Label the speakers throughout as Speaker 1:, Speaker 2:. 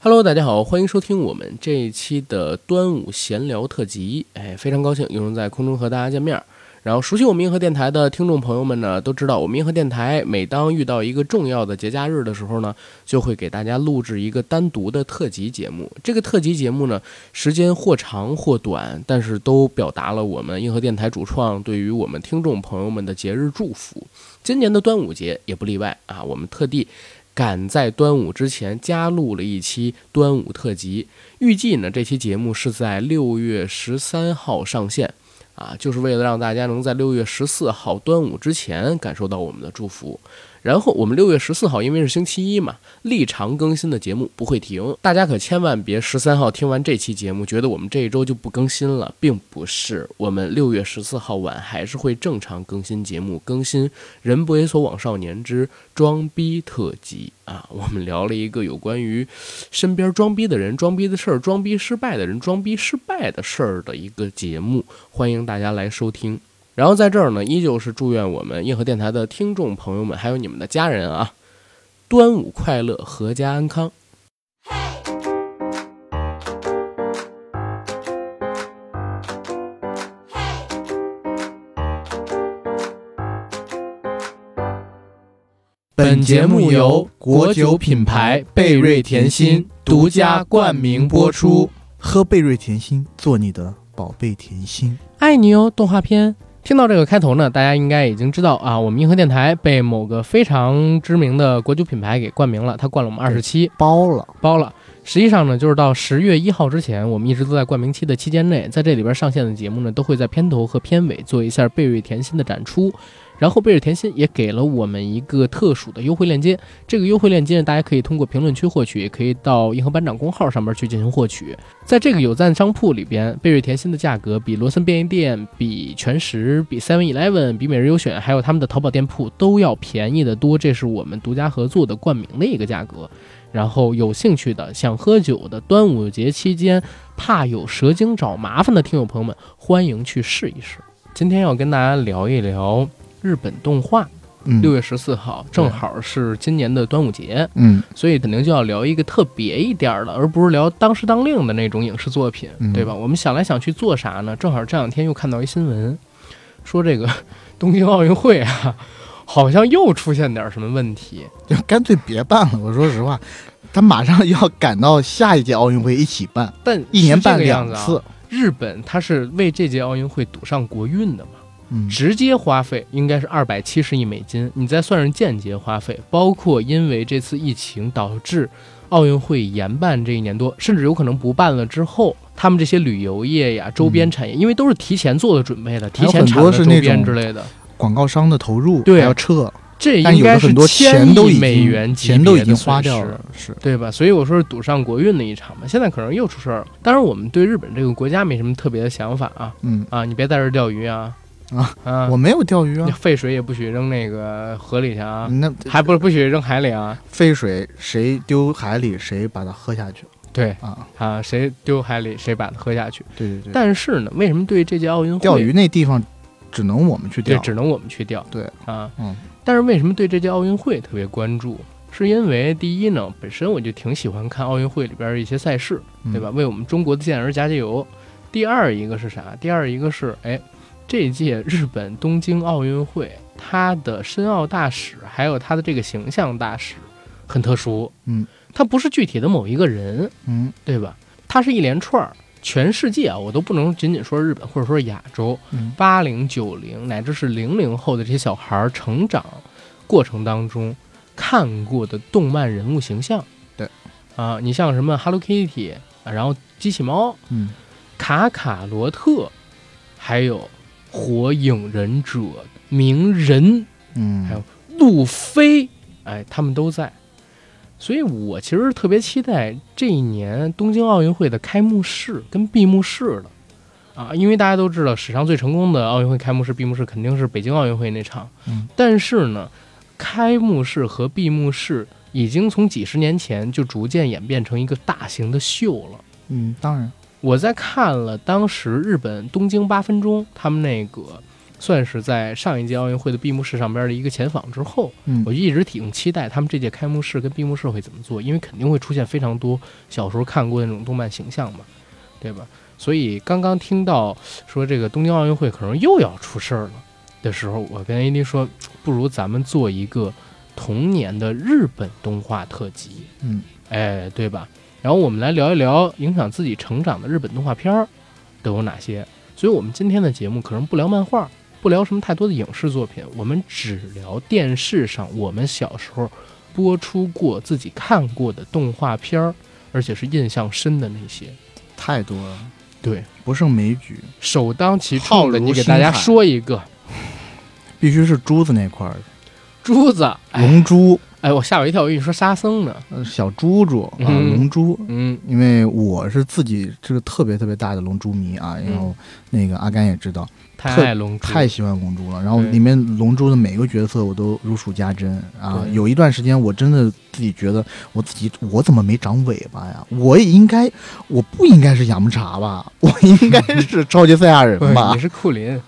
Speaker 1: Hello，大家好，欢迎收听我们这一期的端午闲聊特辑。哎，非常高兴又能在空中和大家见面儿。然后，熟悉我们银河电台的听众朋友们呢，都知道我们银河电台每当遇到一个重要的节假日的时候呢，就会给大家录制一个单独的特辑节目。这个特辑节目呢，时间或长或短，但是都表达了我们银河电台主创对于我们听众朋友们的节日祝福。今年的端午节也不例外啊，我们特地赶在端午之前加录了一期端午特辑，预计呢这期节目是在六月十三号上线，啊，就是为了让大家能在六月十四号端午之前感受到我们的祝福。然后我们六月十四号因为是星期一嘛，立常更新的节目不会停，大家可千万别十三号听完这期节目觉得我们这一周就不更新了，并不是，我们六月十四号晚还是会正常更新节目，更新《人不猥琐枉少年之装逼特辑》啊， 我们聊了一个有关于身边装逼的人、装逼的事儿、装逼失败的人、装逼失败的事儿的一个节目，欢迎大家来收听。然后在这儿呢，依旧是祝愿我们硬核电台的听众朋友们，还有你们的家人啊，端午快乐，阖家安康。
Speaker 2: 本节目由国酒品牌贝瑞甜心独家冠名播出。
Speaker 3: 喝贝瑞甜心，做你的宝贝甜心。
Speaker 1: 爱你哟动画片。听到这个开头呢，大家应该已经知道啊，我们银河电台被某个非常知名的国酒品牌给冠名了，它冠了我们二十期
Speaker 3: 包了，
Speaker 1: 包了。实际上呢，就是到十月一号之前，我们一直都在冠名期的期间内，在这里边上线的节目呢，都会在片头和片尾做一下贝瑞甜心的展出。然后贝瑞甜心也给了我们一个特殊的优惠链接，这个优惠链接呢，大家可以通过评论区获取，也可以到银河班长公号上面去进行获取。在这个有赞商铺里边，贝瑞甜心的价格比罗森便利店、比全食、比 Seven Eleven、比每日优选，还有他们的淘宝店铺都要便宜的多，这是我们独家合作的冠名的一个价格。然后有兴趣的、想喝酒的，端午节期间怕有蛇精找麻烦的听友朋友们，欢迎去试一试。今天要跟大家聊一聊日本动画。
Speaker 3: 嗯，
Speaker 1: 六月十四号正好是今年的端午节，
Speaker 3: 嗯
Speaker 1: 所以肯定就要聊一个特别一点儿的，而不是聊当时当令的那种影视作品，
Speaker 3: 嗯
Speaker 1: 对吧？我们想来想去做啥呢？正好这两天又看到一新闻，说这个东京奥运会啊，好像又出现点儿什么问题。
Speaker 3: 就干脆别办了。我说实话，他马上要赶到下一届奥运会一起办，
Speaker 1: 但
Speaker 3: 一年办
Speaker 1: 是这个样
Speaker 3: 两
Speaker 1: 子啊
Speaker 3: 次。
Speaker 1: 日本它是为这届奥运会赌上国运的嘛，
Speaker 3: 嗯，
Speaker 1: 直接花费应该是二百七十亿美金，你再算上间接花费，包括因为这次疫情导致奥运会延办这一年多，甚至有可能不办了之后，他们这些旅游业呀、周边
Speaker 3: 嗯
Speaker 1: 产业，因为都是提前做的准备的，
Speaker 3: 还
Speaker 1: 提
Speaker 3: 有
Speaker 1: 前产的周
Speaker 3: 很多是那
Speaker 1: 边
Speaker 3: 种
Speaker 1: 之类的，
Speaker 3: 广告商的投入
Speaker 1: 对
Speaker 3: 还要撤，
Speaker 1: 这
Speaker 3: 但
Speaker 1: 应
Speaker 3: 有
Speaker 1: 该
Speaker 3: 的
Speaker 1: 是
Speaker 3: 很多
Speaker 1: 千
Speaker 3: 钱都
Speaker 1: 亿
Speaker 3: 已
Speaker 1: 美元
Speaker 3: 经
Speaker 1: 级别
Speaker 3: 钱都已
Speaker 1: 的
Speaker 3: 经
Speaker 1: 损
Speaker 3: 花掉
Speaker 1: 失
Speaker 3: 了，是
Speaker 1: 对吧？所以我说是赌上国运的一场嘛，现在可能又出事儿了。当然，我们对日本这个国家没什么特别的想法啊
Speaker 3: 嗯，
Speaker 1: 啊，你别在这儿钓鱼啊
Speaker 3: 啊
Speaker 1: 啊！
Speaker 3: 我没有钓鱼啊，
Speaker 1: 废水也不许扔那个河里去啊，
Speaker 3: 那
Speaker 1: 还不是不许扔海里啊？
Speaker 3: 废水谁丢海里谁把它喝下去
Speaker 1: 对
Speaker 3: 啊？
Speaker 1: 啊，谁丢海里谁把它喝下去。
Speaker 3: 对对对，
Speaker 1: 但是呢，为什么对这届奥运会
Speaker 3: 钓鱼那地方只能我们去
Speaker 1: 对
Speaker 3: 钓，
Speaker 1: 只能我们去钓？
Speaker 3: 对
Speaker 1: 啊，
Speaker 3: 嗯
Speaker 1: 但是为什么对这届奥运会特别关注？是因为第一呢，本身我就挺喜欢看奥运会里边的一些赛事，
Speaker 3: 嗯
Speaker 1: 对吧？？为我们中国的健儿加加油。第二一个是啥？第二一个是，哎，这届日本东京奥运会，它的申奥大使还有它的这个形象大使很特殊，
Speaker 3: 嗯，
Speaker 1: 它不是具体的某一个人，
Speaker 3: 嗯
Speaker 1: 对吧？它是一连串儿，全世界啊，我都不能仅仅说日本或者说亚洲，
Speaker 3: 嗯
Speaker 1: 八零、九零乃至是零零后的这些小孩儿成长过程当中看过的动漫人物形象。
Speaker 3: 对，
Speaker 1: 啊，你像什么 Hello Kitty，啊然后机器猫、
Speaker 3: 嗯，
Speaker 1: 卡卡罗特，还有火影忍者、鸣人、
Speaker 3: 嗯，
Speaker 1: 还有路飞，哎，他们都在。所以我其实特别期待这一年东京奥运会的开幕式跟闭幕式的啊，因为大家都知道，史上最成功的奥运会开幕式、闭幕式肯定是北京奥运会那场。
Speaker 3: 嗯
Speaker 1: 但是呢，开幕式和闭幕式已经从几十年前就逐渐演变成一个大型的秀了。
Speaker 3: 嗯，当然，
Speaker 1: 我在看了当时日本东京八分钟他们那个算是在上一届奥运会的闭幕式上边的一个前访之后，
Speaker 3: 嗯
Speaker 1: 我就一直挺期待他们这届开幕式跟闭幕式会怎么做，因为肯定会出现非常多小时候看过的那种动漫形象嘛，对吧？所以刚刚听到说这个东京奥运会可能又要出事儿了的时候，我跟 AD 说，不如咱们做一个童年的日本动画特辑，
Speaker 3: 嗯，
Speaker 1: 哎，对吧？然后我们来聊一聊影响自己成长的日本动画片儿都有哪些。所以我们今天的节目可能不聊漫画，不聊什么太多的影视作品，我们只聊电视上我们小时候播出过自己看过的动画片儿，而且是印象深的那些。
Speaker 3: 太多了，
Speaker 1: 对，
Speaker 3: 不胜枚举，
Speaker 1: 首当其冲的，
Speaker 3: 浩如
Speaker 1: 你给大家
Speaker 3: 星海
Speaker 1: 说一个
Speaker 3: 必须是珠子那块儿的，
Speaker 1: 珠子。哎，
Speaker 3: 龙珠，
Speaker 1: 哎，我吓我一跳，我以为你说沙僧呢。
Speaker 3: 呃小猪猪啊，
Speaker 1: 嗯
Speaker 3: 龙珠。
Speaker 1: 嗯
Speaker 3: 因为我是自己是个特别特别大的龙珠迷啊，
Speaker 1: 嗯
Speaker 3: 然后那个阿甘也知道，
Speaker 1: 太
Speaker 3: 特
Speaker 1: 爱龙珠，
Speaker 3: 太喜欢龙珠了。然后
Speaker 1: 对
Speaker 3: 里面龙珠的每个角色我都如数家珍啊。
Speaker 1: 对
Speaker 3: 有一段时间我真的自己觉得我自己我怎么没长尾巴呀？我也应该，我不应该是亚木茶吧？ 我应该是超级赛亚人
Speaker 1: 不
Speaker 3: 吧
Speaker 1: 你？是库林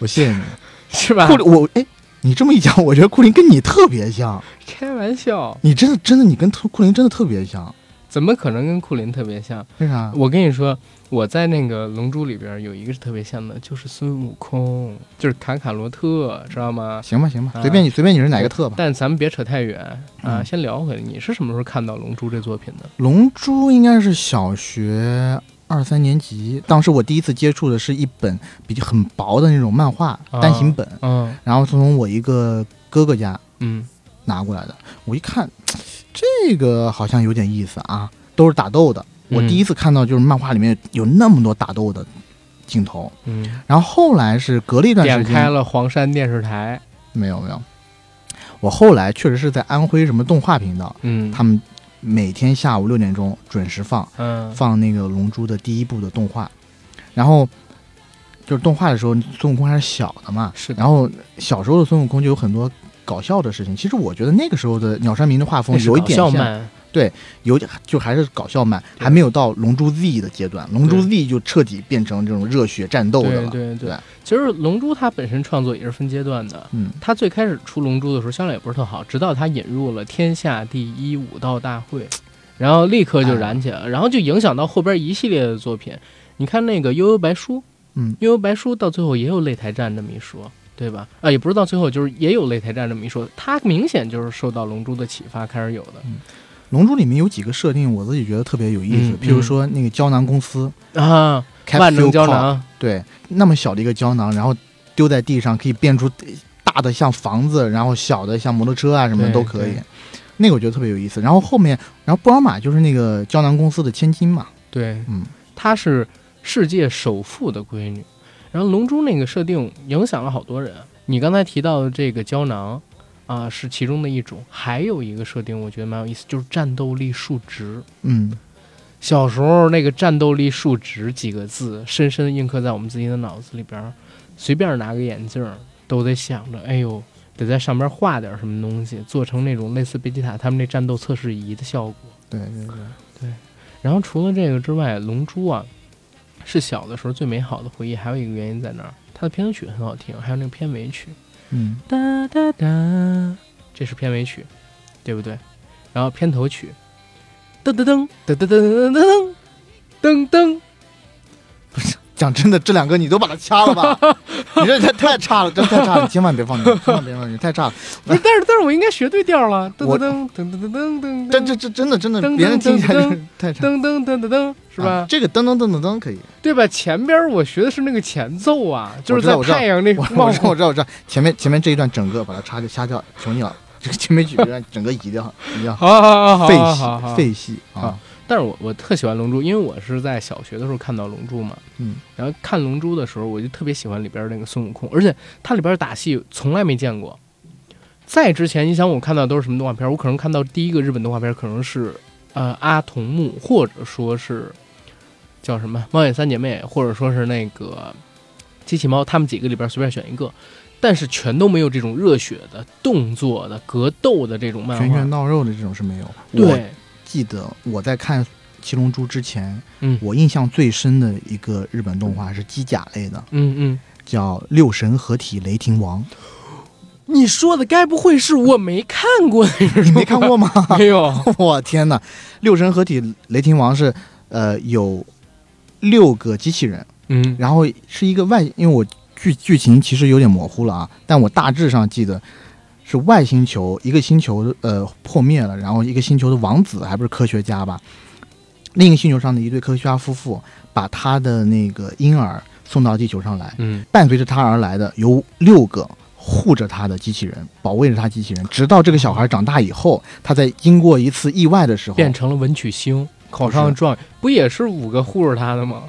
Speaker 3: 我谢谢你，
Speaker 1: 是吧
Speaker 3: 库？里我哎。你这么一讲，我觉得库林跟你特别像，
Speaker 1: 开玩笑，
Speaker 3: 你真的真的你跟库林真的特别像，
Speaker 1: 怎么可能跟库林特别像？
Speaker 3: 为啥？
Speaker 1: 我跟你说，我在那个《龙珠》里边有一个是特别像的，就是孙悟空，就是卡卡罗特，知道吗？
Speaker 3: 行吧行吧，
Speaker 1: 啊
Speaker 3: 随便你随便你是哪个特吧。
Speaker 1: 但咱们别扯太远啊，
Speaker 3: 嗯
Speaker 1: 先聊回来。你是什么时候看到《龙珠》这作品的？
Speaker 3: 龙珠应该是小学二三年级，当时我第一次接触的是一本比较很薄的那种漫画
Speaker 1: 啊
Speaker 3: 单行本，
Speaker 1: 嗯
Speaker 3: 然后从我一个哥哥家
Speaker 1: 嗯，
Speaker 3: 拿过来的。我一看，这个好像有点意思啊，都是打斗的。
Speaker 1: 嗯
Speaker 3: 我第一次看到就是漫画里面有那么多打斗的镜头，
Speaker 1: 嗯，
Speaker 3: 然后后来是隔了一段
Speaker 1: 点
Speaker 3: 时
Speaker 1: 开
Speaker 3: 间，
Speaker 1: 了黄山电视台，
Speaker 3: 没有没有，我后来确实是在安徽什么动画频道，
Speaker 1: 嗯，
Speaker 3: 他们每天下午六点钟准时放，
Speaker 1: 嗯
Speaker 3: 放那个《龙珠》的第一部的动画，然后就是动画的时候，孙悟空还是小的嘛，
Speaker 1: 是的
Speaker 3: 然后小时候的孙悟空就有很多搞笑的事情。其实我觉得那个时候的鸟山明的画风
Speaker 1: 那是
Speaker 3: 有一
Speaker 1: 搞
Speaker 3: 点
Speaker 1: 笑
Speaker 3: 像，
Speaker 1: 漫，
Speaker 3: 有点就还是搞笑漫，
Speaker 1: 对
Speaker 3: 还没有到《龙珠 Z》的阶段，《龙珠
Speaker 1: 对
Speaker 3: Z》就彻底变成这种热血战斗的
Speaker 1: 对
Speaker 3: 了。
Speaker 1: 对对
Speaker 3: 对。
Speaker 1: 其实《龙珠》它本身创作也是分阶段的。
Speaker 3: 嗯，
Speaker 1: 它最开始出《龙珠》的时候销量也不是特好，直到它引入了天下第一武道大会，然后立刻就燃起来了，然后就影响到后边一系列的作品。你看那个《悠悠白书》，
Speaker 3: 嗯
Speaker 1: 悠悠白书》到最后也有擂台战这么一说，对吧？啊，也不是到最后，就是也有擂台战这么一说。它明显就是受到《龙珠》的启发开始有的
Speaker 3: 《龙珠》里面有几个设定，我自己觉得特别有意思，
Speaker 1: 嗯
Speaker 3: 譬如说那个胶囊公司，
Speaker 1: 啊，万能胶，囊，
Speaker 3: 对，那么小的一个胶囊，然后丢在地上可以变出大的像房子，然后小的像摩托车啊什么的
Speaker 1: 对
Speaker 3: 都可以
Speaker 1: 对。
Speaker 3: 那个我觉得特别有意思。然后后面，然后布尔玛就是那个胶囊公司的千金嘛，
Speaker 1: 对，
Speaker 3: 嗯，
Speaker 1: 她是世界首富的闺女。然后《龙珠》那个设定影响了好多人。你刚才提到的这个胶囊，啊、是其中的一种。还有一个设定，我觉得蛮有意思，就是战斗力数值。
Speaker 3: 嗯，
Speaker 1: 小时候那个战斗力数值几个字，深深印刻在我们自己的脑子里边儿。随便拿个眼镜儿，都得想着，哎呦，得在上边画点什么东西，做成那种类似贝吉塔他们那战斗测试仪的效果。
Speaker 3: 对对对，
Speaker 1: 然后除了这个之外，《龙珠》啊，是小的时候最美好的回忆，还有一个原因在哪儿？它的片头曲很好听，还有那个片尾曲，
Speaker 3: 嗯，
Speaker 1: 哒哒哒，这是片尾曲，对不对？然后片头曲，噔噔噔噔噔噔噔噔噔噔，
Speaker 3: 讲真的，这两个你都把它掐了吧？你这太太差了，真太差了，你千万别 放进去，千万别放进去，太差了。
Speaker 1: 不是，但是但是我应该学对调了，噔
Speaker 3: 我
Speaker 1: 噔噔噔噔噔噔
Speaker 3: 这
Speaker 1: 噔
Speaker 3: 这这真的真的
Speaker 1: 噔噔，
Speaker 3: 别人听起来
Speaker 1: 噔
Speaker 3: 就
Speaker 1: 噔
Speaker 3: 是太差。
Speaker 1: 噔噔噔噔噔，是
Speaker 3: 啊
Speaker 1: 吧？
Speaker 3: 这个噔噔噔噔噔 可以，
Speaker 1: 对吧？前边儿我学的是那个前奏啊，就是在
Speaker 3: 我知道
Speaker 1: 太阳那
Speaker 3: 我
Speaker 1: 冒
Speaker 3: 我知道我知道我知道，前面前面这一段整个把它掐掉掐掉，求你了，这个前面几段整个移掉移掉。
Speaker 1: 好好好好
Speaker 3: 废
Speaker 1: 好好
Speaker 3: 戏
Speaker 1: 好，
Speaker 3: 废戏
Speaker 1: 好
Speaker 3: 啊！
Speaker 1: 但是我我特喜欢《龙珠》，因为我是在小学的时候看到《龙珠》嘛，
Speaker 3: 嗯，
Speaker 1: 然后看《龙珠》的时候，我就特别喜欢里边儿那个孙悟空，而且它里边儿打戏从来没见过。在之前，你想我看到的都是什么动画片儿？我可能看到第一个日本动画片儿可能是呃阿童木，或者说是叫什么《猫眼三姐妹》，或者说是那个机器猫，他们几个里边儿随便选一个，但是全都没有这种热血的、动作的、格斗的这种漫
Speaker 3: 拳拳
Speaker 1: 画。
Speaker 3: 到肉的这种是没有。我
Speaker 1: 对，
Speaker 3: 记得我在看《七龙珠》之前，
Speaker 1: 嗯
Speaker 3: 我印象最深的一个日本动画是机甲类的。
Speaker 1: 嗯嗯，
Speaker 3: 叫《六神合体雷霆 王
Speaker 1: 你说的该不会是我没看过的？》，哎
Speaker 3: 你没看过吗？
Speaker 1: 没有，
Speaker 3: 我天哪！六神合体雷霆王是呃有六个机器人，
Speaker 1: 嗯
Speaker 3: 然后是一个外，因为我剧剧情其实有点模糊了啊，但我大致上记得是外星球一个星球呃破灭了，然后一个星球的王子还不是科学家吧，另一个星球上的一对科学家夫妇把他的那个婴儿送到地球上来，
Speaker 1: 嗯，
Speaker 3: 伴随着他而来的有六个护着他的机器人，保卫着他机器人，直到这个小孩长大以后，他在经过一次意外的时候，
Speaker 1: 变成了文曲星，考上了状元，不也是五个护着他的吗？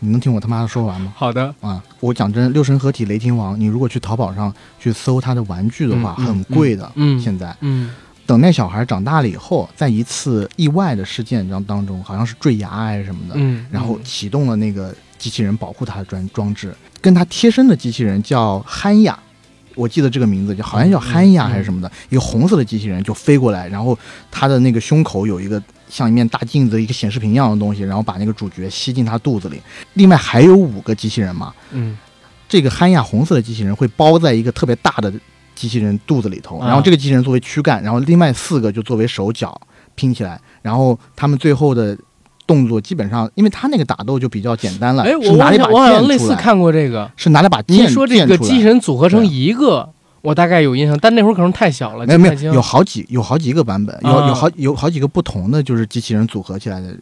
Speaker 3: 你能听我他妈的说完吗？
Speaker 1: 好的，
Speaker 3: 啊，我讲真，六神合体雷霆王，你如果去淘宝上去搜它的玩具的话，
Speaker 1: 嗯嗯
Speaker 3: 很贵的。
Speaker 1: 嗯
Speaker 3: 现在
Speaker 1: 嗯
Speaker 3: 等那小孩长大了以后，在一次意外的事件当当中，好像是坠崖啊还是什么的，
Speaker 1: 嗯，
Speaker 3: 然后启动了那个机器人保护他的装装置，跟他贴身的机器人叫憨亚，我记得这个名字叫好像
Speaker 1: 嗯
Speaker 3: 叫憨亚还是什么的，一个红色的机器人就飞过来，然后他的那个胸口有一个像一面大镜子、一个显示屏一样的东西，然后把那个主角吸进他肚子里。另外还有五个机器人嘛，
Speaker 1: 嗯
Speaker 3: 这个憨亚红色的机器人会包在一个特别大的机器人肚子里头，
Speaker 1: 啊
Speaker 3: 然后这个机器人作为躯干，然后另外四个就作为手脚拼起来，然后他们最后的动作基本上，因为他那个打斗就比较简单了，
Speaker 1: 哎，我
Speaker 3: 是拿了一把
Speaker 1: 我好像类
Speaker 3: 剑出
Speaker 1: 似
Speaker 3: 来，
Speaker 1: 看过这个，
Speaker 3: 是拿了把
Speaker 1: 您
Speaker 3: 剑
Speaker 1: 说这个
Speaker 3: 剑出
Speaker 1: 机器
Speaker 3: 来。
Speaker 1: 人组合成一个，我大概有印象，但那会儿可能太小了，
Speaker 3: 没
Speaker 1: 记
Speaker 3: 有没
Speaker 1: 不太清
Speaker 3: 有，有好几有好几个版本，有
Speaker 1: 啊
Speaker 3: 有好有好几个不同的就是机器人组合起来的。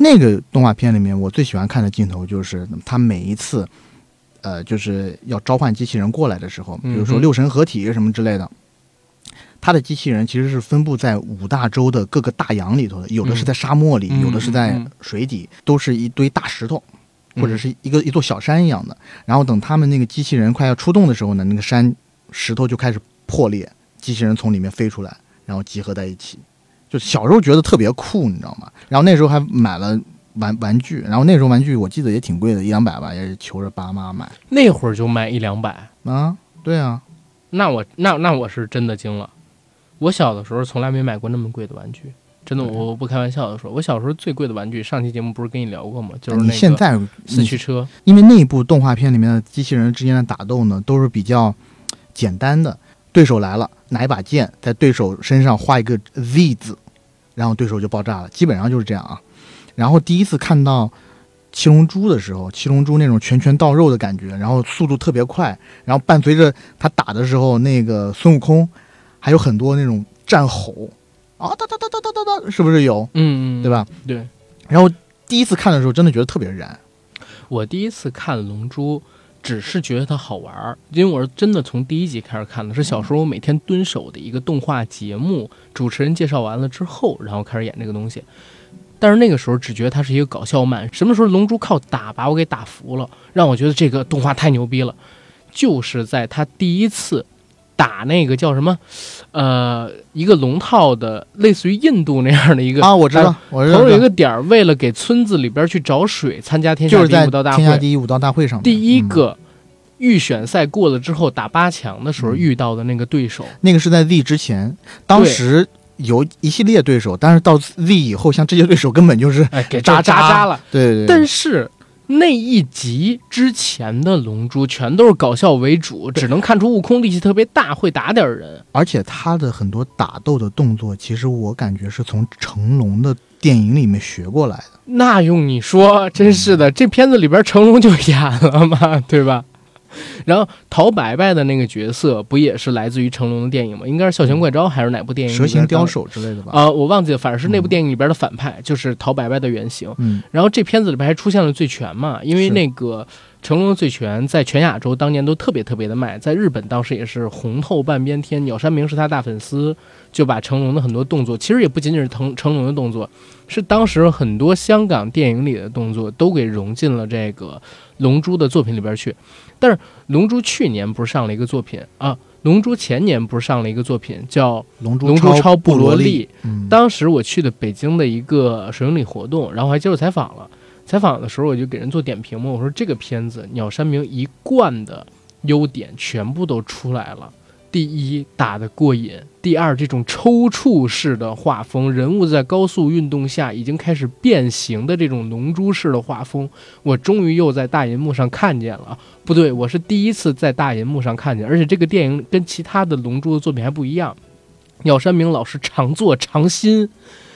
Speaker 3: 那个动画片里面，我最喜欢看的镜头就是他每一次，呃，就是要召唤机器人过来的时候，比如
Speaker 1: 嗯
Speaker 3: 说
Speaker 1: 哼
Speaker 3: 六神合体什么之类的，它的机器人其实是分布在五大洲的各个大洋里头的，有的是在沙漠里，
Speaker 1: 嗯
Speaker 3: 有的是在
Speaker 1: 嗯嗯
Speaker 3: 水底，都是一堆大石头。
Speaker 1: 嗯
Speaker 3: 或者是一个一座小山一样的。然后等他们那个机器人快要出动的时候呢，那个山石头就开始破裂，机器人从里面飞出来，然后集合在一起。就小时候觉得特别酷，你知道吗？然后那时候还买了玩玩具，然后那时候玩具我记得也挺贵的，一两百吧，也是求着爸妈买
Speaker 1: 嗯那会儿就卖一两百，
Speaker 3: 啊。对啊，
Speaker 1: 那我那那我是真的惊了。我小的时候从来没买过那么贵的玩具，真的，
Speaker 3: 对
Speaker 1: 我我不开玩笑的说，我小时候最贵的玩具，上期节目不是跟你聊过吗？就是
Speaker 3: 啊你
Speaker 1: 那
Speaker 3: 现
Speaker 1: 个
Speaker 3: 在
Speaker 1: 四
Speaker 3: 你
Speaker 1: 驱车，
Speaker 3: 因为那部动画片里面的机器人之间的打斗呢，都是比较简单的。对手来了，拿一把剑在对手身上画一个 Z 字，然后对手就爆炸了，基本上就是这样啊。然后第一次看到七龙珠的时候，七龙珠那种拳拳到肉的感觉，然后速度特别快，然后伴随着他打的时候，那个孙悟空还有很多那种战吼啊哒哒哒哒哒哒哒，是不是有？
Speaker 1: 嗯嗯，
Speaker 3: 对？吧？
Speaker 1: 对，
Speaker 3: 然后第一次看的时候，真的觉得特别燃。
Speaker 1: 我第一次看《龙珠》，只是觉得它好玩儿，因为我是真的从第一集开始看的，是小时候我每天蹲守的一个动画节目，主持人介绍完了之后，然后开始演这个东西。但是那个时候只觉得它是一个搞笑漫，什么时候《龙珠》靠打把我给打服了，让我觉得这个动画太牛逼了，就是在他第一次打那个叫什么，呃，一个龙套的，类似于印度那样的一个
Speaker 3: 啊，我知
Speaker 1: 但
Speaker 3: 道，我知道
Speaker 1: 头有一个点儿，为了给村子里边去找水，参加天下
Speaker 3: 就是
Speaker 1: 第一
Speaker 3: 在
Speaker 1: 武道大
Speaker 3: 天下
Speaker 1: 会。
Speaker 3: 第一武道大会上面
Speaker 1: 第一
Speaker 3: 嗯
Speaker 1: 个预选赛过了之后，打八强的时候遇到的那个对手，
Speaker 3: 那个是在 Z 之前，当时有一系列对手，但是到 Z 以后，像这些对手根本就是
Speaker 1: 哎，给
Speaker 3: 渣
Speaker 1: 渣
Speaker 3: 渣
Speaker 1: 渣了。
Speaker 3: 对对对，
Speaker 1: 但是那一集之前的《龙珠》全都是搞笑为主，只能看出悟空力气特别大，会打点儿人。
Speaker 3: 而且他的很多打斗的动作，其实我感觉是从成龙的电影里面学过来的。
Speaker 1: 那用你说，真是的，这片子里边成龙就演了嘛， 对吧？然后陶白白的那个角色不也是来自于成龙的电影吗？应该是《笑拳怪招》还是哪部电影里
Speaker 3: 蛇
Speaker 1: 边当？
Speaker 3: 形刁手之类的吧，
Speaker 1: 啊、我忘记了，反正是那部电影里边的反派，就是陶白白的原型。
Speaker 3: 嗯，
Speaker 1: 然后这片子里边还出现了醉拳嘛，因为
Speaker 3: 是
Speaker 1: 那个成龙的醉拳在全亚洲当年都特别特别的卖，在日本当时也是红透半边天。鸟山明是他大粉丝，就把成龙的很多动作，其实也不仅仅是成成龙的动作，是当时很多香港电影里的动作都给融进了这个《龙珠》的作品里边去。但是《龙珠》去年不是上了一个作品啊，《龙珠》前年不是上了一个作品叫《
Speaker 3: 龙珠
Speaker 1: 龙珠超
Speaker 3: 布
Speaker 1: 布
Speaker 3: 罗
Speaker 1: 罗利》，，
Speaker 3: 嗯，
Speaker 1: 当时我去的北京的一个首映礼活动，然后还接受采访了。采访的时候我就给人做点评嘛，我说这个片子鸟山明一贯的优点全部都出来了，第一打得过瘾，第二这种抽搐式的画风，人物在高速运动下已经开始变形的这种龙珠式的画风，我终于又在大银幕上看见了。不对，我是第一次在大银幕上看见，而且这个电影跟其他的龙珠的作品还不一样。鸟山明老师常做常新，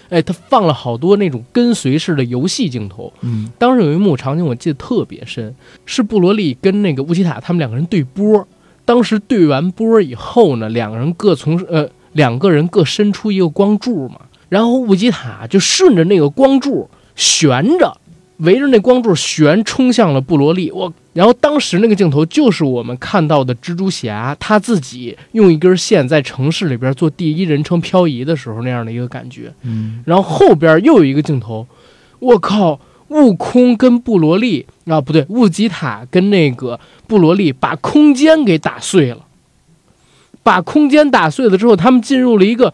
Speaker 1: 哎，他放了好多那种跟随式的游戏镜头。
Speaker 3: 嗯
Speaker 1: 当时有一幕场景我记得特别深，是布罗利跟那个乌奇塔他们两个人对波。当时对完波以后呢，两个人各从呃两个人各伸出一个光柱嘛，然后乌奇塔就顺着那个光柱悬着，围着那光柱悬冲向了布罗利。我，然后当时那个镜头就是我们看到的蜘蛛侠他自己用一根线在城市里边做第一人称漂移的时候那样的一个感觉。
Speaker 3: 嗯
Speaker 1: 然后后边又有一个镜头，我靠，悟空跟布罗利啊，不对，悟吉塔跟那个布罗利把空间给打碎了，把空间打碎了之后，他们进入了一个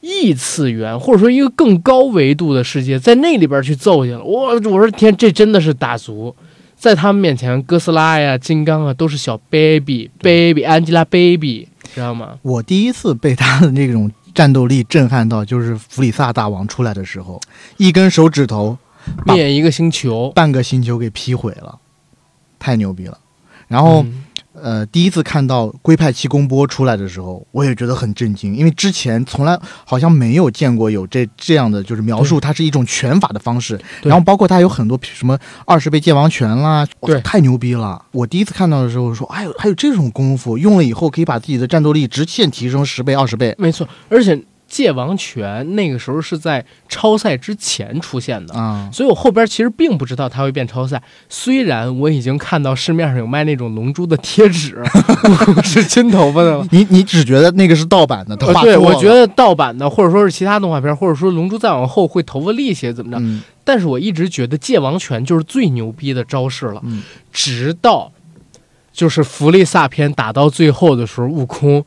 Speaker 1: 异次元，或者说一个更高维度的世界，在那里边去揍去了。我我说天，这真的是打足。在他们面前，哥斯拉呀、金刚啊，都是小 baby baby Angelababy，知道吗？
Speaker 3: 我第一次被他的那种战斗力震撼到，就是弗里萨大王出来的时候，一根手指头把
Speaker 1: 灭一个星球，
Speaker 3: 半个星球给劈毁了，太牛逼了。然后、
Speaker 1: 嗯
Speaker 3: 呃，第一次看到龟派气功波出来的时候，我也觉得很震惊，因为之前从来好像没有见过有这这样的就是描述，它是一种拳法的方式。
Speaker 1: 对
Speaker 3: 然后包括它有很多什么二十倍剑王拳啦，哇
Speaker 1: 对
Speaker 3: 太牛逼了！我第一次看到的时候说，哎呦，还有这种功夫，用了以后可以把自己的战斗力直线提升十倍、二十倍。
Speaker 1: 没错，而且界王权那个时候是在超赛之前出现的，
Speaker 3: 啊、
Speaker 1: 所以我后边其实并不知道它会变超赛。虽然我已经看到市面上有卖那种龙珠的贴 纸，不是金头 发的了。
Speaker 3: 你你只觉得那个是盗版的，它
Speaker 1: 呃
Speaker 3: 画错
Speaker 1: 哦对，
Speaker 3: 了。
Speaker 1: 我觉得盗版的，或者说是其他动画片，或者说《龙珠》再往后会头发力些怎么着？
Speaker 3: 嗯
Speaker 1: 但是我一直觉得界王拳就是最牛逼的招式了。
Speaker 3: 嗯
Speaker 1: 直到就是弗利萨篇打到最后的时候，悟空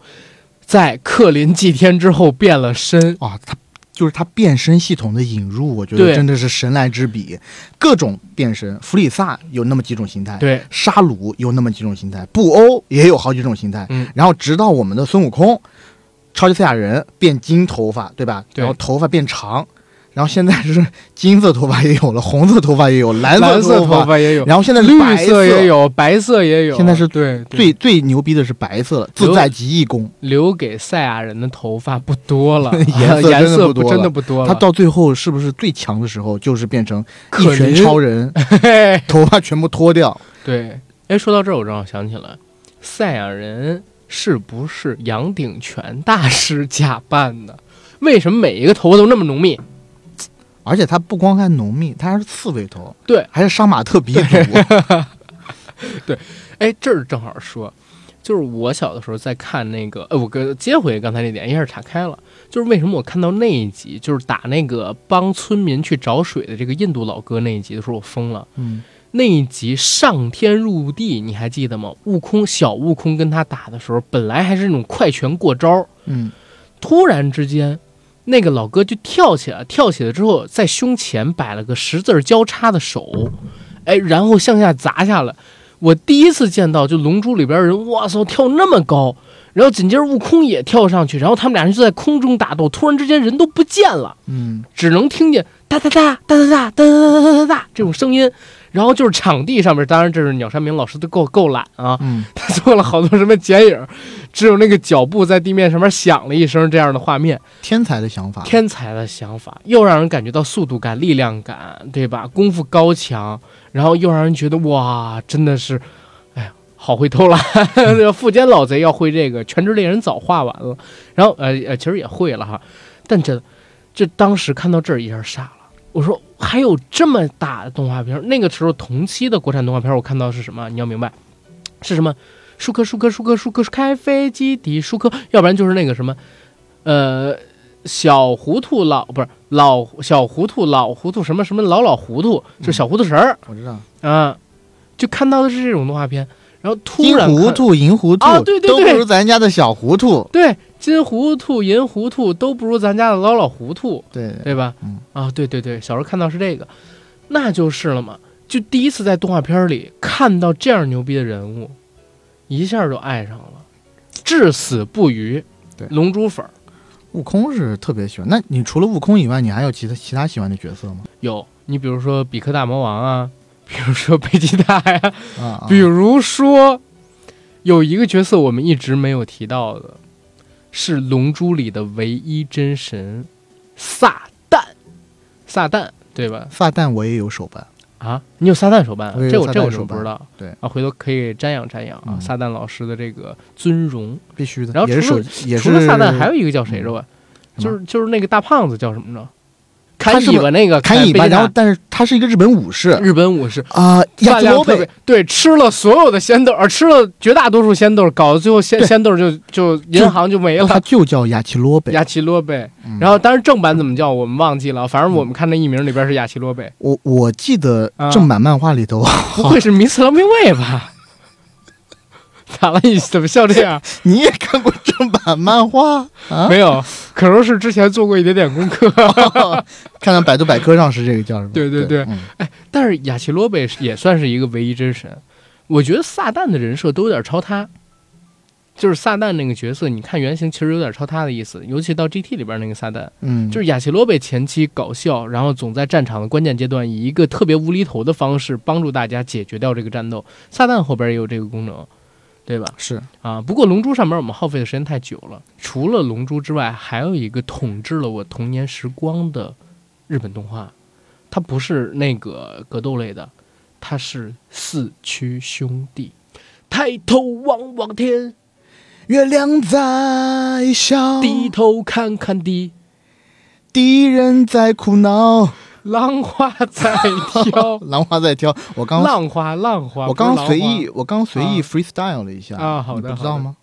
Speaker 1: 在克林祭天之后变了身，
Speaker 3: 啊，它就是它变身系统的引入，我觉得
Speaker 1: 对
Speaker 3: 真的是神来之笔。各种变身，弗里萨有那么几种形态，
Speaker 1: 对，
Speaker 3: 沙鲁有那么几种形态，布欧也有好几种形态。
Speaker 1: 嗯
Speaker 3: 然后直到我们的孙悟空，超级赛亚人变金头发，对吧？
Speaker 1: 对
Speaker 3: 然后头发变长，然后现在是金色头发也有了，红色头发也有，蓝
Speaker 1: 蓝
Speaker 3: 色
Speaker 1: 色头
Speaker 3: 发，
Speaker 1: 发也有，
Speaker 3: 然后现在
Speaker 1: 绿
Speaker 3: 白色
Speaker 1: 也。有，白色也有。
Speaker 3: 现在是
Speaker 1: 对对哎
Speaker 3: 最最牛逼的是白色了，自在极意功，，
Speaker 1: 留给赛亚人的头发不多了 啊
Speaker 3: 颜色
Speaker 1: 颜
Speaker 3: 真的
Speaker 1: 色
Speaker 3: 不多了
Speaker 1: 真的不多
Speaker 3: 他
Speaker 1: 了。
Speaker 3: 到最后是不是最强的时候就是变成
Speaker 1: 可
Speaker 3: 一拳
Speaker 1: 林
Speaker 3: 超人，
Speaker 1: 嘿
Speaker 3: 头发全部脱掉？
Speaker 1: 对，哎，说到这儿，我正好想起来，赛亚人是不是杨鼎全大师假扮的？为什么每一个头发都那么浓密？
Speaker 3: 而且他不光还浓密，他还是刺猬头，
Speaker 1: 对，
Speaker 3: 还是杀马特鼻祖。
Speaker 1: 哎，这儿正好说，就是我小的时候在看那个，呃，我跟接回刚才那点，一下儿岔开了。就是为什么我看到那一集，就是打那个帮村民去找水的这个印度老哥那一集的时候，我疯了。
Speaker 3: 嗯，
Speaker 1: 那一集上天入地，你还记得吗？悟空小悟空跟他打的时候，本来还是那种快拳过招，
Speaker 3: 嗯，
Speaker 1: 突然之间，那个老哥就跳起来，跳起来之后，在胸前摆了个十字交叉的手，哎，然后向下砸下来。我第一次见到，就《龙珠》里边人，哇操，跳那么高，然后紧接着悟空也跳上去，然后他们俩人就在空中打斗，突然之间人都不见了。
Speaker 3: 嗯，
Speaker 1: 只能听见哒哒哒哒哒哒哒哒哒哒哒这种声音，然后就是场地上面，当然这是鸟山明老师都够够懒啊，
Speaker 3: 嗯，
Speaker 1: 他做了好多什么剪影，只有那个脚步在地面上面响了一声这样的画面，
Speaker 3: 天才的想法，
Speaker 1: 天才的想法，又让人感觉到速度感、力量感，对吧？功夫高强，然后又让人觉得哇，真的是，哎呀，好会偷懒。这个富坚老贼要会这个，《全职猎人》早画完了，然后呃呃，其实也会了哈，但真的，这当时看到这儿一下傻了。我说还有这么大的动画片儿？那个时候同期的国产动画片儿，我看到是什么？你要明白，是什么？舒克舒克舒克舒克开飞机的舒克，要不然就是那个什么，呃，小糊涂老不是老小糊涂老糊涂什么什么老老糊涂，就是小糊涂神儿
Speaker 3: 我知道。
Speaker 1: 啊，就看到的是这种动画片，然后突
Speaker 3: 金
Speaker 1: 然
Speaker 3: 糊
Speaker 1: 看
Speaker 3: 涂、银糊涂，
Speaker 1: 啊对对
Speaker 3: 都不
Speaker 1: 对
Speaker 3: 如咱家的小糊涂。
Speaker 1: 对金糊涂银糊涂都不如咱家的老老糊涂，
Speaker 3: 对，
Speaker 1: 对吧？
Speaker 3: 嗯
Speaker 1: 啊，对对对，小时候看到是这个，那就是了嘛。就第一次在动画片里看到这样牛逼的人物，一下就爱上了。至死不渝。
Speaker 3: 对
Speaker 1: 龙珠粉儿
Speaker 3: 悟空是特别喜欢。那你除了悟空以外，你还有其他其他喜欢的角色吗？
Speaker 1: 有你，比如说比克大魔王啊，比如说贝吉塔呀、
Speaker 3: 啊，
Speaker 1: 比如说，有一个角色我们一直没有提到的，是《龙珠》里的唯一真神撒旦，撒旦对吧？
Speaker 3: 撒旦我也有手办，
Speaker 1: 啊，你有撒旦手办、啊
Speaker 3: 我有，
Speaker 1: 这我
Speaker 3: 撒旦
Speaker 1: 这我就
Speaker 3: 手
Speaker 1: 不
Speaker 3: 办
Speaker 1: 知道。
Speaker 3: 对
Speaker 1: 啊，回头可以瞻仰瞻仰啊，
Speaker 3: 嗯
Speaker 1: 撒旦老师的这个尊容。
Speaker 3: 必须的。
Speaker 1: 然后
Speaker 3: 也是
Speaker 1: 除
Speaker 3: 手
Speaker 1: 了，
Speaker 3: 也是
Speaker 1: 除了撒旦，还有一个叫谁着吧？
Speaker 3: 嗯
Speaker 1: 就是就是那个大胖子叫什么着？
Speaker 3: 他
Speaker 1: 砍
Speaker 3: 是不
Speaker 1: 尾巴那个，
Speaker 3: 砍尾
Speaker 1: 贝
Speaker 3: 巴，
Speaker 1: 吉塔
Speaker 3: 然后但是他是一个日本武士
Speaker 1: 日本武士。
Speaker 3: 啊，亚
Speaker 1: 饭
Speaker 3: 兹
Speaker 1: 量
Speaker 3: 罗
Speaker 1: 特
Speaker 3: 贝
Speaker 1: 别对，吃了所有的仙豆，呃，吃了绝大多数仙豆，搞得最后仙
Speaker 3: 对
Speaker 1: 仙豆就就银行就没
Speaker 3: 哦他
Speaker 1: 了。
Speaker 3: 就叫亚奇罗贝。
Speaker 1: 雅奇洛贝，
Speaker 3: 嗯
Speaker 1: 然后当然正版怎么叫我们忘记了，反正我们看那译名里边是雅奇洛贝，
Speaker 3: 我我记得
Speaker 1: 啊
Speaker 3: 正版漫画里头，
Speaker 1: 不会是迷斯郎兵卫吧？ 咋了？你怎么笑这样？
Speaker 3: 你也看过正版 漫画 啊？
Speaker 1: 没有，可能是之前做过一点点功课。
Speaker 3: 看看百度百科上是这个叫什么？
Speaker 1: 对对
Speaker 3: 对
Speaker 1: 对，
Speaker 3: 嗯
Speaker 1: 但是雅奇洛贝也算是一个唯一真神，我觉得撒旦的人设都有点超他，就是撒旦那个角色，你看原型其实有点超他的意思，尤其到 GT 里边那个撒旦，
Speaker 3: 嗯，
Speaker 1: 就是雅奇洛贝前期搞笑，然后总在战场的关键阶段以一个特别无厘头的方式帮助大家解决掉这个战斗，撒旦后边也有这个功能，对吧？
Speaker 3: 是
Speaker 1: 啊，不过《龙珠》上面我们耗费的时间太久了，除了《龙珠》之外，还有一个统治了我童年时光的日本动画，它不是那个格斗类的，它是四驱兄弟。抬头望望天，
Speaker 3: 月亮在笑，
Speaker 1: 低头看看地，
Speaker 3: 敌人在苦恼，
Speaker 1: 浪花在 飘，
Speaker 3: 兰花在跳。我刚
Speaker 1: 浪花浪花。
Speaker 3: 我
Speaker 1: 啊不是
Speaker 3: 刚
Speaker 1: 浪
Speaker 3: 随
Speaker 1: 花
Speaker 3: 意，我刚随意
Speaker 1: 啊
Speaker 3: freestyle 了一下
Speaker 1: 啊好的
Speaker 3: 你不知道吗？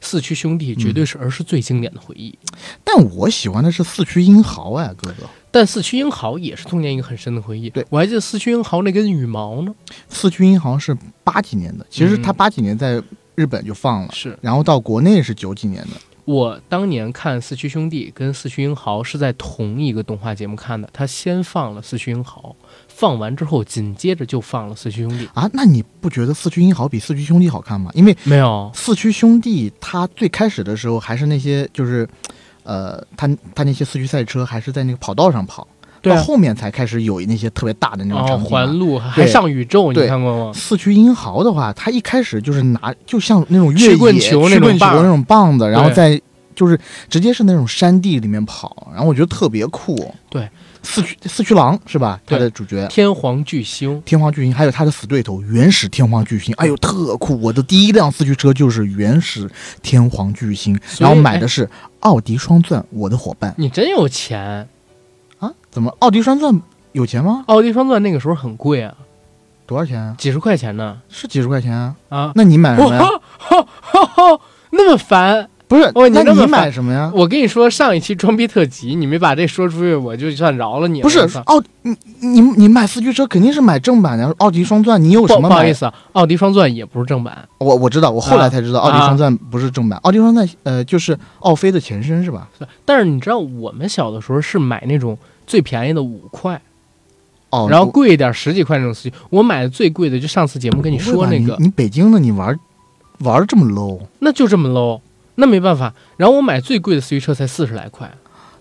Speaker 1: 四驱兄
Speaker 3: 嗯
Speaker 1: 弟绝对是儿时最经典的回忆，
Speaker 3: 但我喜欢的是四驱英豪哎，哥哥，
Speaker 1: 但四驱英豪也是童年一个很深的回忆。
Speaker 3: 对
Speaker 1: 我还记得四驱英豪那根羽毛呢，
Speaker 3: 四驱英豪是八几年的，其实他
Speaker 1: 嗯
Speaker 3: 八几年在日本就放了，
Speaker 1: 是
Speaker 3: 然后到国内是九几年的。
Speaker 1: 我当年看《四驱兄弟》跟《四驱英豪》是在同一个动画节目看的，他先放了《四驱英豪》，放完之后紧接着就放了《四驱兄 弟》。
Speaker 3: 啊，那你不觉得四驱英豪比四驱兄弟好看吗？因为
Speaker 1: 没有，
Speaker 3: 四驱兄弟他最开始的时候还是那些就是，呃，他他那些四驱赛车还是在那个跑道上跑，
Speaker 1: 对啊
Speaker 3: 到后面才开始有那些特别大的那种
Speaker 1: 哦，
Speaker 3: 场景嘛。
Speaker 1: 环路还上宇宙，你
Speaker 3: 对
Speaker 1: 看过吗？
Speaker 3: 四驱英豪的话，他一开始就是拿就像那种越野
Speaker 1: 曲棍球那种
Speaker 3: 曲棍球
Speaker 1: 棒儿
Speaker 3: 那种棒子，然后在就是直接是那种山地里面跑，然后我觉得特别酷。
Speaker 1: 对，
Speaker 3: 四驱四驱狼是吧？
Speaker 1: 对
Speaker 3: 他的主角。
Speaker 1: 天皇巨星，
Speaker 3: 天皇巨星，还有他的死对头原始天皇巨星，哎呦特酷！我的第一辆四驱车就是原始天皇巨星，
Speaker 1: 所以
Speaker 3: 然后买的是奥迪双钻，我的伙伴
Speaker 1: 你真有钱！
Speaker 3: 啊？怎么奥迪双钻有钱吗？
Speaker 1: 奥迪双钻那个时候很贵啊，
Speaker 3: 多少钱啊？
Speaker 1: 几十块钱呢
Speaker 3: 是几十块钱啊？
Speaker 1: 啊！
Speaker 3: 那你买什么呀？
Speaker 1: 那么烦，
Speaker 3: 不是，
Speaker 1: 哦你
Speaker 3: 那
Speaker 1: 那么
Speaker 3: 你买
Speaker 1: 烦
Speaker 3: 什么呀？
Speaker 1: 我跟你说，上一期装逼特辑，你没把这说出去，我就算饶了你了。
Speaker 3: 不是
Speaker 1: 我操
Speaker 3: 奥，你你你买四驱车肯定是买正版的，奥迪双钻你有什
Speaker 1: 不
Speaker 3: 么
Speaker 1: 不好意
Speaker 3: 买？
Speaker 1: 思啊，奥迪双钻也不是正版，
Speaker 3: 我我知道，我后来才知道
Speaker 1: 啊
Speaker 3: 奥迪双钻不是正版，奥迪双钻呃就是奥飞的前身是吧？
Speaker 1: 但是你知道，我们小的时候是买那种最便宜的五块，
Speaker 3: 哦，
Speaker 1: 然后
Speaker 3: 我
Speaker 1: 贵一点十几块那种四驱。我买的最贵的，就上次节目跟你
Speaker 3: 不
Speaker 1: 说
Speaker 3: 会吧
Speaker 1: 那
Speaker 3: 你
Speaker 1: 个，
Speaker 3: 你北京的你玩玩这么 low，
Speaker 1: 那就这么 low，那没办法。然后我买最贵的四驱车才四十来块，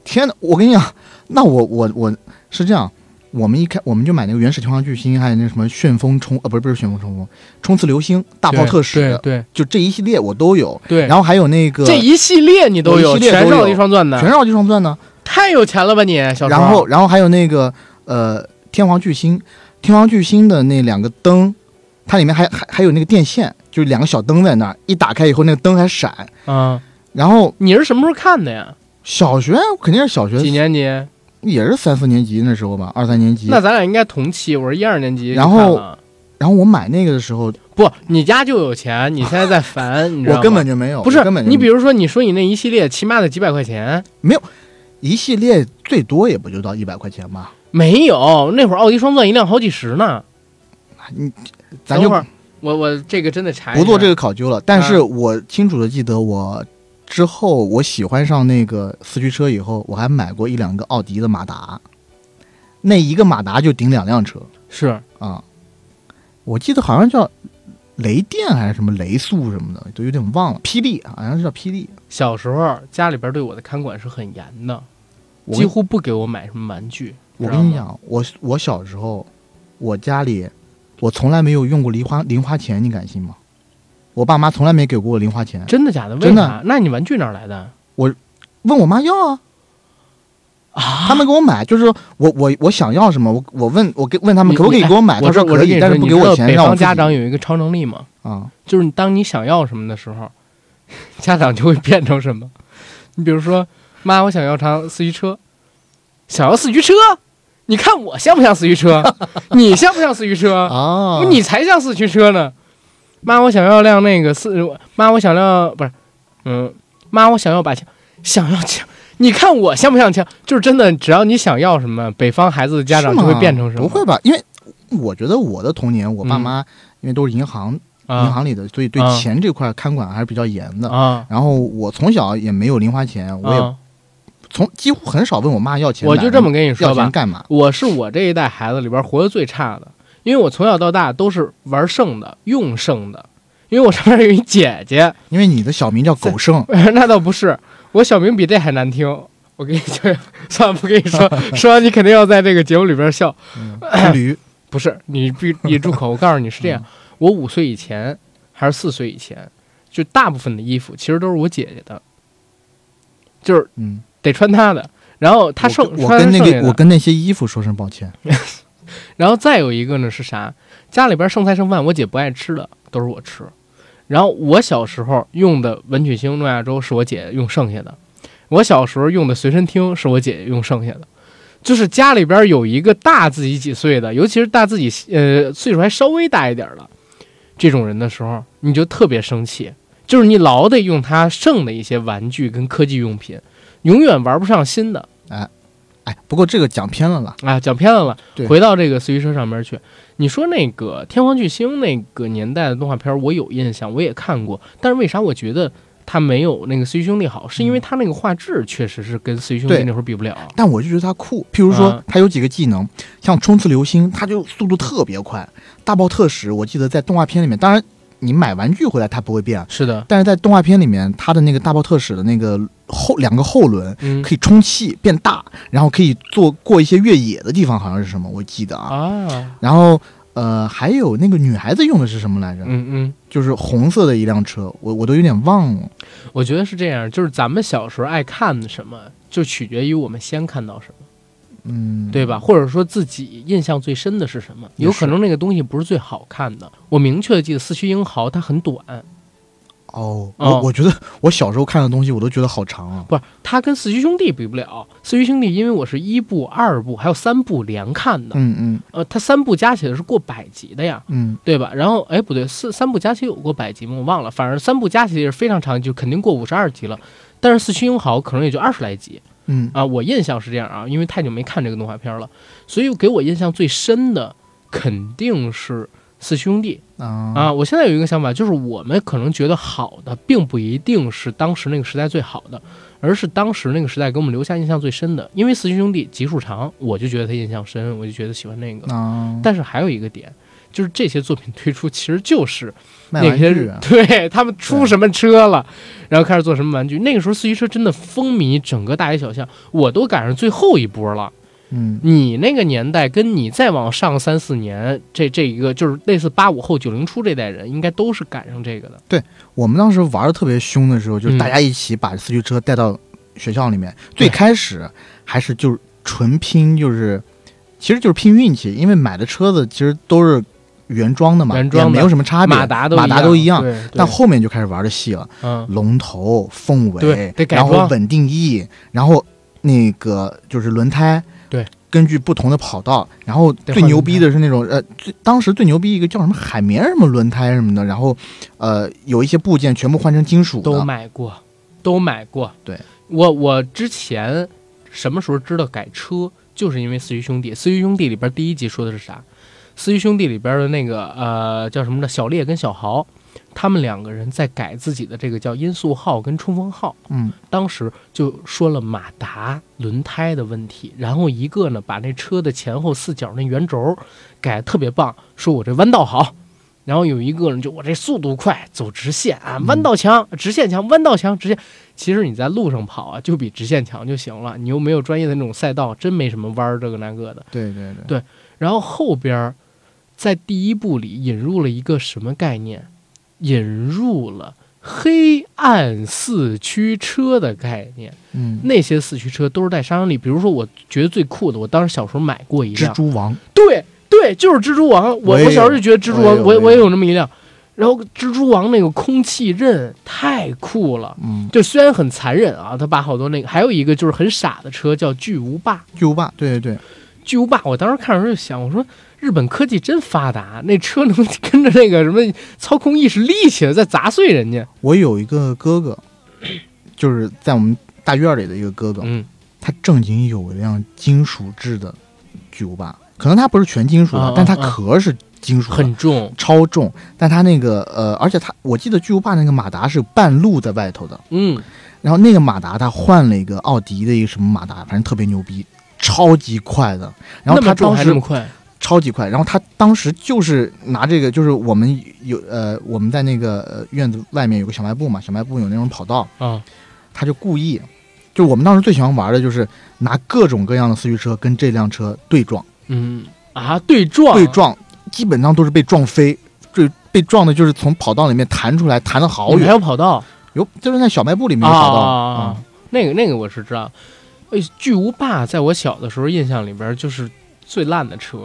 Speaker 3: 天哪！我跟你讲，那我我我是这样，我们一开我们就买那个原始天皇巨星，还有那什么旋风冲呃不是不是旋风冲锋，冲刺流星、大炮
Speaker 1: 对
Speaker 3: 啊特使，
Speaker 1: 对
Speaker 3: 就这一系列我都有，
Speaker 1: 对对。
Speaker 3: 然后还有那个
Speaker 1: 这一系列你都
Speaker 3: 我
Speaker 1: 有，
Speaker 3: 一系列都
Speaker 1: 全
Speaker 3: 有
Speaker 1: 是奥迪双钻
Speaker 3: 全
Speaker 1: 的，
Speaker 3: 是奥迪双钻呢，
Speaker 1: 太有钱了吧你，小时候
Speaker 3: 然后然后还有那个呃天皇巨星，天皇巨星的那两个灯，它里面还还还有那个电线，就是两个小灯在那儿，一打开以后那个灯还闪，
Speaker 1: 啊，
Speaker 3: 然后
Speaker 1: 你是什么时候看的呀？
Speaker 3: 小学肯定是小
Speaker 1: 几
Speaker 3: 学，
Speaker 1: 年级？
Speaker 3: 也是三四年级那时候吧，二三年级，
Speaker 1: 那咱俩应该同期，我是一二年级就
Speaker 3: 然
Speaker 1: 看
Speaker 3: 后
Speaker 1: 了。
Speaker 3: 然后我买那个的时候，
Speaker 1: 不，你家就有钱，你现在 在烦，你知道
Speaker 3: 我
Speaker 1: 吗
Speaker 3: 根本就没有，
Speaker 1: 不是
Speaker 3: 我根本就
Speaker 1: 你，比
Speaker 3: 没有
Speaker 1: 如说你说你那一系列起码得几百块钱，
Speaker 3: 一系列最多也不就到一百块钱吧，
Speaker 1: 没有，那会儿奥迪双钻一辆好几十呢。
Speaker 3: 你咱
Speaker 1: 等
Speaker 3: 就
Speaker 1: 会儿，哎嗯我我这个真的查一下
Speaker 3: 不做这个考究了。但是我清楚的记得，我之后我喜欢上那个四驱车以后，我还买过一两个奥迪的马达，那一个马达就顶两辆车
Speaker 1: 是
Speaker 3: 啊、我记得好像叫雷电还是什么雷速什么的，都有点忘了。霹雳啊好像是叫霹雳，
Speaker 1: 小时候家里边对我的看管是很严的，
Speaker 3: 我
Speaker 1: 几乎不给我买什么玩具。
Speaker 3: 我
Speaker 1: 知道
Speaker 3: 跟你
Speaker 1: 吗，
Speaker 3: 讲，我我小时候，我家里我从来没有用过零花零花钱，你敢信吗？我爸妈从来没给过我零花钱，
Speaker 1: 真的假的？为
Speaker 3: 真的
Speaker 1: 啥？那你玩具哪儿来的？
Speaker 3: 问我妈要啊。啊！他们给我买，就是说我我我想要什么，我我问我给问他们
Speaker 1: 你
Speaker 3: 可不可以
Speaker 1: 你哎
Speaker 3: 给我买，
Speaker 1: 我
Speaker 3: 哎他
Speaker 1: 这
Speaker 3: 说
Speaker 1: 我
Speaker 3: 可
Speaker 1: 这跟
Speaker 3: 以，
Speaker 1: 你
Speaker 3: 但是
Speaker 1: 说
Speaker 3: 不
Speaker 1: 你
Speaker 3: 给
Speaker 1: 知
Speaker 3: 我
Speaker 1: 道
Speaker 3: 钱，
Speaker 1: 北
Speaker 3: 让我
Speaker 1: 方
Speaker 3: 自己
Speaker 1: 家长有一个超能力嘛，
Speaker 3: 啊，
Speaker 1: 就是你当你想要什么的时候， 家长就会变成什么。你比如说，妈，我想要辆四驱车，想要四驱车，你看我像不像四驱 车？你像不像四驱车？
Speaker 3: 啊
Speaker 1: 你才像四驱车呢！妈，我想要辆那个四，妈，我想要不是，嗯，妈，我想要把枪，想要枪。你看我像不像枪？就是真的，只要你想要什么，北方孩子的家长
Speaker 3: 是
Speaker 1: 就
Speaker 3: 吗
Speaker 1: 会变成什么？嗯
Speaker 3: 不会吧？因为我觉得我的童年，我爸妈因为都是银行、银
Speaker 1: 啊
Speaker 3: 行里的，所以对
Speaker 1: 啊
Speaker 3: 钱这块看管还是比较严的。
Speaker 1: 啊！
Speaker 3: 然后我从小也没有零花钱，我也
Speaker 1: 啊
Speaker 3: 从几乎很少问我妈要钱买，
Speaker 1: 我就这么跟你说
Speaker 3: 要
Speaker 1: 吧
Speaker 3: 钱，干嘛？
Speaker 1: 我是我这一代孩子里边活得最差的，因为我从小到大都是玩剩的、用剩的。因为我上面有一姐姐，
Speaker 3: 因为你的小名叫狗剩
Speaker 1: 那倒不是，我小名比这还难听。我跟你讲， 算了，不跟你 说，说完你肯定要在这个节目里边笑。
Speaker 3: 秃驴，
Speaker 1: 不是，你闭你住口！我告诉你是这
Speaker 3: 嗯
Speaker 1: 样，我五岁以前还是四岁以前，就大部分的衣服其实都是我姐姐的，就是
Speaker 3: 嗯，
Speaker 1: 得穿她的。然后她剩
Speaker 3: 我跟我
Speaker 1: 穿她
Speaker 3: 跟那
Speaker 1: 剩下
Speaker 3: 个
Speaker 1: 的
Speaker 3: 我跟那些衣服说声抱歉，
Speaker 1: 然后再有一个呢是啥？家里边剩菜剩饭，我姐不爱吃的都是我吃。然后我小时候用的文曲星、诺亚舟是我姐用剩下的，我小时候用的随身听是我姐姐用剩下的。就是家里边有一个大自己几岁的，尤其是大自己呃岁数还稍微大一点的这种人的时候，你就特别生气，就是你老得用他剩的一些玩具跟科技用品，永远玩不上新的。
Speaker 3: 哎，不过这个讲偏了啦，
Speaker 1: 啊，讲偏了
Speaker 3: 对，
Speaker 1: 回到这个四驱车上面去。你说那个天皇巨星那个年代的动画片儿，我有印象，我也看过，但是为啥我觉得它没有那个四驱兄弟好？是因为它那个画质确实是跟四驱兄弟
Speaker 3: 嗯对
Speaker 1: 那会儿比不了。
Speaker 3: 但我就觉得它酷，譬如说
Speaker 1: 啊
Speaker 3: 它有几个技能，像冲刺流星，它就速度特别快，大爆特使，我记得在动画片里面，当然你买玩具回来它不会变，
Speaker 1: 是的，
Speaker 3: 但是在动画片里面，它的那个大爆特使的那个后两个后轮
Speaker 1: 嗯
Speaker 3: 可以充气变大，然后可以做过一些越野的地方，好像是什么我记得啊，
Speaker 1: 啊，
Speaker 3: 然后。呃，还有那个女孩子用的是什么来着？
Speaker 1: 嗯嗯，
Speaker 3: 就是红色的一辆车，我我都有点忘了。
Speaker 1: 我觉得是这样，就是咱们小时候爱看什么，就取决于我们先看到什么，
Speaker 3: 嗯，
Speaker 1: 对吧？或者说自己印象最深的是什么？
Speaker 3: 也
Speaker 1: 有
Speaker 3: 是
Speaker 1: 可能那个东西不是最好看的。我明确的记得《四驱英豪》它很短，
Speaker 3: 哦，
Speaker 1: 哦
Speaker 3: 我我觉得我小时候看的东西，我都觉得好长啊。
Speaker 1: 不是，它跟四驱兄弟比不了。四驱兄弟因为我是一部、二部还有三部连看的，
Speaker 3: 嗯嗯
Speaker 1: 呃，它三部加起来是过百集的呀，
Speaker 3: 嗯，
Speaker 1: 对吧？然后哎，不对，四三部加起来有过百集吗？我忘了，反正三部加起来也是非常长，就肯定过五十二集了。但是四驱英豪可能也就二十来集
Speaker 3: 嗯
Speaker 1: 啊，我印象是这样啊，因为太久没看这个动画片了，所以给我印象最深的肯定是四驱兄弟。
Speaker 3: 啊
Speaker 1: 啊，我现在有一个想法，就是我们可能觉得好的，并不一定是当时那个时代最好的，而是当时那个时代给我们留下印象最深的。因为《四驱兄弟》集数长，我就觉得他印象深，我就觉得喜欢那个。
Speaker 3: 啊！
Speaker 1: 但是还有一个点，就是这些作品推出其实就是
Speaker 3: 卖
Speaker 1: 那
Speaker 3: 玩
Speaker 1: 些
Speaker 3: 具
Speaker 1: 人
Speaker 3: 啊，
Speaker 1: 对他们出
Speaker 3: 对
Speaker 1: 什么车了，然后开始做什么玩具。那个时候四驱车真的风靡整个大街小巷，我都赶上最后一波了。
Speaker 3: 嗯，
Speaker 1: 你那个年代跟你再往上三四年，这这一个就是类似八五后九零初这代人，应该都是赶上这个的。
Speaker 3: 我们当时玩的特别凶的时候，就
Speaker 1: 嗯
Speaker 3: 是大家一起把四驱车带到学校里面。
Speaker 1: 对
Speaker 3: 最开始还是就是纯拼，就是其实就是拼运气，因为买的车子其实都是原装的嘛，
Speaker 1: 原装的
Speaker 3: 也没有什么差别，
Speaker 1: 马
Speaker 3: 马
Speaker 1: 达都
Speaker 3: 都一样。
Speaker 1: 对，对
Speaker 3: 但后面就开始玩的细了，
Speaker 1: 嗯
Speaker 3: 龙头、凤
Speaker 1: 对
Speaker 3: 尾
Speaker 1: 得，改
Speaker 3: 然后
Speaker 1: 装
Speaker 3: 稳定翼，然后那个就是轮胎，
Speaker 1: 对，
Speaker 3: 根据不同的跑道，然后
Speaker 1: 换
Speaker 3: 最牛逼的是那种呃，最当时最牛逼一个叫什么海绵什么轮胎什么的，然后呃有一些部件全部换成金属
Speaker 1: 都
Speaker 3: 的，
Speaker 1: 买过，都买过。
Speaker 3: 对，
Speaker 1: 我我之前什么时候知道改车，就是因为《四驱兄弟》。《四驱兄弟》里边第一集说的是啥？《四驱兄弟》里边的那个呃叫什么呢？小烈跟小豪，他们两个人在改自己的这个叫音速号跟冲锋号。
Speaker 3: 嗯，
Speaker 1: 当时就说了马达、轮胎的问题，然后一个呢把那车的前后四角那圆轴改得特别棒，说我这弯道好，然后有一个人就我这速度快，走直线啊，弯道强，直线强，弯道强，直线。其实你在路上跑啊，就比直线强就行了。你又没有专业的那种赛道，真没什么弯儿这个那个的。
Speaker 3: 对对对
Speaker 1: 对然后后边儿在第一部里引入了一个什么概念？引入了黑暗四驱车的概念。
Speaker 3: 嗯，
Speaker 1: 那些四驱车都是带杀伤力，比如说我觉得最酷的，我当时小时候买过一
Speaker 3: 蜘
Speaker 1: 辆，
Speaker 3: 蛛王，
Speaker 1: 对对，就是蜘蛛王。我
Speaker 3: 我也有
Speaker 1: 我小时候就觉得蜘蛛王，
Speaker 3: 我
Speaker 1: 我
Speaker 3: 也有
Speaker 1: 我
Speaker 3: 我也
Speaker 1: 也
Speaker 3: 有
Speaker 1: 有那么一辆。然后蜘蛛王那个空气刃太酷了，
Speaker 3: 嗯，
Speaker 1: 就虽然很残忍啊，他把好多那个，还有一个就是很傻的车叫巨无霸。
Speaker 3: 巨无霸，对对对，
Speaker 1: 巨无霸，我当时看的时候就想，我说日本科技真发达，那车能跟着那个什么操控意识立起来，再砸碎人家。
Speaker 3: 我有一个哥哥，就是在我们大院里的一个哥哥，
Speaker 1: 嗯，
Speaker 3: 他正经有一辆金属制的巨无霸，可能它不是全金属的，
Speaker 1: 啊
Speaker 3: 但它
Speaker 1: 啊啊
Speaker 3: 壳是金属的，
Speaker 1: 很重，
Speaker 3: 超重。但它那个呃，而且它我记得巨无霸那个马达是半路在外头的，
Speaker 1: 嗯，
Speaker 3: 然后那个马达它换了一个奥迪的一个什么马达，反正特别牛逼，超级快的。然
Speaker 1: 那么
Speaker 3: 后他
Speaker 1: 重
Speaker 3: 当
Speaker 1: 还那
Speaker 3: 时
Speaker 1: 么快，
Speaker 3: 超级快，然后他当时就是拿这个，就是我们有呃，我们在那个呃院子外面有个小卖部嘛，小卖部有那种跑道，
Speaker 1: 啊，
Speaker 3: 他就故意，就是我们当时最喜欢玩的就是拿各种各样的四驱车跟这辆车对撞，
Speaker 1: 嗯啊，对撞，
Speaker 3: 对，撞基本上都是被撞飞，最被撞的就是从跑道里面弹出来，弹的好
Speaker 1: 你们还
Speaker 3: 远，
Speaker 1: 有跑道
Speaker 3: 有就是在小卖部里面有跑道，
Speaker 1: 啊
Speaker 3: 嗯，
Speaker 1: 那个那个我是知道。哎，巨无霸在我小的时候印象里边就是最烂的车，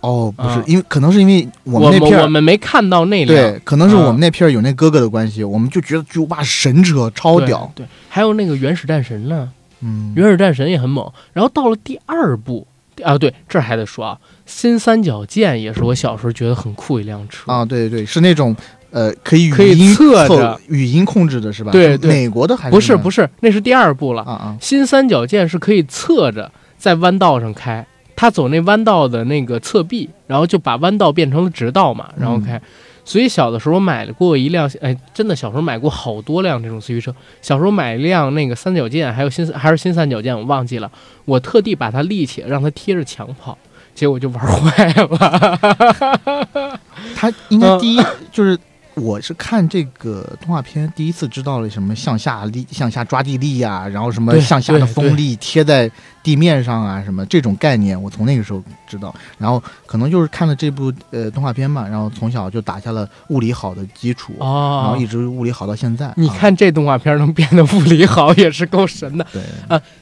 Speaker 3: 哦，不是
Speaker 1: 啊，
Speaker 3: 因为可能是因为我
Speaker 1: 我
Speaker 3: 们那片
Speaker 1: 我
Speaker 3: 儿。
Speaker 1: 们没看到那辆，
Speaker 3: 对，可能是我
Speaker 1: 啊
Speaker 3: 们那片儿有那哥哥的关系，我们就觉得巨无霸神车超
Speaker 1: 对
Speaker 3: 屌，，
Speaker 1: 对，还有那个原始战神呢。
Speaker 3: 嗯，
Speaker 1: 原始战神也很猛。然后到了第二部啊，对，这儿还得说啊，新三角剑也是我小时候觉得很酷一辆车
Speaker 3: 啊，对对，是那种呃可以
Speaker 1: 可
Speaker 3: 语
Speaker 1: 以
Speaker 3: 音
Speaker 1: 测
Speaker 3: 凑
Speaker 1: 着
Speaker 3: 语音控制的是吧？
Speaker 1: 对
Speaker 3: 是
Speaker 1: 对
Speaker 3: 美国的还是
Speaker 1: 不是不
Speaker 3: 是
Speaker 1: 是，那是第二部了。
Speaker 3: 啊啊
Speaker 1: 新三角剑是可以侧着在弯道上开，它走那弯道的那个侧壁，然后就把弯道变成了直道嘛，然后开。所以小的时候买过一辆，哎，真的小时候买过好多辆这种四驱车。小时候买一辆那个三角剑，还有新还是新三角剑，我忘记了。我特地把它立起来，让它贴着墙跑，结果就玩坏 了。
Speaker 3: 他应该
Speaker 1: 嗯
Speaker 3: 第一、就是我是看这个动画片第一次知道了什么向下力、向下抓地力呀、然后什么
Speaker 1: 对
Speaker 3: 向下的
Speaker 1: 对
Speaker 3: 风
Speaker 1: 对
Speaker 3: 力贴在地面上啊，什么这种概念，我从那个时候知道。然后可能就是看了这部呃动画片嘛，然后从小就打下了物理好的基础。然后
Speaker 1: 哦
Speaker 3: 一，直物理好到现在，
Speaker 1: 你
Speaker 3: 啊
Speaker 1: 看这动画片能变得物理好，也是够神的。
Speaker 3: 对，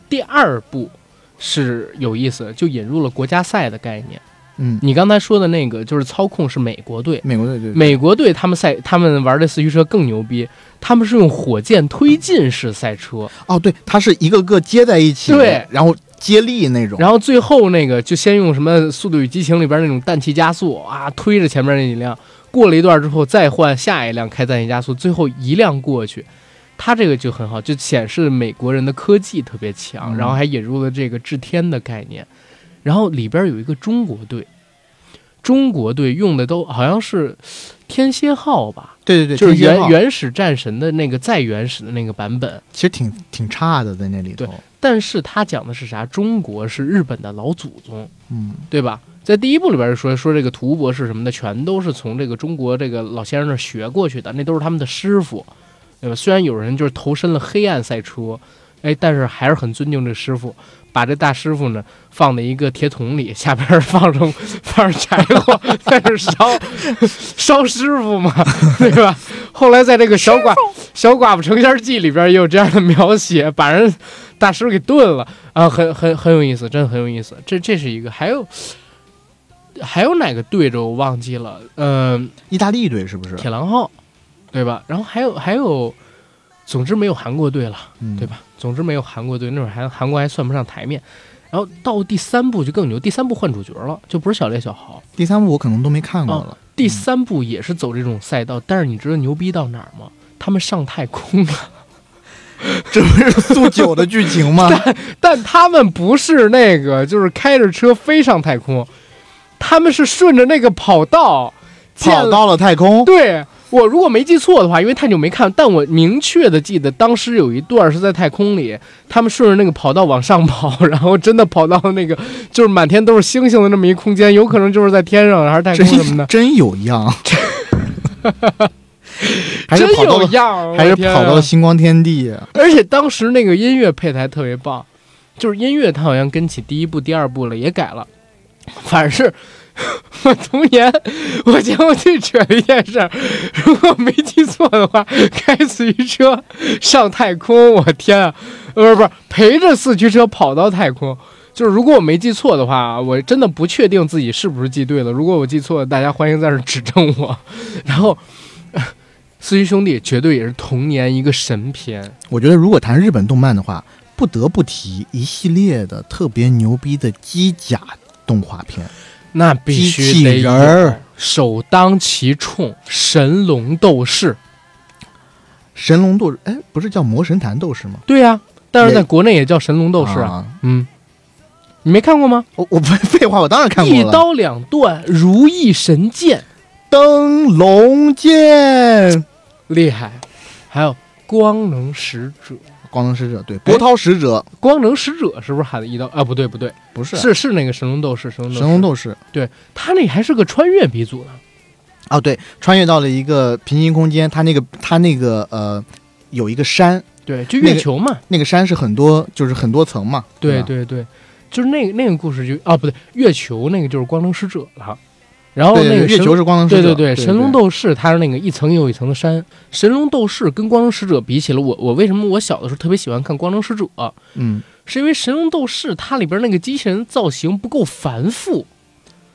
Speaker 1: 第二部是有意思，就引入了国家赛的概念。
Speaker 3: 嗯，
Speaker 1: 你刚才说的那个就是操控是美国队，
Speaker 3: 美国队对，
Speaker 1: 美国队他们赛他们玩的四驱车更牛逼，他们是用火箭推进式赛车，
Speaker 3: 哦，对，它是一个个接在一起，
Speaker 1: 对，
Speaker 3: 然后接力那种，
Speaker 1: 然后最后那个就先用什么《速度与激情》里边那种氮气加速啊推着前面那几辆，过了一段之后再换下一辆开氮气加速，最后一辆过去。它这个就很好，就显示美国人的科技特别强，
Speaker 3: 嗯
Speaker 1: 然后还引入了这个制天的概念，然后里边有一个中国队，中国队用的都好像是天蝎号吧，
Speaker 3: 对对对，
Speaker 1: 就是
Speaker 3: 天蝎
Speaker 1: 原
Speaker 3: 号
Speaker 1: 原始战神的那个再原始的那个版本，
Speaker 3: 其实挺挺差的在那里头
Speaker 1: 对，但是它讲的是啥？中国是日本的老祖宗，
Speaker 3: 嗯，
Speaker 1: 对吧？在第一部里边就说说这个图博士什么的，全都是从这个中国这个老先生那儿学过去的，那都是他们的师傅，对吧？虽然有人就是投身了黑暗赛车，哎，但是还是很尊敬这师傅，把这大师傅呢放在一个铁桶里，下边儿放上 放上柴火，在这儿烧烧师傅嘛，对吧？后来在这个小寡小寡妇成仙记里边也有这样的描写，把人大师傅给炖了啊，很很很有意思，真的很有意思。这这是一个，还有还有哪个对着我忘记了，嗯、
Speaker 3: 意大利队是不是？
Speaker 1: 铁狼号，对吧？然后还有还有，总之没有韩国队了，
Speaker 3: 嗯，
Speaker 1: 对？吧？总之没有韩国队，那会儿还韩国还算不上台面。然后到第三部就更牛，第三部换主角了，就不是小烈小豪。
Speaker 3: 第三部我可能都没看过了，
Speaker 1: 第三部也是走这种赛道，但是你知道牛逼到哪儿吗？他们上太空了，
Speaker 3: 这不是 速九的剧情 吗？
Speaker 1: 但他们不是那个，就是开着车飞上太空，他们是顺着那个跑道建
Speaker 3: 跑
Speaker 1: 了
Speaker 3: 到了太 空，
Speaker 1: 对我如果没记错的话，因为太久没看，但我明确的记得当时有一段是在太空里，他们顺着那个跑道往上跑， 然后真的跑到那个就是满天都是星星的那么一空间，有可能就是在天上还是太空什么
Speaker 3: 真
Speaker 1: 的。
Speaker 3: 真有样，还是
Speaker 1: 真
Speaker 3: 跑到
Speaker 1: 有
Speaker 3: 了，
Speaker 1: 样儿，
Speaker 3: 还
Speaker 1: 我
Speaker 3: 是
Speaker 1: 天
Speaker 3: 跑
Speaker 1: 啊
Speaker 3: 到了星光天地啊。
Speaker 1: 而且当时那个音乐配台特别棒，就是音乐它好像跟起第一部、第二部了，也改了。反而是 我童年，我见过最扯的一件事儿，如果没记错的话，开四驱车上太空，我天啊！呃，不是不是，陪着四驱车跑到太空。就是如果我没记错的话，我真的不确定自己是不是记对了。如果我记错了，大家欢迎在这儿指正我。然后， 四驱兄弟绝对也是童年一个神片。
Speaker 3: 我觉得如果谈日本动漫的话，不得不提一系列的特别牛逼的机甲动画片，
Speaker 1: 那必须得
Speaker 3: 机器人儿
Speaker 1: 有首当其冲，《神龙斗士》。
Speaker 3: 《神龙斗士》哎，不是叫《魔神坛斗士》吗？
Speaker 1: 对呀、但是在
Speaker 3: 也
Speaker 1: 国内也叫《神龙斗士》啊。
Speaker 3: 啊
Speaker 1: 嗯，你没看过吗？
Speaker 3: 我我不废话，我当然看过
Speaker 1: 一
Speaker 3: 了。
Speaker 1: 刀两断，如意神剑，
Speaker 3: 灯笼剑，
Speaker 1: 厉害。还有光能使者，
Speaker 3: 光能使者对，波涛使者
Speaker 1: 光能使者是不是喊的一刀？啊，不对不对，
Speaker 3: 不是
Speaker 1: 是是那个神龙斗士，神龙斗
Speaker 3: 神
Speaker 1: 士。
Speaker 3: 龙斗士
Speaker 1: 他那还是个穿越鼻祖呢。
Speaker 3: 啊，对，穿越到了一个平行空间，它那个它那个呃有一个山，
Speaker 1: 对，就
Speaker 3: 那
Speaker 1: 月
Speaker 3: 个
Speaker 1: 球嘛。
Speaker 3: 那个山是很多就是很多层嘛，
Speaker 1: 对
Speaker 3: 吧
Speaker 1: 对对，就是那个那个故事就啊，不对，月球那个就是光能使者了，然后
Speaker 3: 对
Speaker 1: 那
Speaker 3: 对
Speaker 1: 个
Speaker 3: 月
Speaker 1: 神
Speaker 3: 嗯球是光能使
Speaker 1: 对
Speaker 3: 者，
Speaker 1: 对
Speaker 3: 对
Speaker 1: 对，神龙斗士它是那个一层又一层的山。神龙斗士跟光能使者比起来，我我为什么我小的时候特别喜欢看光能使者，
Speaker 3: 嗯，
Speaker 1: 是因为神龙斗士它里边那个机器人造型不够繁复，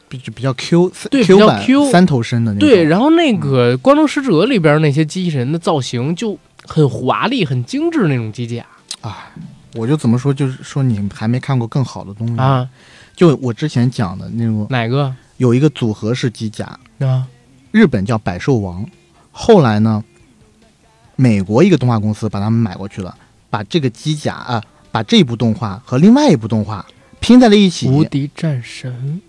Speaker 3: 比比较 Q 三
Speaker 1: 对
Speaker 3: Q
Speaker 1: 比较
Speaker 3: 版
Speaker 1: Q
Speaker 3: 三头身的那种，
Speaker 1: 对，然后那个光能使者里边那些机器人的造型就很华丽、很精致那种机甲
Speaker 3: 啊，我就怎么说，就是说你还没看过更好的东西。
Speaker 1: 啊，
Speaker 3: 就我之前讲的那种，
Speaker 1: 哪个
Speaker 3: 有一个组合是机甲，
Speaker 1: 啊？
Speaker 3: 日本叫百兽王，后来呢，美国一个动画公司把他们买过去了，把这个机甲啊，把这部动画和另外一部动画拼在了一起，
Speaker 1: 无敌战神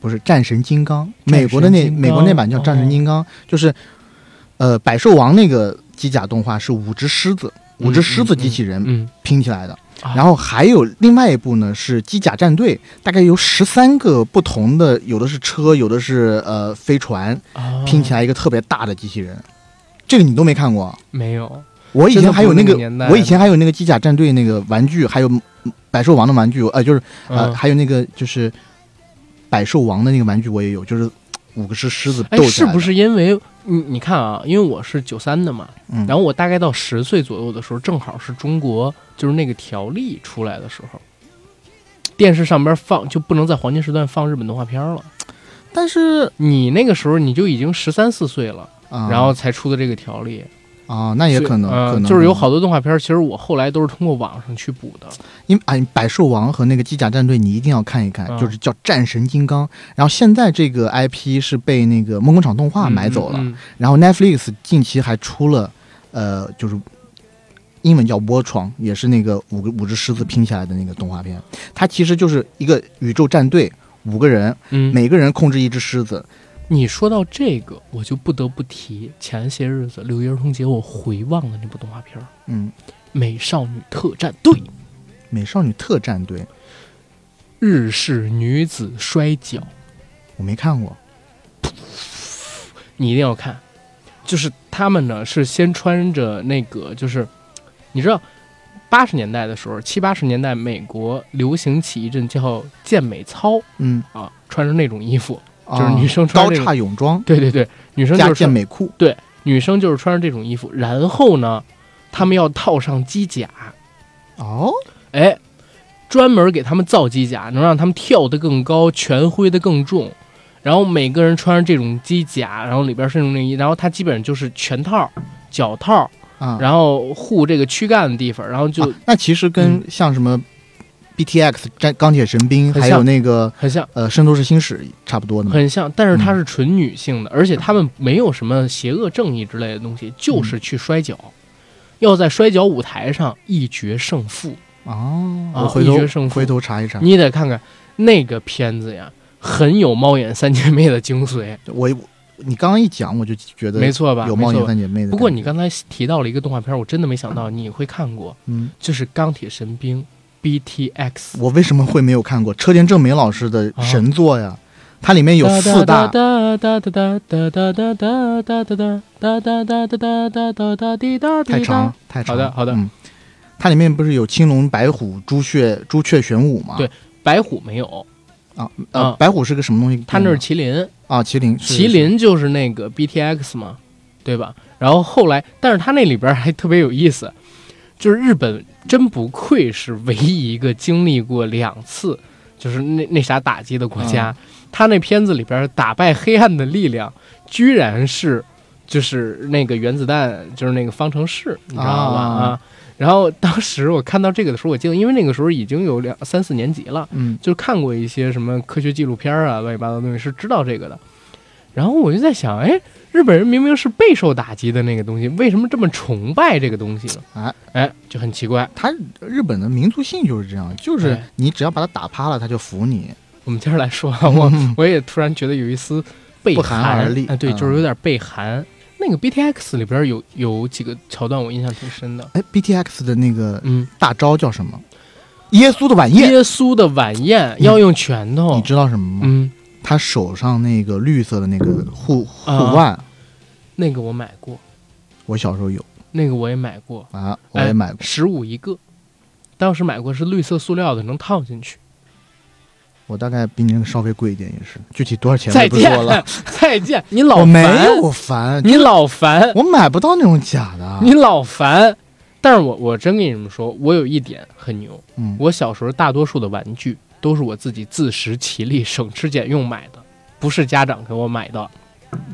Speaker 3: 不是战神金刚，
Speaker 1: 战神
Speaker 3: 美国的那
Speaker 1: 金刚哦
Speaker 3: 美国那版叫战神金刚，就是，呃，百兽王那个机甲动画是五只狮子，五只狮子机器人
Speaker 1: 嗯，
Speaker 3: 拼起来的。
Speaker 1: 啊
Speaker 3: 然后还有另外一部呢是机甲战队，大概有十三个不同的，有的是车，有的是呃飞船，拼起
Speaker 1: 来
Speaker 3: 来一个特别大的机器人。这个你都没看过？
Speaker 1: 没有？
Speaker 3: 我以前还有那
Speaker 1: 真的不是那个
Speaker 3: 个
Speaker 1: 年代，的
Speaker 3: 我以前还有那个机甲战队那个玩具，还有百兽王的玩具，呃，就是呃，
Speaker 1: 嗯
Speaker 3: 还有那个就是百兽王的那个玩具我也有，就是五个是狮子
Speaker 1: 哎
Speaker 3: 斗，起
Speaker 1: 是
Speaker 3: 来的
Speaker 1: 不？是因为你你看啊，因为我是九三的嘛，
Speaker 3: 嗯，
Speaker 1: 然后我大概到十岁左右的时候，正好是中国就是那个条例出来的时候，电视上边放就不能在黄金时段放日本动画片了。
Speaker 3: 但是
Speaker 1: 你那个时候你就已经十三四岁了，
Speaker 3: 啊，
Speaker 1: 然后才出的这个条例，
Speaker 3: 啊，那也
Speaker 1: 所以
Speaker 3: 可能，
Speaker 1: 呃
Speaker 3: 可能
Speaker 1: 就是有
Speaker 3: 可能
Speaker 1: 好多动画片，其实我后来都是通过网上去补的。
Speaker 3: 因为啊，百兽王和那个机甲战队你一定要看一看，
Speaker 1: 嗯
Speaker 3: 就是叫战神金刚。然后现在这个 IP 是被那个梦工厂动画
Speaker 1: 嗯
Speaker 3: 啊买走了，
Speaker 1: 嗯嗯
Speaker 3: 然后 Netflix 近期还出了，呃，就是英文叫《窝床》，也是那个五个五只狮子拼起来的那个动画片。它其实就是一个宇宙战队，五个人，
Speaker 1: 嗯，
Speaker 3: 每个人控制一只狮子。
Speaker 1: 你说到这个，我就不得不提前些日子六一儿童节我回望的那部动画片儿
Speaker 3: 嗯，
Speaker 1: 《美少女特战队》。
Speaker 3: 美少女特战队
Speaker 1: 日式女子摔跤，
Speaker 3: 我没看过，
Speaker 1: 你一定要看。就是她们呢是先穿着那个，就是你知道，八十年代的时候，七八十年代美国流行起一阵叫健美操
Speaker 3: 嗯，
Speaker 1: 啊，穿着那种衣服，
Speaker 3: 啊
Speaker 1: 嗯就是女生穿
Speaker 3: 高
Speaker 1: 这种
Speaker 3: 叉泳装
Speaker 1: 对对对，女生就
Speaker 3: 加
Speaker 1: 是
Speaker 3: 健
Speaker 1: 穿
Speaker 3: 美裤，
Speaker 1: 女生就是穿着这种衣服，然后呢，她们要套上机甲，
Speaker 3: 哦，
Speaker 1: 哎，专门给他们造机甲，能让他们跳得更高，拳挥得更重。然后每个人穿上这种机甲，然后里边是那种内衣，然后它基本上就是拳套、脚套，
Speaker 3: 啊，
Speaker 1: 然后护这个躯干的地方，然后就嗯
Speaker 3: 啊那其实跟像什么 BTX 战钢铁神兵，
Speaker 1: 很
Speaker 3: 还
Speaker 1: 像
Speaker 3: 有那个
Speaker 1: 很像
Speaker 3: 呃圣斗士星矢差不多的嘛。
Speaker 1: 很像，但是
Speaker 3: 嗯
Speaker 1: 它是纯女性的，而且他们没有什么邪恶正义之类的东西，就是去摔跤，要在摔跤舞台上一决胜负。
Speaker 3: 哦，
Speaker 1: 啊
Speaker 3: 我回
Speaker 1: 一决胜
Speaker 3: 头
Speaker 1: 负
Speaker 3: 回头查一查。
Speaker 1: 你得看看那个片子呀，很有猫眼三姐妹的精髓，
Speaker 3: 我你刚刚一讲，我就觉得
Speaker 1: 没错吧？
Speaker 3: 有
Speaker 1: 没
Speaker 3: 猫
Speaker 1: 错
Speaker 3: 眼
Speaker 1: 吧
Speaker 3: 三姐妹的感觉。
Speaker 1: 不过你刚才提到了一个动画片，我真的没想到你会看过，
Speaker 3: 嗯，
Speaker 1: 就是《钢铁神兵》BTX。
Speaker 3: 我为什么会没有看过车田正美老师的神作呀？它里面有四大
Speaker 1: 啊哒哒哒哒哒哒哒哒哒哒哒哒哒哒哒哒哒哒滴答
Speaker 3: 太长了。太长了。
Speaker 1: 好的好的
Speaker 3: 嗯，它里面不是有青龙、白虎、朱雀、朱雀玄武吗？
Speaker 1: 对白虎没有，
Speaker 3: 啊，呃，
Speaker 1: 啊
Speaker 3: 白虎是个什么东西？
Speaker 1: 他那是麒麟，
Speaker 3: 啊，麒麟，是
Speaker 1: 麒，麟就是那个 BTX 嘛，对吧？然后后来，但是他那里边还特别有意思，就是日本真不愧是唯一一个经历过两次就是那那啥打击的国家。
Speaker 3: 嗯
Speaker 1: 他那片子里边打败黑暗的力量，居然是就是那个原子弹，就是那个方程式，你知道吧？
Speaker 3: 啊
Speaker 1: 啊。然后当时我看到这个的时候，我记得，因为那个时候已经有两三四年级了，
Speaker 3: 嗯
Speaker 1: 就是看过一些什么科学纪录片啊，乱七八糟的东西是知道这个的。然后我就在想，哎，日本人明明是备受打击的那个东西，为什么这么崇拜这个东西呢？
Speaker 3: 啊，
Speaker 1: 哎，就很奇怪。
Speaker 3: 它日本的民族性就是这样，就是
Speaker 1: 对
Speaker 3: 你只要把它打趴了，它就服你。
Speaker 1: 我们接着来说， 啊，我
Speaker 3: 嗯
Speaker 1: 我也突然觉得有一丝背
Speaker 3: 不寒而栗
Speaker 1: 哎，对，
Speaker 3: 嗯
Speaker 1: 就是有点背寒。那个 BTX 里边有有几个桥段我印象挺深的，
Speaker 3: 哎，BTX 的那个
Speaker 1: 嗯，
Speaker 3: 大招叫什么？耶稣的晚宴，
Speaker 1: 耶稣的晚宴
Speaker 3: 你
Speaker 1: 要用拳头
Speaker 3: 嗯你，知道什么吗？
Speaker 1: 嗯，
Speaker 3: 他手上那个绿色的那个护护
Speaker 1: 啊
Speaker 3: 腕，
Speaker 1: 那个我买过，
Speaker 3: 我小时候有
Speaker 1: 那个我也买过，
Speaker 3: 啊，我也买过。
Speaker 1: 十五一个，当时买过是绿色塑料的，能套进去。
Speaker 3: 我大概比你那个稍微贵一点，也是。具体多少钱我
Speaker 1: 再
Speaker 3: 也不说了
Speaker 1: 见，，再见，你老
Speaker 3: 我
Speaker 1: 烦，
Speaker 3: 没有烦，
Speaker 1: 你老烦，
Speaker 3: 我买不到那种假的。啊
Speaker 1: 你老烦。但是我我真跟你们说，我有一点很牛，
Speaker 3: 嗯，
Speaker 1: 我小时候大多数的玩具都是我自己自食其力、省吃俭用买的，不是家长给我买的。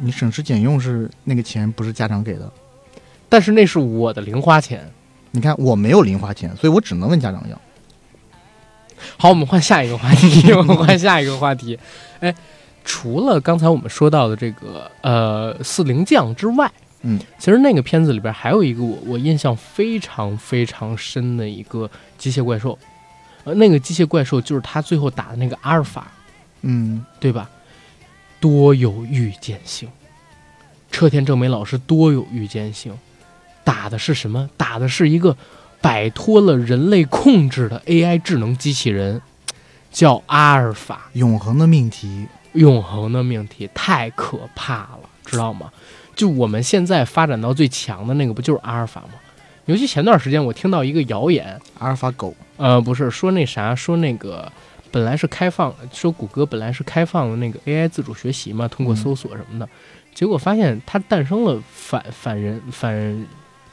Speaker 3: 你省吃俭用是那个钱不是家长给的。
Speaker 1: 但是那是我的零花钱。
Speaker 3: 你看我没有零花钱，所以我只能问家长要。
Speaker 1: 好，我们换下一个话题， 我们换下一个话题。哎，除了刚才我们说到的这个呃四零将之外，
Speaker 3: 嗯，
Speaker 1: 其实那个片子里边还有一个我我印象非常非常深的一个机械怪兽，呃，那个机械怪兽就是他最后打的那个阿尔法，
Speaker 3: 嗯，
Speaker 1: 对吧？多有预见性，车田正美老师多有预见性，打的是什么？打的是一个摆脱了人类控制的 AI 智能机器人，叫阿尔法。
Speaker 3: 永恒的命题，
Speaker 1: 永恒的命题太可怕了，知道吗？就我们现在发展到最强的那个，不就是阿尔法吗？尤其前段时间我听到一个谣言，
Speaker 3: 阿尔法狗，
Speaker 1: 呃，不是说那啥，说那个本来是开放，说谷歌本来是开放的那个 AI 自主学习嘛，通过
Speaker 3: 嗯
Speaker 1: 搜索什么的，结果发现它诞生了反反人反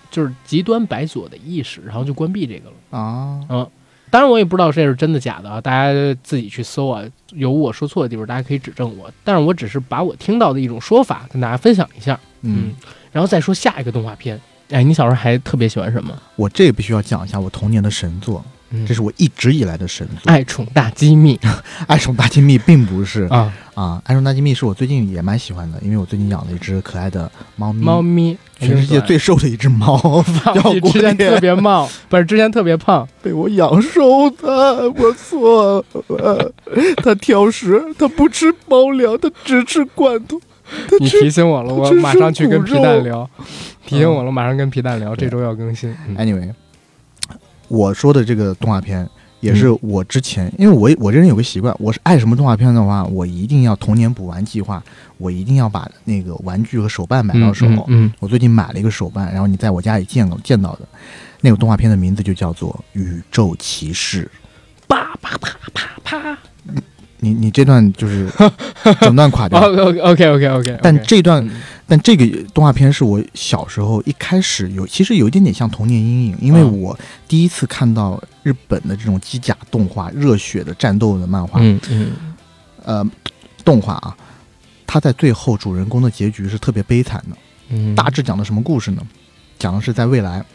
Speaker 1: 就是极端白左的意识，然后就关闭这个了。
Speaker 3: 啊，
Speaker 1: 嗯，当然我也不知道这是真的假的啊，大家自己去搜啊，有我说错的地方，大家可以指正我。但是我只是把我听到的一种说法跟大家分享一下，
Speaker 3: 嗯，
Speaker 1: 然后再说下一个动画片。哎，你小时候还特别喜欢什么？
Speaker 3: 我这必须要讲一下我童年的神作，
Speaker 1: 嗯
Speaker 3: 这是我一直以来的神作。
Speaker 1: 爱哎宠大机密
Speaker 3: 《爱宠大机密》并不是
Speaker 1: 啊，
Speaker 3: 啊，《爱宠大机密》是我最近也蛮喜欢的，因为我最近养了一只可爱的猫咪，
Speaker 1: 猫咪，
Speaker 3: 嗯全世界最瘦的一只猫，
Speaker 1: 胖，
Speaker 3: 叫
Speaker 1: 之前
Speaker 3: 郭烈
Speaker 1: 特别胖，不是之前特别胖，
Speaker 3: 被我养瘦的，我错了。它挑食，它不吃猫粮，它只吃罐头。它
Speaker 1: 你提醒我了，我
Speaker 3: 吃
Speaker 1: 马上去跟皮
Speaker 3: 骨
Speaker 1: 蛋
Speaker 3: 肉嗯
Speaker 1: 聊，提醒我了，马上跟皮蛋聊，这周要更新。嗯
Speaker 3: Anyway，我说的这个动画片也是
Speaker 1: 嗯
Speaker 3: 我之前，因为我我这人有个习惯，我是爱什么动画片的话，我一定要童年补完计划，我一定要把那个玩具和手办买到手。
Speaker 1: 嗯嗯，
Speaker 3: 我最近买了一个手办，然后你在我家里见过见到的，那个动画片的名字就叫做《宇宙骑士》。嗯
Speaker 1: 啪啪啪啪啪
Speaker 3: 你你这段就是 整段垮掉。
Speaker 1: 哦，OK OK OK OK，
Speaker 3: 但这段
Speaker 1: 嗯
Speaker 3: 但这个动画片是我小时候一开始有，其实有一点点像童年阴影，因为
Speaker 1: 嗯
Speaker 3: 我第一次看到日本的这种机甲动画、热血的战斗的漫画，
Speaker 1: 嗯嗯
Speaker 3: 呃，动画啊，它在最后主人公的结局是特别悲惨的。
Speaker 1: 嗯，
Speaker 3: 大致讲的什么故事呢？讲的是在未来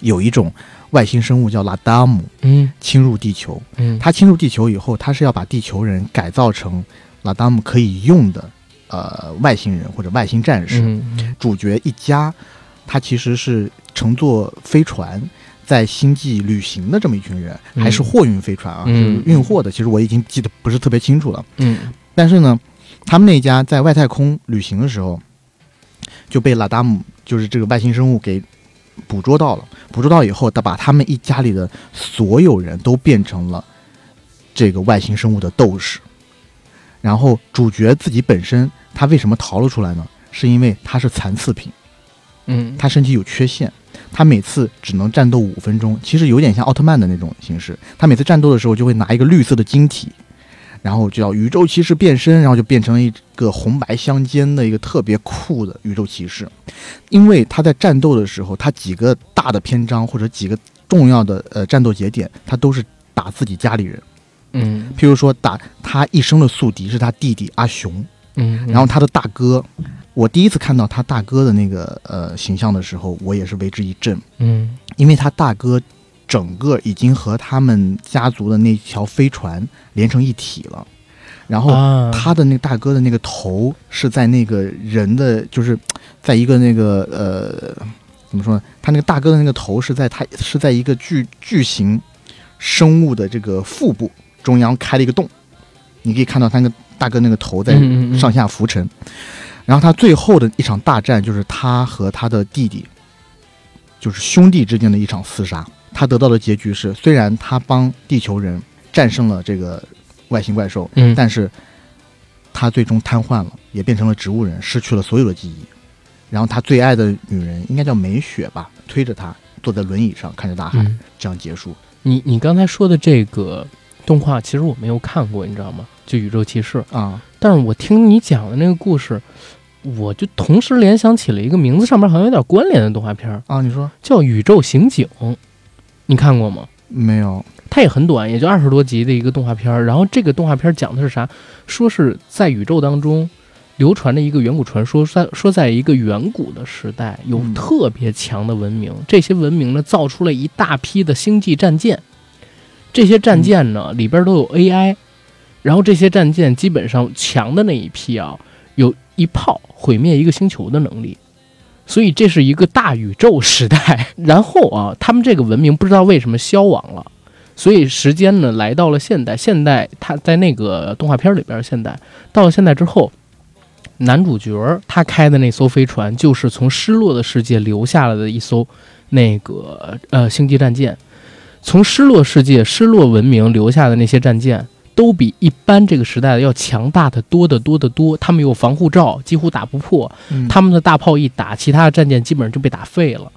Speaker 3: 有一种外星生物叫拉达姆
Speaker 1: 嗯
Speaker 3: 侵入地球，
Speaker 1: 嗯，
Speaker 3: 它侵入地球以后，它是要把地球人改造成拉达姆可以用的呃外星人或者外星战士。
Speaker 1: 嗯
Speaker 3: 主角一家，他其实是乘坐飞船在星际旅行的这么一群人，
Speaker 1: 嗯
Speaker 3: 还是货运飞船啊，
Speaker 1: 嗯
Speaker 3: 是运货的。其实我已经记得不是特别清楚了，
Speaker 1: 嗯
Speaker 3: 但是呢，他们那一家在外太空旅行的时候，就被拉达姆就是这个外星生物给捕捉到了。捕捉到以后，他把他们一家里的所有人都变成了这个外星生物的斗士。然后主角自己本身他为什么逃了出来呢？是因为他是残次品，
Speaker 1: 嗯，
Speaker 3: 他身体有缺陷，他每次只能战斗五分钟，其实有点像奥特曼的那种形式。他每次战斗的时候就会拿一个绿色的晶体，然后就叫宇宙骑士变身，然后就变成一个红白相间的一个特别酷的宇宙骑士。因为他在战斗的时候，他几个大的篇章或者几个重要的呃战斗节点，他都是打自己家里人，
Speaker 1: 嗯
Speaker 3: 譬如说打他一生的宿敌是他弟弟阿雄。
Speaker 1: 嗯，
Speaker 3: 然后他的大哥，我第一次看到他大哥的那个呃形象的时候，我也是为之一振，
Speaker 1: 嗯
Speaker 3: 因为他大哥整个已经和他们家族的那条飞船连成一体了，然后
Speaker 1: 啊，
Speaker 3: 哦他的那个大哥的那个头是在那个人的，就是在一个那个呃怎么说呢？他那个大哥的那个头是在他是在一个巨巨型生物的这个腹部中央开了一个洞，你可以看到他那个大哥那个头在
Speaker 1: 嗯嗯嗯
Speaker 3: 上下浮沉。然后他最后的一场大战就是他和他的弟弟，就是兄弟之间的一场厮杀。他得到的结局是，虽然他帮地球人战胜了这个外星怪兽，
Speaker 1: 嗯
Speaker 3: 但是他最终瘫痪了，也变成了植物人，失去了所有的记忆。然后他最爱的女人应该叫美雪吧，推着他坐在轮椅上看着大海，
Speaker 1: 嗯
Speaker 3: 这样结束。
Speaker 1: 你你刚才说的这个动画，其实我没有看过，你知道吗？就《宇宙骑士》，
Speaker 3: 啊，
Speaker 1: 但是我听你讲的那个故事，我就同时联想起了一个名字上面好像有点关联的动画片儿，
Speaker 3: 啊，你说
Speaker 1: 叫《宇宙刑警》，你看过吗？
Speaker 3: 没有？
Speaker 1: 它也很短，也就二十多集的一个动画片儿。然后这个动画片儿讲的是啥？说是在宇宙当中流传着一个远古传说，说在说在一个远古的时代，有
Speaker 3: 嗯
Speaker 1: 特别强的文明，这些文明呢造出了一大批的星际战舰，这些战舰呢里边都有 AI，然后这些战舰基本上强的那一批啊，有一炮毁灭一个星球的能力。所以这是一个大宇宙时代， 然后啊，他们这个文明不知道为什么消亡了，所以时间呢来到了现代，现代他在那个动画片里边，现代到了现代之后，男主角儿他开的那艘飞船就是从失落的世界留下来的一艘那个呃星际战舰，从失落世界、失落文明留下的那些战舰。都比一般这个时代的要强大的多得多得多，他们有防护罩，几乎打不破。
Speaker 3: 嗯
Speaker 1: 他们的大炮一打，其他的战舰基本上就被打废了。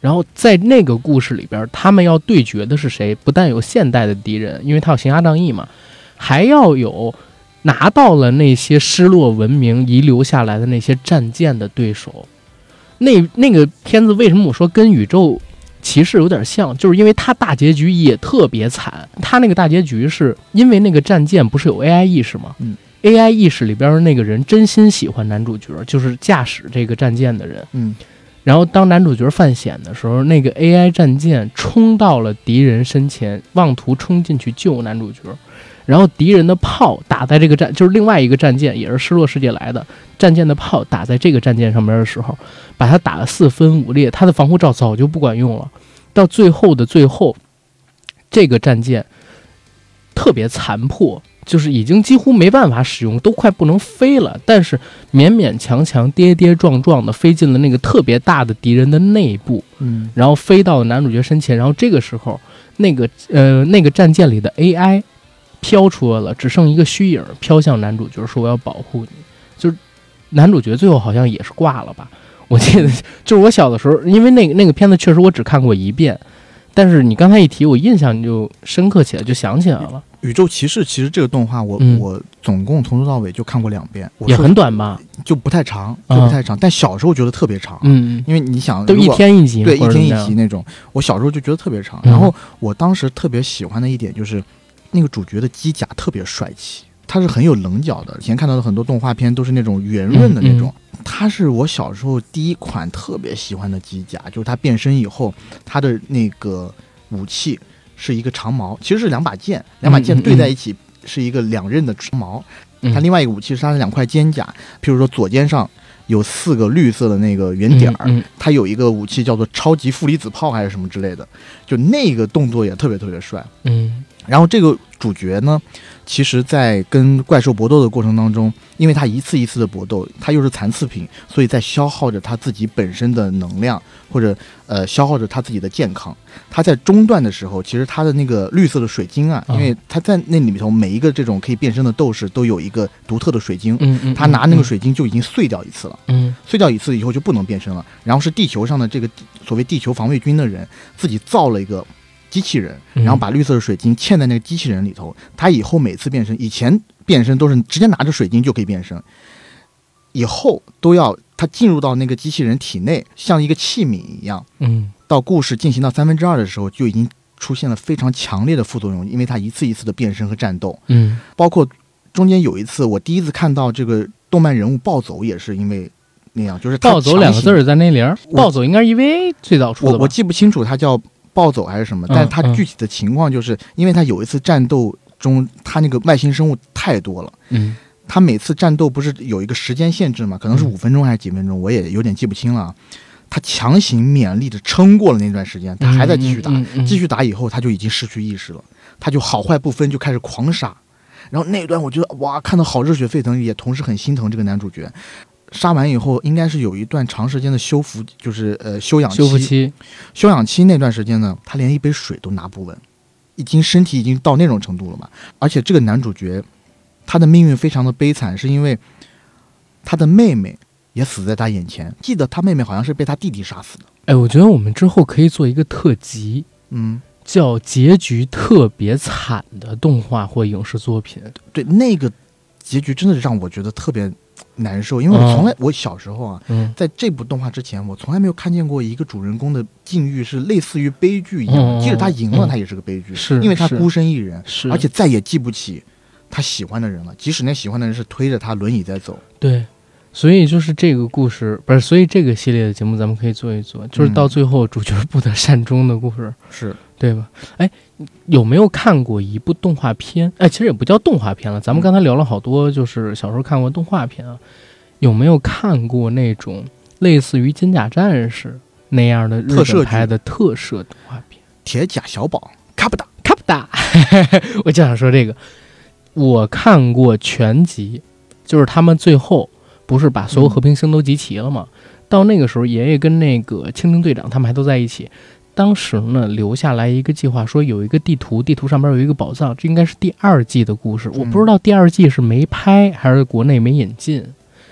Speaker 1: 然后在那个故事里边，他们要对决的是谁？不但有现代的敌人，因为他有行侠仗义嘛，还要有拿到了那些失落文明遗留下来的那些战舰的对手。那那个片子为什么我说跟宇宙骑士有点像？就是因为它大结局也特别惨。它那个大结局是因为那个战舰不是有 AI 意识吗？
Speaker 3: 嗯
Speaker 1: AI 意识里边的那个人真心喜欢男主角，就是驾驶这个战舰的人。
Speaker 3: 嗯
Speaker 1: 然后当男主角犯险的时候，那个 AI 战舰冲到了敌人身前，妄图冲进去救男主角。然后敌人的炮打在这个战，就是另外一个战舰，也是失落世界来的战舰的炮打在这个战舰上面的时候，把它打得四分五裂，它的防护罩早就不管用了。到最后的最后，这个战舰特别残破，就是已经几乎没办法使用，都快不能飞了。但是勉勉强强、跌跌撞撞的飞进了那个特别大的敌人的内部，
Speaker 3: 嗯
Speaker 1: 然后飞到男主角身前。然后这个时候，那个呃那个战舰里的 AI 飘出来了，只剩一个虚影飘向男主角，说我要保护你。就是男主角最后好像也是挂了吧？我记得 就是我小的时候，因为那个那个片子确实我只看过一遍，但是你刚才一提，我印象就深刻起来，就想起来了，
Speaker 3: 宇宙骑士其实这个动画我、
Speaker 1: 嗯
Speaker 3: 我总共从头到尾就看过两遍，我
Speaker 1: 也
Speaker 3: 说
Speaker 1: 很短吧？
Speaker 3: 就不太长，就不太长，但小时候觉得特别长，
Speaker 1: 嗯，
Speaker 3: 因为你想
Speaker 1: 都
Speaker 3: 如
Speaker 1: 一
Speaker 3: 果
Speaker 1: 天一集，
Speaker 3: 对
Speaker 1: 或
Speaker 3: 一
Speaker 1: 者
Speaker 3: 天
Speaker 1: 怎么
Speaker 3: 一
Speaker 1: 样
Speaker 3: 集那种，我小时候就觉得特别长。
Speaker 1: 嗯
Speaker 3: 然后我当时特别喜欢的一点就是，那个主角的机甲特别帅气，他是很有棱角的。以前看到的很多动画片都是那种圆
Speaker 1: 嗯
Speaker 3: 润的那种，他是我小时候第一款特别喜欢的机甲，就是他变身以后，他的那个武器是一个长矛，其实是两把剑，两把剑对在一起是一个两刃的长矛。
Speaker 1: 嗯
Speaker 3: 它另外一个武器是它的两块肩甲，譬如说左肩上有四个绿色的那个圆点儿，
Speaker 1: 嗯嗯
Speaker 3: 它有一个武器叫做超级负离子炮还是什么之类的，就那个动作也特别特别帅。
Speaker 1: 嗯
Speaker 3: 然后这个主角呢，其实在跟怪兽搏斗的过程当中，因为他一次一次的搏斗，他又是残次品，所以在消耗着他自己本身的能量，或者呃消耗着他自己的健康。他在中段的时候，其实他的那个绿色的水晶啊，
Speaker 1: 嗯
Speaker 3: 因为他在那里头每一个这种可以变身的斗士都有一个独特的水晶，
Speaker 1: 嗯嗯，
Speaker 3: 他拿那个，水晶就已经碎掉一次了。
Speaker 1: 嗯
Speaker 3: 碎掉一次以后就不能变身了。然后是地球上的这个所谓地球防卫军的人自己造了一个机器人，
Speaker 1: 嗯
Speaker 3: 然后把绿色的水晶嵌在那个机器人里头。他以后每次变身，以前变身都是直接拿着水晶就可以变身，以后都要他进入到那个机器人体内，像一个器皿一样。
Speaker 1: 嗯
Speaker 3: 到故事进行到三分之二的时候，就已经出现了非常强烈的副作用，因为他一次一次的变身和战斗。
Speaker 1: 嗯
Speaker 3: 包括中间有一次，我第一次看到这个动漫人物暴走，也是因为那样，就是他
Speaker 1: 暴嗯走两个字
Speaker 3: 强行，
Speaker 1: 儿在那里儿，
Speaker 3: 我
Speaker 1: 暴走应该是 EVA 最早出
Speaker 3: 我
Speaker 1: 的吧
Speaker 3: 我？记不清楚他叫暴走还是什么，
Speaker 1: 嗯
Speaker 3: 但是他
Speaker 1: 嗯
Speaker 3: 具体的情况就是，因为他有一次战斗中，他那个外星生物太多了。
Speaker 1: 嗯
Speaker 3: 他每次战斗不是有一个时间限制嘛？可能是
Speaker 1: 嗯
Speaker 3: 五分钟还是几分钟，我也有点记不清了啊。他强行勉力的撑过了那段时间，他还在继续打，
Speaker 1: 嗯嗯嗯
Speaker 3: 继续打以后，他就已经失去意识了，他就好坏不分，就开始狂杀。然后那一段我觉得哇，看得好热血沸腾，也同时很心疼这个男主角。杀完以后，应该是有一段长时间的修复，就是呃休养期。
Speaker 1: 修复期，
Speaker 3: 休养期那段时间呢，他连一杯水都拿不稳，已经身体已经到那种程度了嘛。而且这个男主角，他的命运非常的悲惨，是因为他的妹妹也死在他眼前。记得他妹妹好像是被他弟弟杀死的。
Speaker 1: 哎，我觉得我们之后可以做一个特辑，
Speaker 3: 嗯，
Speaker 1: 叫《结局特别惨的动画或影视作品》。
Speaker 3: 对，那个结局真的让我觉得特别难受，因为我从来、我小时候啊，
Speaker 1: 嗯
Speaker 3: 在这部动画之前，我从来没有看见过一个主人公的境遇是类似于悲剧一样
Speaker 1: 嗯嗯
Speaker 3: 的。即使他赢了，
Speaker 1: 嗯
Speaker 3: 他也是个悲剧，
Speaker 1: 是
Speaker 3: 因为他
Speaker 1: 是
Speaker 3: 孤身一人，
Speaker 1: 是
Speaker 3: 而且再也记不起他喜欢的人了。即使那喜欢的人是推着他轮椅在走，
Speaker 1: 对，所以就是这个故事，不是，所以这个系列的节目咱们可以做一做，就是
Speaker 3: 嗯
Speaker 1: 到最后主角不得善终的故事。
Speaker 3: 是
Speaker 1: 对吧？哎，有没有看过一部动画片？哎，其实也不叫动画片了，咱们
Speaker 3: 嗯
Speaker 1: 刚才聊了好多，就是小时候看过动画片啊。有没有看过那种类似于《金甲战士》那样的日
Speaker 3: 特摄
Speaker 1: 本
Speaker 3: 剧
Speaker 1: 拍的特摄动画片？
Speaker 3: 铁甲小宝卡布达。
Speaker 1: 卡不达， 我就想说这个，我看过全集，就是他们最后不是把所有和平星都集齐了吗？到那个时候，爷爷跟那个青青队长他们还都在一起。当时呢，留下来一个计划，说有一个地图，地图上面有一个宝藏，这应该是第二季的故事。我不知道第二季是没拍还是国内没引进，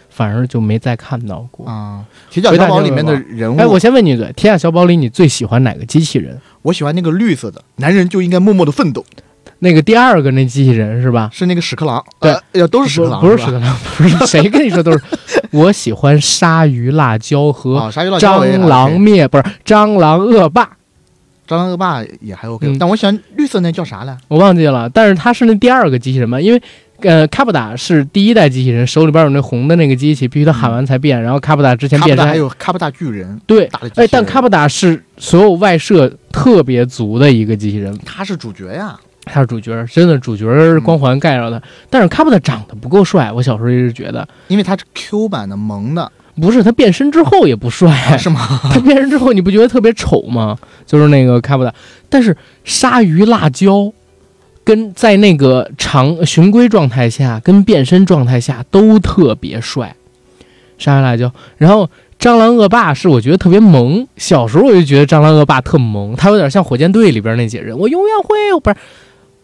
Speaker 1: 反而就没再看到过。
Speaker 3: 啊，铁甲小宝里面的人物，
Speaker 1: 哎，我先问你一嘴，《天下小宝》里你最喜欢哪个机器人？
Speaker 3: 我喜欢那个绿色的，男人就应该默默的奋斗，
Speaker 1: 那个第二个那机器人是吧？
Speaker 3: 是那个屎壳郎，
Speaker 1: 对
Speaker 3: 呃，呃都是屎壳郎，
Speaker 1: 不是屎
Speaker 3: 吧
Speaker 1: 壳郎，不是谁跟你说都是。我喜欢鲨鱼辣椒和
Speaker 3: 啊，鲨鱼老乔我也
Speaker 1: 蟑螂
Speaker 3: OK，
Speaker 1: 灭，不是蟑螂恶霸，
Speaker 3: 蟑螂恶霸也还 OK，、
Speaker 1: 嗯
Speaker 3: 但我喜欢绿色那叫啥来？
Speaker 1: 我忘记了。但是他是那第二个机器人嘛，因为呃，卡布达是第一代机器人，手里边有那红的那个机器，必须他喊完才变。然后卡布达之前
Speaker 3: 卡布
Speaker 1: 变身
Speaker 3: 嗯达还有卡布达巨人
Speaker 1: 对，
Speaker 3: 打的机器
Speaker 1: 哎
Speaker 3: 人，，
Speaker 1: 但卡布达是所有外设特别足的一个机器人，
Speaker 3: 他是主角呀，
Speaker 1: 他是主角，真的主
Speaker 3: 嗯
Speaker 1: 角光环盖着他。但是卡布达长得不够帅，我小时候一直觉得。
Speaker 3: 因为他是 Q 版的 萌的，啊
Speaker 1: 不是他变身之后也不帅，
Speaker 3: 是吗？
Speaker 1: 他变身之后，你不觉得特别丑吗？就是那个卡布达，但是鲨鱼辣椒跟在那个常循规状态下跟变身状态下都特别帅，鲨鱼辣椒。然后蟑螂恶霸是我觉得特别萌，小时候我就觉得蟑螂恶霸特萌，他有点像火箭队里边那几人，我永远会不是。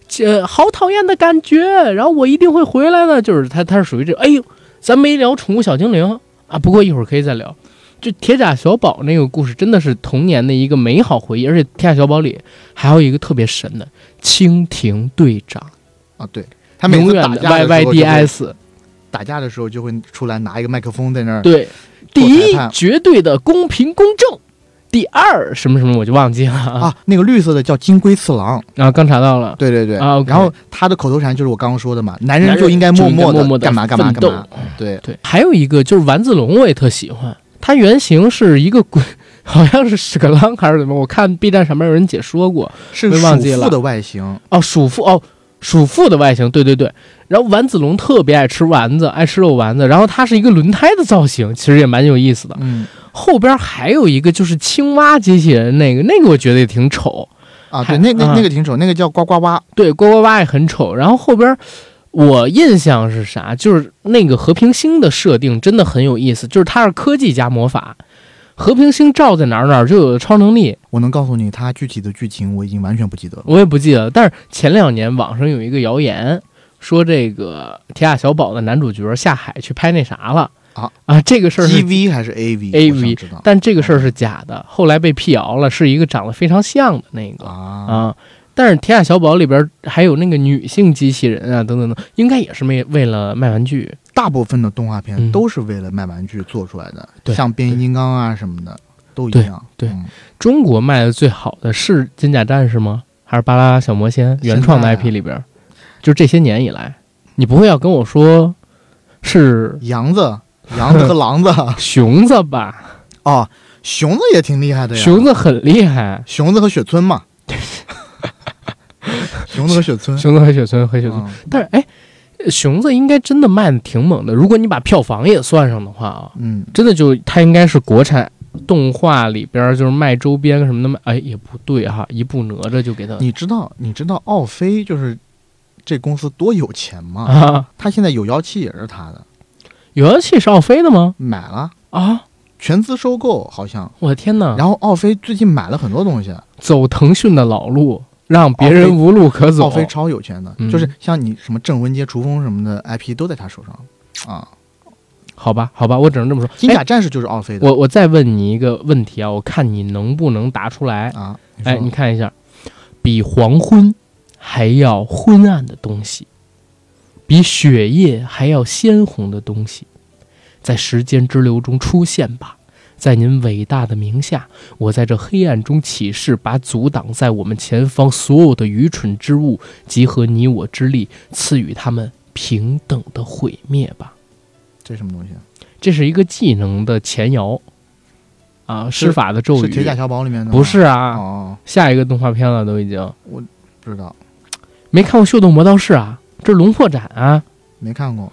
Speaker 1: 这好讨厌的感觉，然后我一定会回来的。就是他，他是属于这，哎呦，咱没聊宠物小精灵啊，不过一会儿可以再聊。就铁甲小宝那个故事真的是童年的一个美好回忆，而且铁甲小宝里还有一个特别神的蜻蜓队长，
Speaker 3: 啊，对，他每
Speaker 1: 永
Speaker 3: 次
Speaker 1: 远
Speaker 3: 打
Speaker 1: 的
Speaker 3: 架的时候就会嗯
Speaker 1: YYDS，
Speaker 3: 打架的时候就会出来拿一个麦克风在那儿，
Speaker 1: 对，第
Speaker 3: 做
Speaker 1: 一
Speaker 3: 裁判
Speaker 1: 绝对的公平公正，第二什么什么我就忘记了啊，
Speaker 3: 啊，那个绿色的叫金龟次郎，
Speaker 1: 然后刚查到了，
Speaker 3: 对对对，
Speaker 1: 啊，OK
Speaker 3: 然后他的口头禅就是我刚刚说的嘛，男人
Speaker 1: 男人
Speaker 3: 就应该
Speaker 1: 就
Speaker 3: 默
Speaker 1: 应该默默
Speaker 3: 的
Speaker 1: 地
Speaker 3: 干嘛干嘛
Speaker 1: 奋斗
Speaker 3: 干嘛，对，
Speaker 1: 对，还有一个就是丸子龙，我也特喜欢。它原型是一个鬼，好像是屎壳郎还是怎么？我看 B 站上面有人解说过，
Speaker 3: 是
Speaker 1: 没忘记了
Speaker 3: 鼠妇的外形，
Speaker 1: 哦，鼠妇哦，鼠妇的外形，对对对。然后丸子龙特别爱吃丸子，爱吃肉丸子。然后它是一个轮胎的造型，其实也蛮有意思的。
Speaker 3: 嗯，
Speaker 1: 后边还有一个就是青蛙机器人那个，那个我觉得也挺丑。
Speaker 3: 啊，对，那那
Speaker 1: 嗯
Speaker 3: 那个挺丑，那个叫呱呱呱，
Speaker 1: 对，呱呱呱也很丑。然后后边儿我印象是啥？就是那个和平星的设定真的很有意思，就是它是科技加魔法，和平星照在哪儿哪儿就有超能力。
Speaker 3: 我能告诉你，它具体的剧情我已经完全不记得了。
Speaker 1: 我也不记得，但是前两年网上有一个谣言说这个《铁甲小宝》的男主角下海去拍那啥了
Speaker 3: 啊
Speaker 1: 这个事儿
Speaker 3: G
Speaker 1: 是，
Speaker 3: V 还是 A V
Speaker 1: AV
Speaker 3: 我想知道
Speaker 1: 但这个事儿是假的，后来被辟谣了，是一个长得非常像的那个
Speaker 3: 啊
Speaker 1: 啊。但是《铁甲小宝》里边还有那个女性机器人啊，等等等，应该也是为为了卖玩具。
Speaker 3: 大部分的动画
Speaker 1: 嗯
Speaker 3: 片都是为了卖玩具做出来的，
Speaker 1: 对
Speaker 3: 像变形金刚啊什么的都一样。
Speaker 1: 对对
Speaker 3: 嗯
Speaker 1: 中国卖的最好的是《金甲战士》吗？还是《巴啦啦小魔仙》原创的
Speaker 3: 现在啊
Speaker 1: IP 里边？就这些年以来，你不会要跟我说是
Speaker 3: 羊子、羊子和 狼子
Speaker 1: 熊子吧？
Speaker 3: 哦，熊子也挺厉害的呀，
Speaker 1: 熊子很厉害，
Speaker 3: 熊子和雪 村嘛，熊子和雪村，
Speaker 1: 熊子和雪村和雪村，
Speaker 3: 嗯
Speaker 1: 但是哎，熊子应该真的卖的挺猛的。如果你把票房也算上的话啊，
Speaker 3: 嗯，
Speaker 1: 真的就它应该是国产动画里边儿就是卖周边什么的卖，哎也不对哈，一部哪吒就给它
Speaker 3: 你知道你知道奥飞就是这公司多有钱吗？
Speaker 1: 啊，
Speaker 3: 他现在有妖气也是他的，
Speaker 1: 有妖气是奥飞的吗？
Speaker 3: 买了
Speaker 1: 啊，
Speaker 3: 全资收购好像。
Speaker 1: 我的天哪！
Speaker 3: 然后奥飞最近买了很多东西，啊
Speaker 1: 走腾讯的老路，让别
Speaker 3: 奥
Speaker 1: 人
Speaker 3: 飞
Speaker 1: 无路可走
Speaker 3: 奥。飞超有钱的，
Speaker 1: 嗯
Speaker 3: 就是像你什么镇魂街、雏风什么的 IP 都在他手上啊。
Speaker 1: 好吧，好吧，我只能这么说。
Speaker 3: 金
Speaker 1: 哎
Speaker 3: 甲战士就是奥飞的、
Speaker 1: 我我再问你一个问题啊，我看你能不能答出来。
Speaker 3: 啊。你说
Speaker 1: 哎，你看一下，比黄昏还要昏暗的东西，比血液还要鲜红的东西，在时间之流中出现吧。在您伟大的名下，我在这黑暗中起誓，把阻挡在我们前方所有的愚蠢之物，集合你我之力，赐予他们平等的毁灭吧。
Speaker 3: 这是什么东西？
Speaker 1: 这是一个技能的前摇，啊，施
Speaker 3: 是
Speaker 1: 法的咒
Speaker 3: 是铁甲
Speaker 1: 语，
Speaker 3: 小宝里面的吗？
Speaker 1: 不是啊，
Speaker 3: 哦，
Speaker 1: 下一个动画片了，都已经。
Speaker 3: 不知道，
Speaker 1: 没看过《秀动魔道士》啊，这是龙破斩啊，
Speaker 3: 没看过。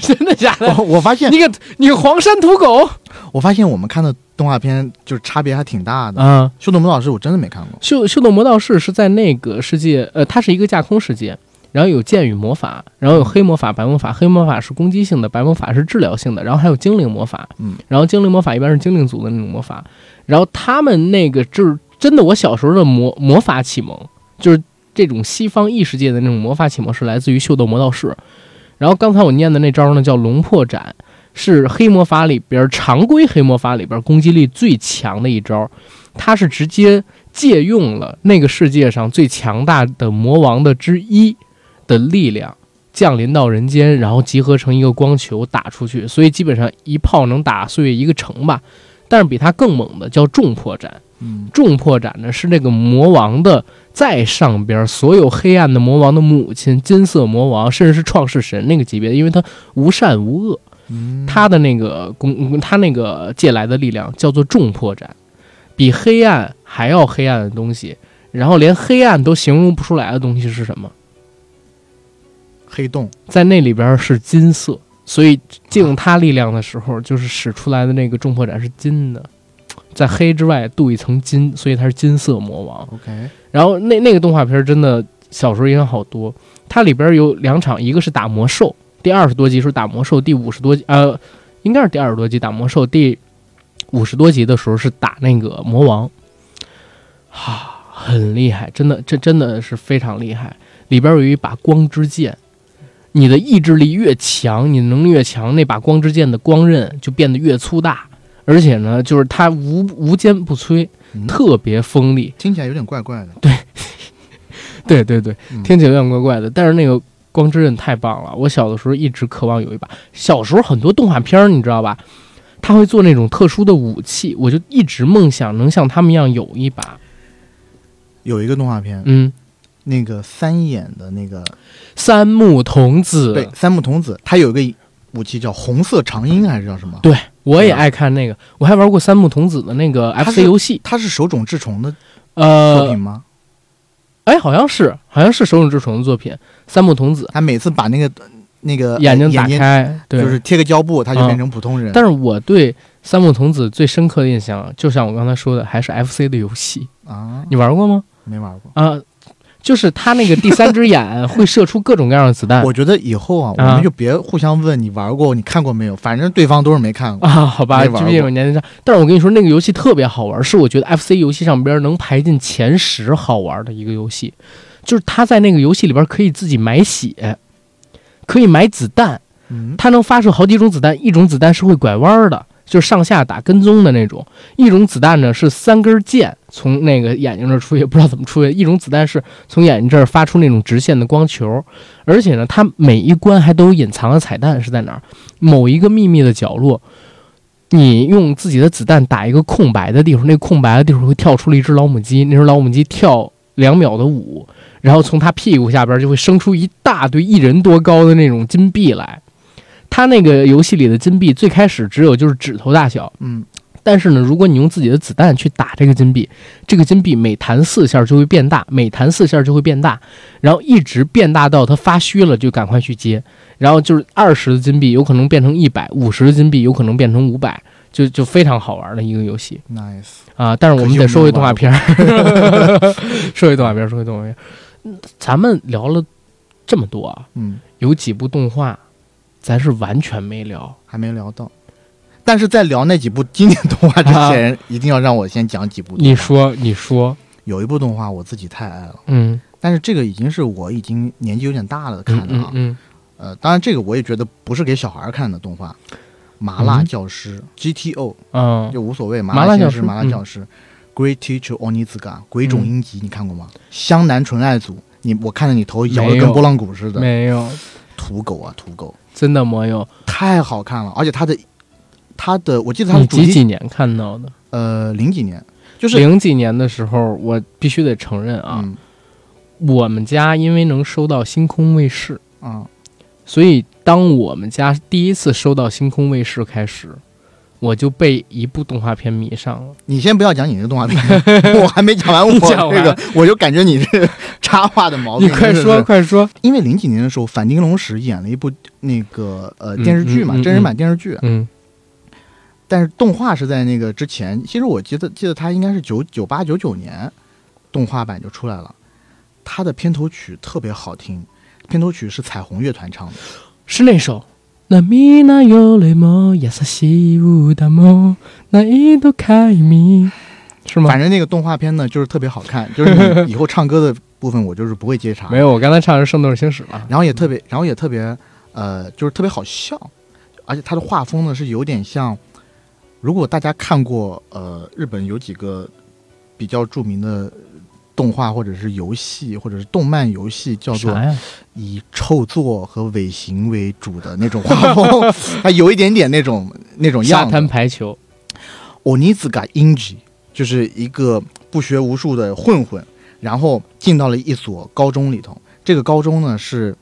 Speaker 1: 真的假的？
Speaker 3: 我我发现，
Speaker 1: 你个你个黄山土狗
Speaker 3: 我发现我们看的动画片就是差别还挺大的。
Speaker 1: 啊！
Speaker 3: 修斗门老师我真的没看过。
Speaker 1: 秀秀动魔道士是在那个世界，呃，它是一个架空世界，然后有剑与魔法，然后有黑魔法、白魔法，黑魔法是攻击性的，白魔法是治疗性的，然后还有精灵魔法，
Speaker 3: 嗯，
Speaker 1: 然后精灵魔法一般是精灵族的那种魔法，然后他们那个就是真的，我小时候的魔魔法启蒙就是这种西方异世界的那种魔法启蒙是来自于秀逗魔道士，然后刚才我念的那招呢叫龙破斩，是黑魔法里边常规黑魔法里边攻击力最强的一招，它是直接借用了那个世界上最强大的魔王的之一的力量。降临到人间，然后集合成一个光球打出去，所以基本上一炮能打碎一个城吧。但是比它更猛的叫重破斩，
Speaker 3: 嗯，
Speaker 1: 重破斩呢是那个魔王的再上边儿，所有黑暗的魔王的母亲，金色魔王，甚至是创世神那个级别的，因为他无善无恶，
Speaker 3: 嗯
Speaker 1: 他的那个攻，嗯他那个借来的力量叫做重破斩，比黑暗还要黑暗的东西，然后连黑暗都形容不出来的东西是什么？
Speaker 3: 黑洞
Speaker 1: 在那里边儿是金色，所以借用它力量的时候，就是使出来的那个重破斩是金的，在黑之外镀一层金，所以它是金色魔王。
Speaker 3: ，OK，
Speaker 1: 然后那那个动画片儿真的小时候影响好多，它里边儿有两场，一个是打魔兽，第二十多集是打魔兽，第五十多集呃，应该是第二十多集打魔兽，第五十多集的时候是打那个魔王，哈、很厉害，真的，这真的是非常厉害。里边儿有一把光之剑，你的意志力越强，你能力越强，那把光之剑的光刃就变得越粗大，而且呢，就是它无无坚不摧，
Speaker 3: 嗯
Speaker 1: 特别锋利。
Speaker 3: 听起来有点怪怪的。
Speaker 1: 对对对，
Speaker 3: 嗯
Speaker 1: 听起来有点怪怪的，但是那个光之刃太棒了，我小的时候一直渴望有一把。小时候很多动画片儿，你知道吧？他会做那种特殊的武器，我就一直梦想能像他们一样有一把。
Speaker 3: 有一个动画片，
Speaker 1: 嗯，
Speaker 3: 那个三眼的那个
Speaker 1: 三木童
Speaker 3: 对
Speaker 1: 子，
Speaker 3: 三木童子，他有一个武器叫红色长鹰还是叫什么？
Speaker 1: 对我也爱看那个，我还玩过三木童子的那个
Speaker 3: 它
Speaker 1: FC
Speaker 3: 是
Speaker 1: 游戏。
Speaker 3: 它是手冢治虫的作
Speaker 1: 呃
Speaker 3: 品，吗？
Speaker 1: 哎，好像是，好像是手冢治虫的作品，三木童子
Speaker 3: 他每次把那个那个
Speaker 1: 眼睛打
Speaker 3: 呃眼睛
Speaker 1: 开，对，
Speaker 3: 就是贴个胶布，他就
Speaker 1: 嗯
Speaker 3: 变成普通人。
Speaker 1: 但是我对三木童子最深刻的印象，就像我刚才说的，还是 FC 的游戏。
Speaker 3: 啊，
Speaker 1: 你玩过吗？
Speaker 3: 没玩过。
Speaker 1: 啊，就是他那个第三只 眼会射出各种各样的子弹
Speaker 3: 我觉得以后啊，我
Speaker 1: 啊
Speaker 3: 们就别互相问你玩过、你看过没有，反正对方都是没看过。
Speaker 1: 啊，好吧，
Speaker 3: 没
Speaker 1: 就
Speaker 3: 玩
Speaker 1: 是因
Speaker 3: 过
Speaker 1: 为年龄上。但是我跟你说，那个游戏特别好玩，是我觉得 FC 游戏上边能排进前十好玩的一个游戏，就是他在那个游戏里边可以自己买血，可以买子弹。
Speaker 3: 嗯，
Speaker 1: 它能发射好几种子弹，一种子弹是会拐弯儿的，就是上下打跟踪的那种；一种子弹呢是三根箭从那个眼睛这儿出去，不知道怎么出去；一种子弹是从眼睛这儿发出那种直线的光球，而且呢，它每一关还都有隐藏的彩蛋是在哪儿？某一个秘密的角落，你用自己的子弹打一个空白的地方，那空白的地方会跳出了一只老母鸡，那只老母鸡跳两秒的舞，然后从它屁股下边就会生出一大堆一人多高的那种金币来。它那个游戏里的金币最开始只有就是指头大小，
Speaker 3: 嗯，
Speaker 1: 但是呢，如果你用自己的子弹去打这个金币，这个金币每弹四下就会变大，每弹四下就会变大，然后一直变大到它发虚了就赶快去接，然后就是二十的金币有可能变成一百，五十的金币有可能变成五百，就就非常好玩的一个游戏
Speaker 3: 嗯 nice，
Speaker 1: 啊！但是我
Speaker 3: 可
Speaker 1: 们
Speaker 3: 惜
Speaker 1: 得
Speaker 3: 我
Speaker 1: 说
Speaker 3: 没
Speaker 1: 回
Speaker 3: 有
Speaker 1: 动画
Speaker 3: 玩
Speaker 1: 片儿， 说回动画片儿，说回动画片儿。嗯咱们聊了这么多啊，
Speaker 3: 嗯，
Speaker 1: 有几部动画咱是完全没聊。
Speaker 3: 还没聊到。但是在聊那几部经典动画之
Speaker 1: 啊
Speaker 3: 前，一定要让我先讲几部动画。
Speaker 1: 你说，你说，
Speaker 3: 有一部动画我自己太爱了，
Speaker 1: 嗯，
Speaker 3: 但是这个已经是我已经年纪有点大了看的啊
Speaker 1: 嗯。嗯
Speaker 3: 呃，当然这个我也觉得不是给小孩儿看的动画，《麻辣
Speaker 1: 嗯
Speaker 3: 教师》GTO
Speaker 1: 嗯，
Speaker 3: 就无所谓，
Speaker 1: 麻
Speaker 3: 麻
Speaker 1: 辣教
Speaker 3: 教
Speaker 1: 师
Speaker 3: 麻辣
Speaker 1: 嗯
Speaker 3: 教师，Great Teacher Onizuka，鬼冢
Speaker 1: 嗯
Speaker 3: 英吉，你看过吗？湘南纯爱组，你我看着你头摇的
Speaker 1: 没有
Speaker 3: 跟拨浪鼓似的，
Speaker 1: 没有，
Speaker 3: 土狗啊土狗，
Speaker 1: 真的没有。
Speaker 3: 太好看了，而且它的它的，我记得它
Speaker 1: 你
Speaker 3: 的主
Speaker 1: 几
Speaker 3: 题
Speaker 1: 几年看到的？
Speaker 3: 呃零几年，就是
Speaker 1: 零几年的时候，我必须得承认啊，
Speaker 3: 嗯
Speaker 1: 我们家因为能收到星空卫视，
Speaker 3: 啊
Speaker 1: 所以当我们家第一次收到星空卫视开始，我就被一部动画片迷上了。
Speaker 3: 你先不要讲你这动画 片，我还没讲完我
Speaker 1: 你讲
Speaker 3: 这个，我就感觉你是插话的毛病。
Speaker 1: 你快
Speaker 3: 真的
Speaker 1: 说，
Speaker 3: 是
Speaker 1: 快说。
Speaker 3: 因为零几年的时候，反町隆史演了一部那个呃
Speaker 1: 嗯
Speaker 3: 电视剧嘛，
Speaker 1: 嗯嗯
Speaker 3: 真人版电视剧，
Speaker 1: 嗯
Speaker 3: 但是动画是在那个之前。其实我记得记得它应该是九九八九九年动画版就出来了，它的片头曲特别好听，片头曲是彩虹乐团唱的。
Speaker 1: 嗯是那首。那みなよりも優しい歌も難易度解密，是吗
Speaker 3: 反？正那个动画片呢，就是特别好看，就是你以后唱歌的部分我就是不会接茬，
Speaker 1: 没有，我刚才唱的是《圣斗士星矢》了。
Speaker 3: 然后也特别，然后也特别，呃，就是特别好笑，而且它的画风呢是有点像，如果大家看过呃日本有几个比较著名的动画或者是游戏或者是动漫游戏，叫做
Speaker 1: 啥呀？
Speaker 3: 以臭作和尾行为主的那种画 风，它有一点点那种那种
Speaker 1: 沙
Speaker 3: 样
Speaker 1: 滩
Speaker 3: 子。哦
Speaker 1: 排球。
Speaker 3: o n i z u g a Inji 就是一个不学无术的混混，然后进到了一所高中里头。这个高中呢是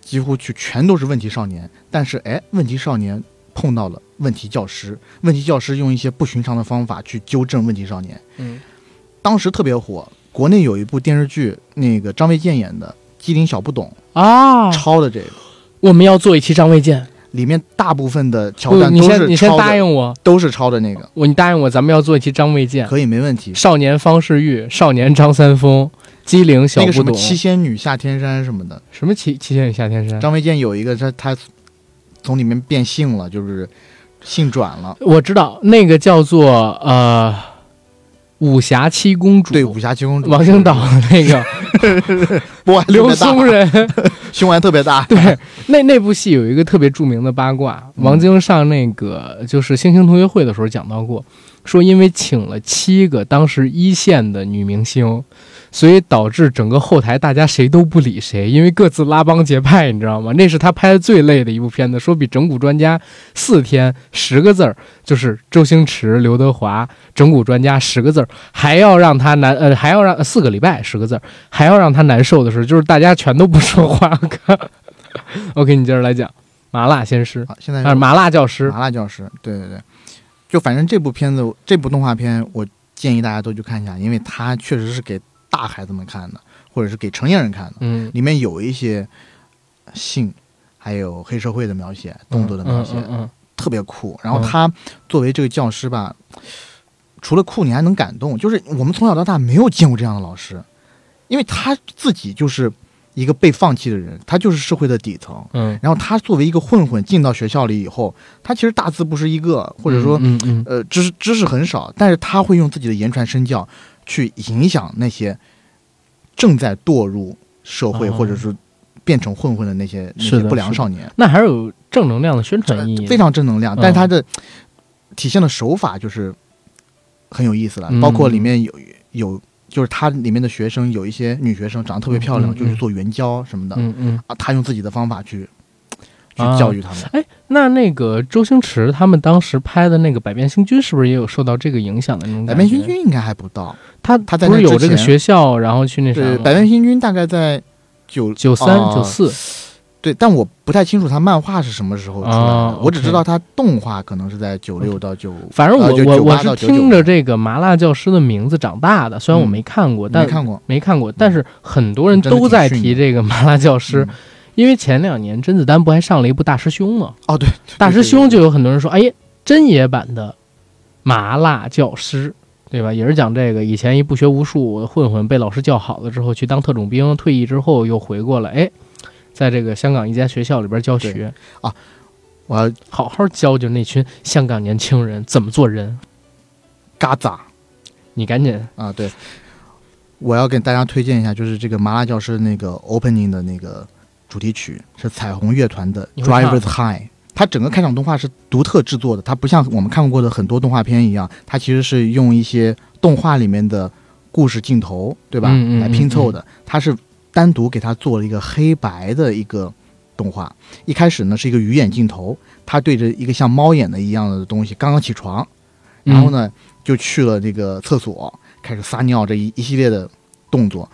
Speaker 3: 几乎去全都是问题少年，但是哎，问题少年碰到了问题教师，问题教师用一些不寻常的方法去纠正问题少年。
Speaker 1: 嗯
Speaker 3: 当时特别火，国内有一部电视剧，那个张卫健演的《机灵小不懂
Speaker 1: 啊》，
Speaker 3: 抄的这个，
Speaker 1: 我们要做一期张卫健。
Speaker 3: 里面大部分的桥
Speaker 1: 不，
Speaker 3: 段
Speaker 1: 嗯你
Speaker 3: 都
Speaker 1: 先你
Speaker 3: 是
Speaker 1: 先
Speaker 3: 抄
Speaker 1: 答
Speaker 3: 的，
Speaker 1: 应我，
Speaker 3: 都是抄的那个，
Speaker 1: 我你答应我，咱们要做一期张卫健。
Speaker 3: 可以没问题。
Speaker 1: 少年方世玉，少年张三丰，机灵小
Speaker 3: 那
Speaker 1: 不
Speaker 3: 个什么
Speaker 1: 懂，
Speaker 3: 七仙女下天山什么的，
Speaker 1: 什么七七仙女下天山？
Speaker 3: 张卫健有一个他他从里面变性了，就是性转了。
Speaker 1: 我知道那个叫做呃武侠七公主，
Speaker 3: 对，武侠七公主，
Speaker 1: 王星岛的那个
Speaker 3: 波特
Speaker 1: 刘
Speaker 3: 别大
Speaker 1: 松，仁，
Speaker 3: 胸还特别大。
Speaker 1: 对， 那那部戏有一个特别著名的八卦，
Speaker 3: 嗯
Speaker 1: 王晶上那个就是《星星同学会》的时候讲到过，说因为请了七个当时一线的女明星，所以导致整个后台大家谁都不理谁，因为各自拉帮结派，你知道吗？那是他拍的最累的一部片子，说比《整蛊专家》四天十个字儿，就是周星驰、刘德华《整蛊专家》十个字儿，还要让他难呃还要让呃四个礼拜十个字儿，还要让他难受的是，就是大家全都不说话。OK，你接着来讲麻辣鲜师，
Speaker 3: 啊现在
Speaker 1: 啊，麻辣教师，
Speaker 3: 麻辣教师，对对对，就反正这部片子，这部动画片，我建议大家都去看一下，因为它确实是给大孩子们看的，或者是给成年人看的，
Speaker 1: 嗯，
Speaker 3: 里面有一些呃性，还有黑社会的描写、动作的描写，
Speaker 1: 嗯嗯
Speaker 3: 特别酷。然后
Speaker 1: 嗯
Speaker 3: 他作为这个教师吧，除了酷，你还能感动，就是我们从小到大没有见过这样的老师，
Speaker 1: 嗯
Speaker 3: 因为他自己就是一个被放弃的人，他就是社会的底层。
Speaker 1: 嗯，
Speaker 3: 然后他作为一个混混进到学校里以后，他其实大字不识一个，或者说、
Speaker 1: 嗯嗯
Speaker 3: 呃知识知识很少，但是他会用自己的言传身教去影响那些正在堕入社会、
Speaker 1: 哦
Speaker 3: 或者是变成混混的那些那
Speaker 1: 是
Speaker 3: 些
Speaker 1: 的
Speaker 3: 不良
Speaker 1: 是的
Speaker 3: 少年，呃
Speaker 1: 那还是有正能量的宣传意义的，
Speaker 3: 非常正能量。
Speaker 1: 嗯
Speaker 3: 但是他的体现的手法就是很有意思了，
Speaker 1: 嗯
Speaker 3: 包括里面有有就是他里面的学生有一些女学生长得特别漂亮，
Speaker 1: 嗯嗯
Speaker 3: 就是做援交什么的、
Speaker 1: 嗯嗯。
Speaker 3: 啊，他用自己的方法去去
Speaker 1: 啊
Speaker 3: 教育他们。
Speaker 1: 那那个周星驰他们当时拍的那个《百变星君》，是不是也有受到这个影响的那种
Speaker 3: 百
Speaker 1: 感觉？
Speaker 3: 变星君应该还不到，
Speaker 1: 他
Speaker 3: 他在
Speaker 1: 不
Speaker 3: 那
Speaker 1: 是有
Speaker 3: 之
Speaker 1: 这个
Speaker 3: 前
Speaker 1: 学校，然后去那啥
Speaker 3: 对，
Speaker 1: 吗
Speaker 3: 百变星君大概在九
Speaker 1: 九三
Speaker 3: 哦
Speaker 1: 九四
Speaker 3: 对，但我不太清楚他漫画是什么时候出来的，
Speaker 1: 哦
Speaker 3: 我只知
Speaker 1: OK
Speaker 3: 道他动画可能是在九六到九，
Speaker 1: 反正我、
Speaker 3: 呃就
Speaker 1: 我我
Speaker 3: 98
Speaker 1: 是
Speaker 3: 到
Speaker 1: 听着
Speaker 3: 99
Speaker 1: 这个《麻辣教师》的名字长大的，虽然我
Speaker 3: 嗯
Speaker 1: 没看过，
Speaker 3: 没
Speaker 1: 但
Speaker 3: 看过。嗯
Speaker 1: 没看过，但是很多人
Speaker 3: 真的
Speaker 1: 都
Speaker 3: 挺
Speaker 1: 在
Speaker 3: 逊
Speaker 1: 提
Speaker 3: 的
Speaker 1: 这个《麻辣教师》
Speaker 3: 嗯
Speaker 1: 因为前两年甄子丹不还上了一部《大师兄》吗？
Speaker 3: 哦，对，
Speaker 1: 《大师兄》就
Speaker 3: 对
Speaker 1: 有很多人说，哎，真野版的《麻辣教师》，对吧？也是讲这个以前一不学无术的混混被老师教好了之后去当特种兵，退役之后又回过来，哎，在这个香港一家学校里边教学
Speaker 3: 对，对对我要
Speaker 1: 好好教教那群香港年轻人怎么做人。
Speaker 3: 嘎咋
Speaker 1: 你赶紧，
Speaker 3: 啊，对，我要给大家推荐一下，就是这个麻辣教师那个 opening 的那个主题曲是彩虹乐团的
Speaker 1: 你
Speaker 3: 《
Speaker 1: 会唱
Speaker 3: Drivers High》。它整个开场动画是独特制作的，它不像我们看过的很多动画片一样，它其实是用一些动画里面的故事镜头，对吧，
Speaker 1: 嗯嗯嗯
Speaker 3: 来拼凑的。它是单独给它做了一个黑白的一个动画。一开始呢是一个鱼眼镜头，它对着一个像猫眼的一样的东西刚刚起床，然
Speaker 1: 嗯
Speaker 3: 后呢就去了这个厕所，开始撒尿这一一系列的动作。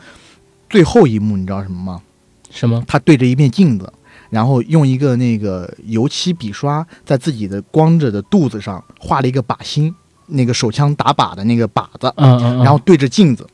Speaker 3: 最后一幕你知道什么吗？
Speaker 1: 嗯？什么？
Speaker 3: 他对着一面镜子，然后用一个那个油漆笔刷在自己的光着的肚子上画了一个靶心，那个手枪打靶的那个靶子，
Speaker 1: 嗯嗯，嗯
Speaker 3: 然后对着镜子，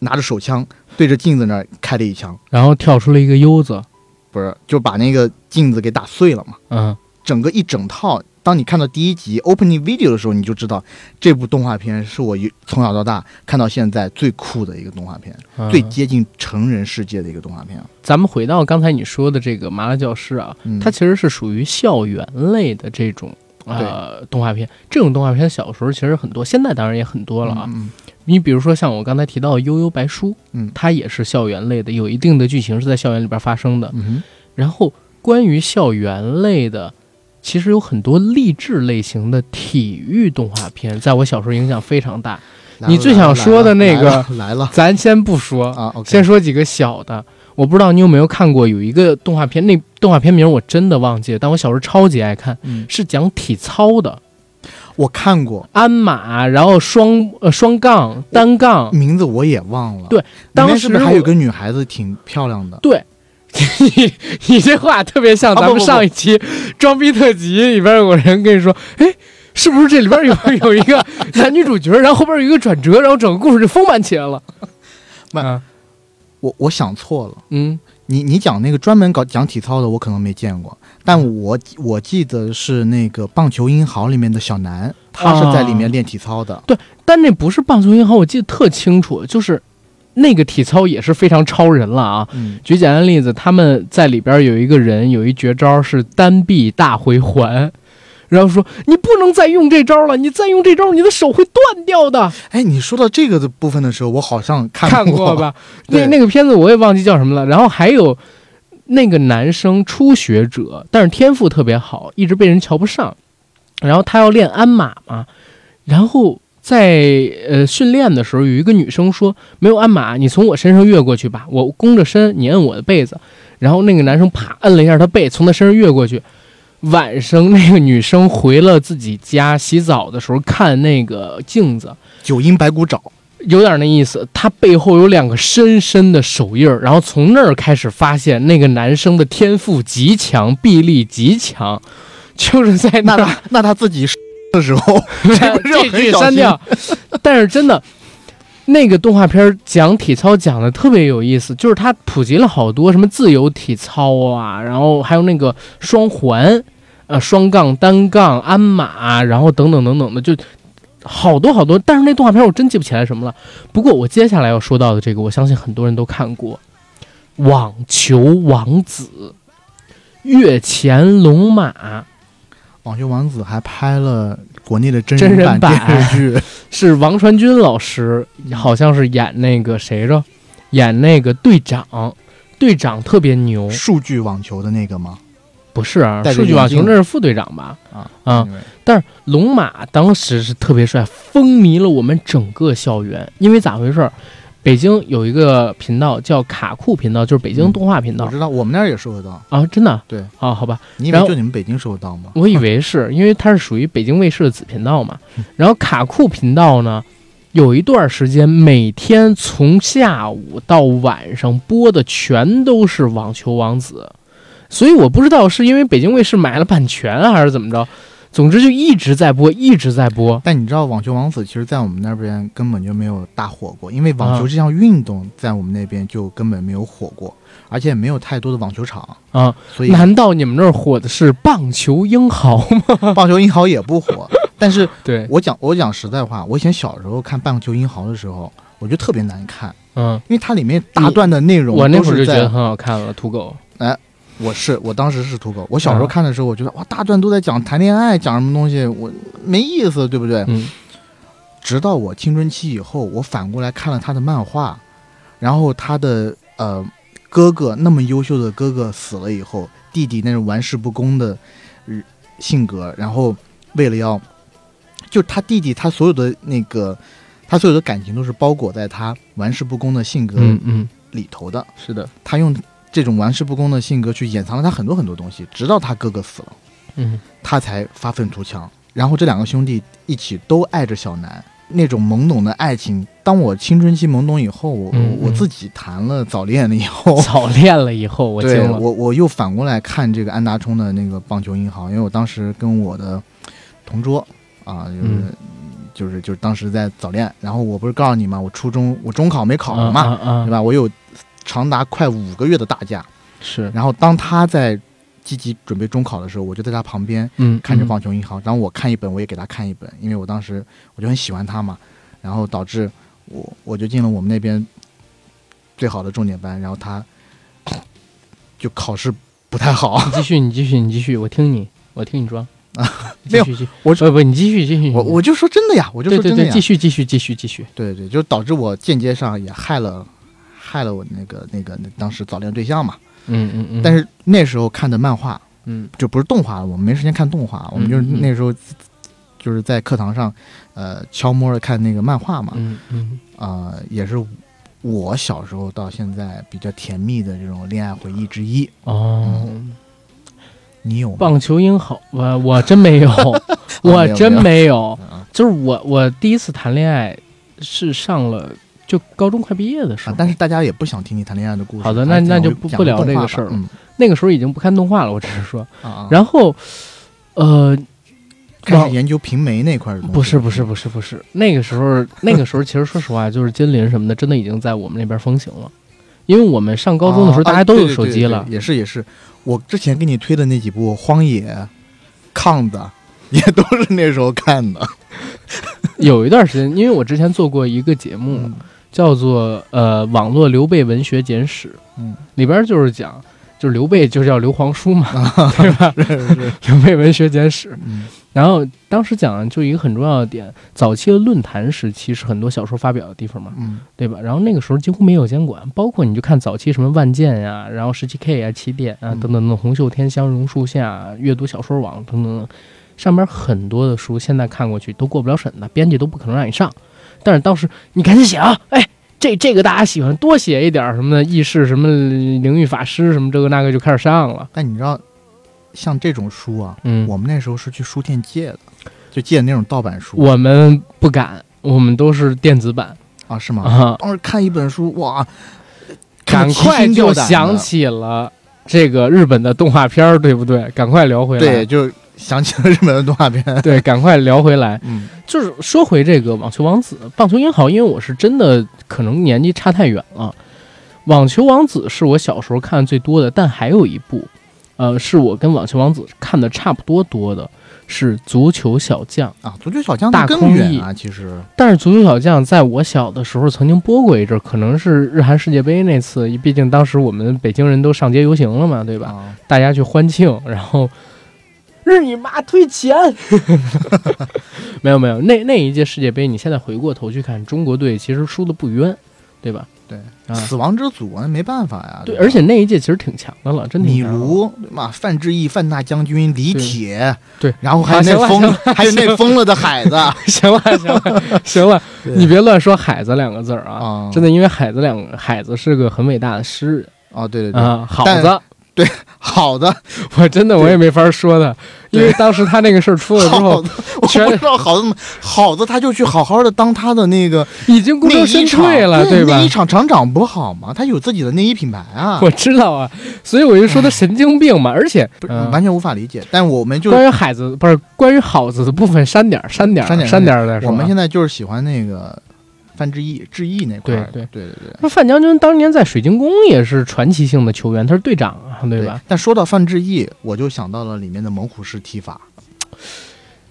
Speaker 3: 拿着手枪对着镜子那儿开了一枪，
Speaker 1: 然后跳出了一个优子，
Speaker 3: 不是就把那个镜子给打碎了嘛？
Speaker 1: 嗯，
Speaker 3: 整个一整套，当你看到第一集 opening video 的时候，你就知道这部动画片是我一从小到大看到现在最酷的一个动画片，
Speaker 1: 嗯
Speaker 3: 最接近成人世界的一个动画片。
Speaker 1: 咱们回到刚才你说的这个《麻辣教师》啊，
Speaker 3: 嗯，
Speaker 1: 它其实是属于校园类的这种呃动画片。这种动画片小时候其实很多，现在当然也很多了啊。
Speaker 3: 嗯，
Speaker 1: 你比如说像我刚才提到的《悠悠白书》，
Speaker 3: 嗯
Speaker 1: 它也是校园类的，有一定的剧情是在校园里边发生的。
Speaker 3: 嗯嗯
Speaker 1: 然后关于校园类的，其实有很多励志类型的体育动画片，在我小时候影响非常大。
Speaker 3: 来了
Speaker 1: 你最想说的那个
Speaker 3: 嗯来了来了来了
Speaker 1: 咱先不说
Speaker 3: 啊，OK，
Speaker 1: 先说几个小的，我不知道你有没有看过，有一个动画片，那动画片名我真的忘记了，但我小时候超级爱看，
Speaker 3: 嗯，
Speaker 1: 是讲体操的，
Speaker 3: 我看过，
Speaker 1: 鞍马，然后双呃双杠、单杠，
Speaker 3: 名字我也忘了。
Speaker 1: 对
Speaker 3: 里面
Speaker 1: 当
Speaker 3: 是
Speaker 1: 时
Speaker 3: 不是还有
Speaker 1: 我
Speaker 3: 个女孩子挺漂亮的？
Speaker 1: 对。 你你这话特别像
Speaker 3: 啊
Speaker 1: 咱
Speaker 3: 不
Speaker 1: 们
Speaker 3: 不不
Speaker 1: 上一期装逼特辑里边有人跟你说，哎，是不是这里边有 有一个男女主角，然后后边有一个转折，然后整个故事就丰满起来了。
Speaker 3: 慢
Speaker 1: 啊
Speaker 3: 我我想错了。
Speaker 1: 嗯，
Speaker 3: 你你讲那个专门搞讲体操的，我可能没见过，但
Speaker 1: 嗯
Speaker 3: 我我记得是那个《棒球英豪》里面的小南，他是在里
Speaker 1: 啊
Speaker 3: 面练体操的。
Speaker 1: 但那不是棒球银行，我记得特清楚，就是那个体操也是非常超人了啊。
Speaker 3: 嗯，
Speaker 1: 举简单的例子，他们在里边有一个人有一绝招是单臂大回环，然后说你不能再用这招了，你再用这招你的手会断掉的。
Speaker 3: 哎，你说到这个的部分的时候，我好像看
Speaker 1: 看
Speaker 3: 过
Speaker 1: 过？吧？那
Speaker 3: 对
Speaker 1: 那个片子我也忘记叫什么了。然后还有那个男生初学者，但是天赋特别好，一直被人瞧不上。然后他要练鞍马嘛，然后在呃训练的时候，有一个女生说：“没有鞍马，你从我身上越过去吧，我弓着身，你摁我的被子。”然后那个男生啪摁了一下他背，从他身上越过去。晚上，那个女生回了自己家，洗澡的时候看那个镜子，
Speaker 3: 九阴白骨爪，
Speaker 1: 有点那意思，他背后有两个深深的手印儿，然后从那儿开始发现那个男生的天赋极强，臂力极强，就是在
Speaker 3: 那
Speaker 1: 儿
Speaker 3: 他那他自己的时候，
Speaker 1: 这
Speaker 3: 不是很
Speaker 1: 句
Speaker 3: 小
Speaker 1: 删
Speaker 3: 心
Speaker 1: 掉。 但是真的，那个动画片儿讲体操讲的特别有意思，就是它普及了好多什么自由体操啊，然后还有那个双环，呃，双杠、单杠、鞍马，然后等等等等的，就好多好多，但是那动画片我真记不起来什么了。不过我接下来要说到的这个，我相信很多人都看过，《网球王子》《月前龙马》。
Speaker 3: 网球王子还拍了国内的真
Speaker 1: 真人
Speaker 3: 人
Speaker 1: 版
Speaker 3: 电视剧，
Speaker 1: 是王传君老师，好像是演那个谁着，演那个队长，队长特别牛，
Speaker 3: 数据网球的那个吗？
Speaker 1: 不是啊，
Speaker 3: 戴着
Speaker 1: 数据网球
Speaker 3: 眼镜
Speaker 1: 那是副队长吧？
Speaker 3: 啊
Speaker 1: 啊，龙马当时是特别帅，风靡了我们整个校园，因为咋回事儿？北京有一个频道叫卡酷频道，就是北京
Speaker 3: 嗯
Speaker 1: 动画频道
Speaker 3: 我、知道，我们那儿也收得到。
Speaker 1: 啊，真的
Speaker 3: 对
Speaker 1: 啊，好吧，
Speaker 3: 你以
Speaker 1: 然
Speaker 3: 为
Speaker 1: 后
Speaker 3: 就你们北京收得到吗？
Speaker 1: 我以为是因为它是属于北京卫视的子频道嘛，
Speaker 3: 嗯
Speaker 1: 然后卡酷频道呢，有一段时间每天从下午到晚上播的全都是《网球王子》，所以我不知道是因为北京卫视买了版权啊还是怎么着，总之就一直在播，一直在播。
Speaker 3: 但你知道，网球王子其实，在我们那边根本就没有大火过，因为网球
Speaker 1: 啊
Speaker 3: 这项运动在我们那边就根本没有火过，而且也没有太多的网球场
Speaker 1: 啊。
Speaker 3: 所以
Speaker 1: 难道你们那儿火的是棒球英豪 吗？
Speaker 3: 棒球英豪也不火。但是
Speaker 1: 对，
Speaker 3: 我讲我讲实在话，我以前小时候看棒球英豪的时候，我觉得特别难看，
Speaker 1: 嗯，
Speaker 3: 因为它里面大段的内容
Speaker 1: 我那
Speaker 3: 都
Speaker 1: 会儿就是觉得
Speaker 3: 在
Speaker 1: 很好看了，土狗。
Speaker 3: 我是我当时是土狗，我小时候
Speaker 1: 啊
Speaker 3: 看的时候，我觉得哇，大段都在讲谈恋爱，讲什么东西，我没意思，对不对？
Speaker 1: 嗯，
Speaker 3: 直到我青春期以后，我反过来看了他的漫画，然后他的呃哥哥那么优秀的哥哥死了以后，弟弟那种玩世不恭的、呃性格，然后为了要，就他弟弟他所有的那个，他所有的感情都是包裹在他玩世不恭的性格
Speaker 1: 嗯嗯，
Speaker 3: 里头的。
Speaker 1: 是的，
Speaker 3: 他用这种玩世不恭的性格去掩藏了他很多很多东西，直到他哥哥死了，
Speaker 1: 嗯
Speaker 3: 他才发愤图强。然后这两个兄弟一起都爱着小南，那种懵懂的爱情。当我青春期懵懂以后，我
Speaker 1: 嗯
Speaker 3: 我
Speaker 1: 嗯
Speaker 3: 自己谈了早恋了以后，
Speaker 1: 早恋了以后 我惊
Speaker 3: 对
Speaker 1: 了。
Speaker 3: 我我又反过来看这个安达充的那个棒球英豪，因为我当时跟我的同桌啊，就是、
Speaker 1: 嗯
Speaker 3: 就是就是当时在早恋，然后我不是告诉你嘛，我初中我中考没考
Speaker 1: 啊
Speaker 3: 嘛，
Speaker 1: 啊啊
Speaker 3: 对吧？我有长达快五个月的大假，
Speaker 1: 是，
Speaker 3: 然后当他在积极准备中考的时候，我就在他旁边
Speaker 1: 嗯，
Speaker 3: 看着《
Speaker 1: 嗯
Speaker 3: 棒球银行》然后我看一本，我也给他看一本，因为我当时我就很喜欢他嘛，然后导致我我就进了我们那边最好的重点班，然后他就考试不太好，
Speaker 1: 你继续，你继续，你继续，我听你，我听你装啊，
Speaker 3: 没有
Speaker 1: 继续，
Speaker 3: 我
Speaker 1: 不不，你继续，继续，
Speaker 3: 我我就说真的呀，我就
Speaker 1: 对嗯
Speaker 3: 说
Speaker 1: 对
Speaker 3: 真的
Speaker 1: 对，
Speaker 3: 呀，
Speaker 1: 继续，继续，继续，继续，
Speaker 3: 对对，就导致我间接上也害了害了我那个那个那当时早恋对象嘛，
Speaker 1: 嗯嗯嗯，
Speaker 3: 但是那时候看的漫画，
Speaker 1: 嗯
Speaker 3: 就不是动画，我们没时间看动画，我们就是
Speaker 1: 嗯嗯
Speaker 3: 那时候就是在课堂上，呃，悄摸的看那个漫画嘛，
Speaker 1: 嗯嗯，
Speaker 3: 啊，也是我小时候到现在比较甜蜜的这种恋爱回忆之一。
Speaker 1: 哦，
Speaker 3: 你有吗？
Speaker 1: 棒球英豪，我我真没有， 我真没有，
Speaker 3: 啊，
Speaker 1: 就是我我第一次谈恋爱是上了就高中快毕业的时候，
Speaker 3: 啊但是大家也不想听你谈恋爱的故事。
Speaker 1: 好的
Speaker 3: 还是
Speaker 1: 那那就
Speaker 3: 讲
Speaker 1: 不
Speaker 3: 讲
Speaker 1: 不聊这
Speaker 3: 动画
Speaker 1: 个
Speaker 3: 吧
Speaker 1: 事儿了嗯
Speaker 3: 嗯
Speaker 1: 那个时候已经不看动画了，我只是说，
Speaker 3: 啊啊，
Speaker 1: 然后，呃，
Speaker 3: 开始研究平媒那块儿的东西。
Speaker 1: 不是不是不是不是，那个时候那个时候其实说实话，就是金林什么的，真的已经在我们那边风行了。因为我们上高中的时候，
Speaker 3: 啊
Speaker 1: 大家都有
Speaker 3: 对对
Speaker 1: 手
Speaker 3: 对
Speaker 1: 机
Speaker 3: 对
Speaker 1: 了。
Speaker 3: 也是也是，我之前给你推的那几部《荒野》《抗子》， 也都是那时 候看的。
Speaker 1: 有一段时间，因为我之前做过一个节目，
Speaker 3: 嗯
Speaker 1: 叫做呃《网络刘备文学简史》，
Speaker 3: 嗯，
Speaker 1: 里边就是讲，就是刘备就叫刘皇叔 嘛，对吧？刘备文学简史。
Speaker 3: 嗯
Speaker 1: 然后当时讲的就一个很重要的点，早期的论坛时期是很多小说发表的地方嘛，
Speaker 3: 嗯
Speaker 1: 对吧？然后那个时候几乎没有监管，包括你就看早期什么万剑呀、然后十七 K 啊、起点啊
Speaker 3: 嗯
Speaker 1: 等等等等，红袖添香、榕树下、啊阅读小说网等等等，上边很多的书现在看过去都过不了审的，编辑都不可能让你上。但是当时你赶紧写啊，哎，这这个大家喜欢，多写一点儿什么的意识什么灵域法师什么这个那个就开始上了。
Speaker 3: 但你知道，像这种书啊，
Speaker 1: 嗯，
Speaker 3: 我们那时候是去书店借的，就借那种盗版书。
Speaker 1: 我们不敢，我们都是电子版
Speaker 3: 啊，是吗？
Speaker 1: 啊。
Speaker 3: 当时看一本书，哇，看
Speaker 1: 赶
Speaker 3: 得
Speaker 1: 快
Speaker 3: 提心吊
Speaker 1: 就
Speaker 3: 胆的
Speaker 1: 想起了这个日本的动画片儿，对不对？赶快聊回来。
Speaker 3: 对，就是想起了日本的动画片。
Speaker 1: 对，赶快聊回来。
Speaker 3: 嗯，
Speaker 1: 就是说回这个网球王子、棒球英豪，因为我是真的可能年纪差太远了。网球王子是我小时候看的最多的，但还有一部呃，是我跟网球王子看的差不多多的，是足球小将。
Speaker 3: 啊，足球小将的
Speaker 1: 大
Speaker 3: 根
Speaker 1: 空
Speaker 3: 源
Speaker 1: 翼
Speaker 3: 啊，其实
Speaker 1: 但是足球小将在我小的时候曾经播过一阵儿，可能是日韩世界杯那次，毕竟当时我们北京人都上街游行了嘛，对吧？
Speaker 3: 啊，
Speaker 1: 大家去欢庆，然后日你妈退钱！ 没有没有，那那一届世界杯，你现在回过头去看，中国队其实输的不冤，对吧？
Speaker 3: 对，
Speaker 1: 啊，
Speaker 3: 死亡之组啊，没办法呀。
Speaker 1: 对，
Speaker 3: 吧
Speaker 1: 而且那一届其实挺强的了，真挺
Speaker 3: 米
Speaker 1: 强的。
Speaker 3: 卢对吧？范志毅、范大将军、李
Speaker 1: 对
Speaker 3: 铁，
Speaker 1: 对，
Speaker 3: 然后还有
Speaker 1: 啊行
Speaker 3: 那
Speaker 1: 了
Speaker 3: 疯
Speaker 1: 行
Speaker 3: 了
Speaker 1: 了，
Speaker 3: 还有那疯了 的海子
Speaker 1: 行了行了 行了，
Speaker 3: 对
Speaker 1: 你别乱说“海子”两个字儿啊！
Speaker 3: 啊，
Speaker 1: 真的，因为海子两个海子是个很伟大的诗人
Speaker 3: 哦，对对对，
Speaker 1: 啊，好
Speaker 3: 但
Speaker 1: 子，
Speaker 3: 好的，
Speaker 1: 我真的我也没法说他，因为当时他那个事儿出了之
Speaker 3: 好
Speaker 1: 后，
Speaker 3: 的，我不
Speaker 1: 全
Speaker 3: 知道好的，好的，他就去好好的当他的那个
Speaker 1: 已经功
Speaker 3: 内
Speaker 1: 成
Speaker 3: 衣
Speaker 1: 身
Speaker 3: 厂
Speaker 1: 退了，
Speaker 3: 对
Speaker 1: 吧
Speaker 3: 内衣？厂厂长不好吗？他有自己的内衣品牌啊，哎
Speaker 1: 我知道啊，所以我就说他神经病嘛，而且
Speaker 3: 不是
Speaker 1: 嗯
Speaker 3: 完全无法理解。但我们就
Speaker 1: 关于海子不是关于好子的部分删点儿删点儿
Speaker 3: 删点儿
Speaker 1: 删点儿再说啊。
Speaker 3: 我们现在就是喜欢那个范志毅、志毅那块儿，
Speaker 1: 对
Speaker 3: 对对对。
Speaker 1: 那范将军当年在水晶宫也是传奇性的球员，他是队长啊，对吧？？
Speaker 3: 但说到范志毅，我就想到了里面的猛虎式踢法，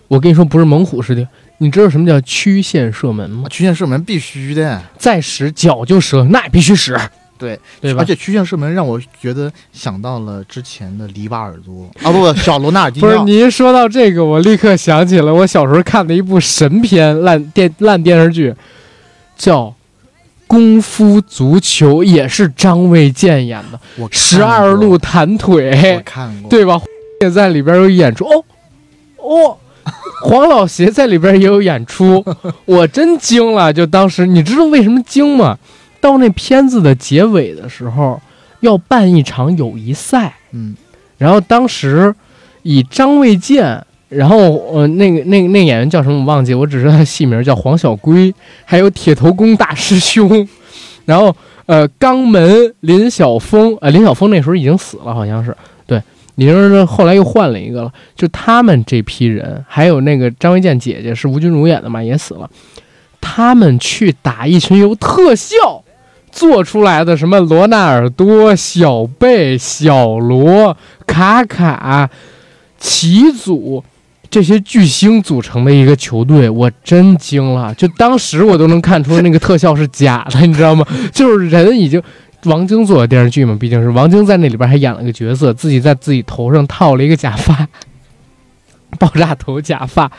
Speaker 1: 我跟你说，不是猛虎式的，你知道什么叫曲线射门吗？
Speaker 3: 啊曲线射门必须的。
Speaker 1: 再使脚就折，那也必须使，
Speaker 3: 对
Speaker 1: 对吧
Speaker 3: 而？且曲线射门让我觉得想到了之前的里瓦尔多啊，不不，小罗纳尔迪
Speaker 1: 不
Speaker 3: 尼
Speaker 1: 是
Speaker 3: 奥。
Speaker 1: 你一说到这个，我立刻想起了我小时候看的一部神片烂电烂电视剧，叫《功夫足球》，也是张卫健演的，
Speaker 3: 我看
Speaker 1: 十二
Speaker 3: 过
Speaker 1: 路弹
Speaker 3: 我
Speaker 1: 腿，
Speaker 3: 看过，，
Speaker 1: 对吧？也在里边有演出哦哦，黄老邪在里边也有演出，我真惊了。就当时你知道为什么惊吗？到那片子的结尾的时候，要办一场友谊赛。
Speaker 3: 嗯，
Speaker 1: 然后当时以张卫健，然后呃那个那个那个演员叫什么我忘记，我只知道他戏名叫黄小龟，还有铁头功大师兄，然后呃肛门林晓峰，呃林晓峰那时候已经死了，好像是对，林是呃后来又换了一个了，就他们这批人，还有那个张卫健姐姐是吴君如演的嘛，也死了，他们去打一群由特效。做出来的什么罗纳尔多、小贝、小罗、卡卡、齐祖这些巨星组成的一个球队，我真惊了！就当时我都能看出那个特效是假的，你知道吗？就是人已经。王晶做的电视剧嘛，毕竟是王晶在那里边还演了个角色，自己在自己头上套了一个假发，爆炸头假发。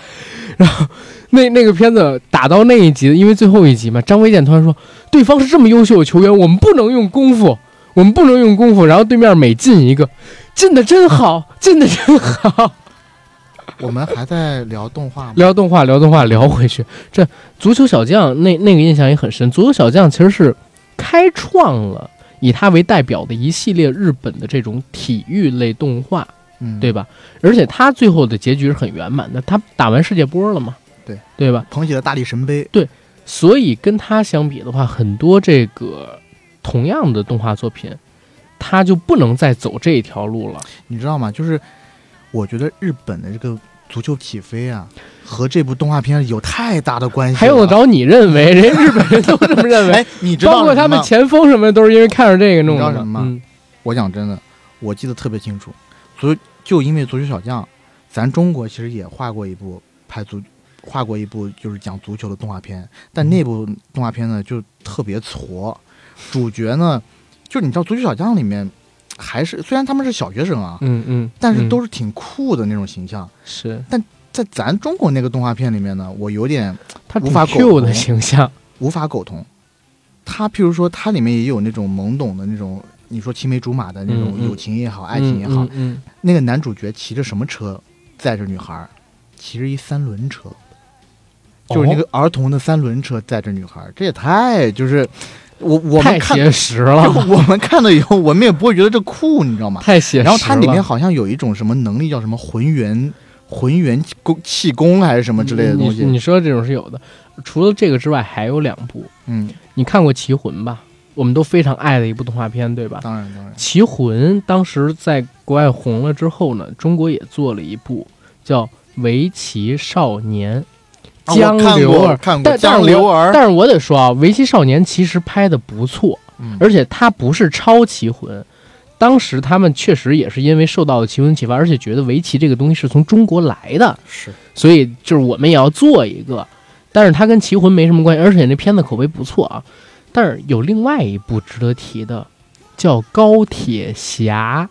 Speaker 1: 然后那那个片子打到那一集，因为最后一集嘛，张卫健突然说：“对方是这么优秀的球员，我们不能用功夫，我们不能用功夫。”然后对面每进一个，进的真好，进的真好。
Speaker 3: 我们还在聊动画吗？
Speaker 1: 聊动画，聊动画，聊回去。这足球小将那那个印象也很深。足球小将其实是开创了以他为代表的一系列日本的这种体育类动画，
Speaker 3: 嗯，
Speaker 1: 对，吧？而且他最后的结局是很圆满的，他打完世界波了嘛，
Speaker 3: 对
Speaker 1: 对吧？
Speaker 3: 捧起了大力神杯，
Speaker 1: 所以跟它相比的话，很多这个同样的动画作品，它就不能再走这一条路了。
Speaker 3: 你知道吗？就是我觉得日本的这个足球起飞啊，和这部动画片有太大的关系了。
Speaker 1: 还用得着你认为？人家日本人都这么认为，
Speaker 3: 哎，你知道
Speaker 1: 包括
Speaker 3: 什么
Speaker 1: 他们
Speaker 3: 吗
Speaker 1: 前锋什么的，都是因为看着这个弄
Speaker 3: 你知道
Speaker 1: 的
Speaker 3: 什么
Speaker 1: 嘛。
Speaker 3: 吗
Speaker 1: 嗯，
Speaker 3: 我讲真的，我记得特别清楚，足就因为足球小将，咱中国其实也画过一部拍足，画过一部就是讲足球的动画片，
Speaker 1: 嗯
Speaker 3: 但那部动画片呢就特别矬，主角呢，就你知道足球小将里面还是虽然他们是小学生啊，
Speaker 1: 嗯嗯，
Speaker 3: 但是都
Speaker 1: 是
Speaker 3: 是挺酷的那种形象。
Speaker 1: 是
Speaker 3: 在咱中国那个动画片里面呢，我有点
Speaker 1: 他
Speaker 3: 无法
Speaker 1: 挺
Speaker 3: 苟
Speaker 1: Q
Speaker 3: 同
Speaker 1: 的形象，
Speaker 3: 无法苟同。他譬如说，它里面也有那种懵懂的那种，你说青梅竹马的那种
Speaker 1: 嗯嗯
Speaker 3: 友情也好，爱情也好，
Speaker 1: 嗯嗯，嗯
Speaker 3: 那个男主角骑着什么车载着女孩儿？骑着一三轮车，就
Speaker 1: 哦
Speaker 3: 是那个儿童的三轮车载着女孩儿，这也太就是我我
Speaker 1: 太
Speaker 3: 们看
Speaker 1: 写实
Speaker 3: 就
Speaker 1: 了，
Speaker 3: 我们看了以后，我们也不会觉得这酷，你知道吗？
Speaker 1: 太写实了。
Speaker 3: 然后它里面好像有一种什么能力叫什么浑圆浑圆气功气功还是什么之类的东
Speaker 1: 你你
Speaker 3: 西，
Speaker 1: 说的这种是有的。除了这个之外，还有两部，
Speaker 3: 嗯，
Speaker 1: 你看过《棋魂》吧？我们都非常爱的一部动画片，对吧？
Speaker 3: 当然当然，
Speaker 1: 《棋魂》当时在国外红了之后呢，中国也做了一部叫《围棋少年》，
Speaker 3: 啊
Speaker 1: 江
Speaker 3: 我看
Speaker 1: 流
Speaker 3: 过
Speaker 1: 儿。
Speaker 3: 看过
Speaker 1: 但但
Speaker 3: 江
Speaker 1: 是
Speaker 3: 流
Speaker 1: 我
Speaker 3: 儿，
Speaker 1: 但是我得说啊，《围棋少年》其实拍的不错，
Speaker 3: 嗯
Speaker 1: 而且它不是抄《棋魂》，当时他们确实也是因为受到了奇闻启发，而且觉得围棋这个东西是从中国来的，
Speaker 4: 是
Speaker 1: 所以就是我们也要做一个。但是它跟棋魂没什么关系，而且那片子口碑不错啊。但是有另外一部值得提的，叫《高铁侠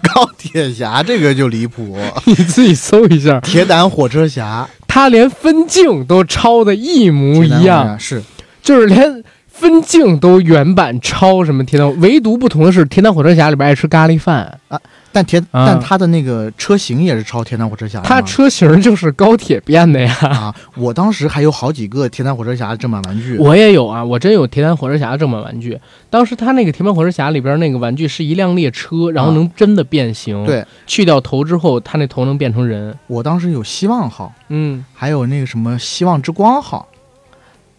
Speaker 3: 钢铁侠这个就离 谱，》，
Speaker 1: 你自己搜一下，
Speaker 3: 铁胆火车侠
Speaker 1: 他连分镜都抄的一模一
Speaker 3: 铁胆火车
Speaker 1: 样，
Speaker 3: 侠是
Speaker 1: 就是连分镜都原版抄什么铁胆，唯独不同的是《铁胆火车侠》里边爱吃咖喱饭，
Speaker 3: 但铁、
Speaker 1: 啊
Speaker 3: 但它的那个车型也是超铁胆火车侠的
Speaker 1: 它
Speaker 3: 嘛
Speaker 1: 车型就是高铁变的呀。
Speaker 3: 啊，我当时还有好几个铁胆火车侠的正版玩具，
Speaker 1: 我也有啊，我真有铁胆火车侠的正版玩具。当时他那个铁胆火车侠里边那个玩具是一辆列车，然后能真的变形。
Speaker 3: 对，
Speaker 1: 去掉头之后，他那头能变成人。
Speaker 3: 我当时有希望号，
Speaker 1: 嗯，
Speaker 3: 还有那个什么希望之光号，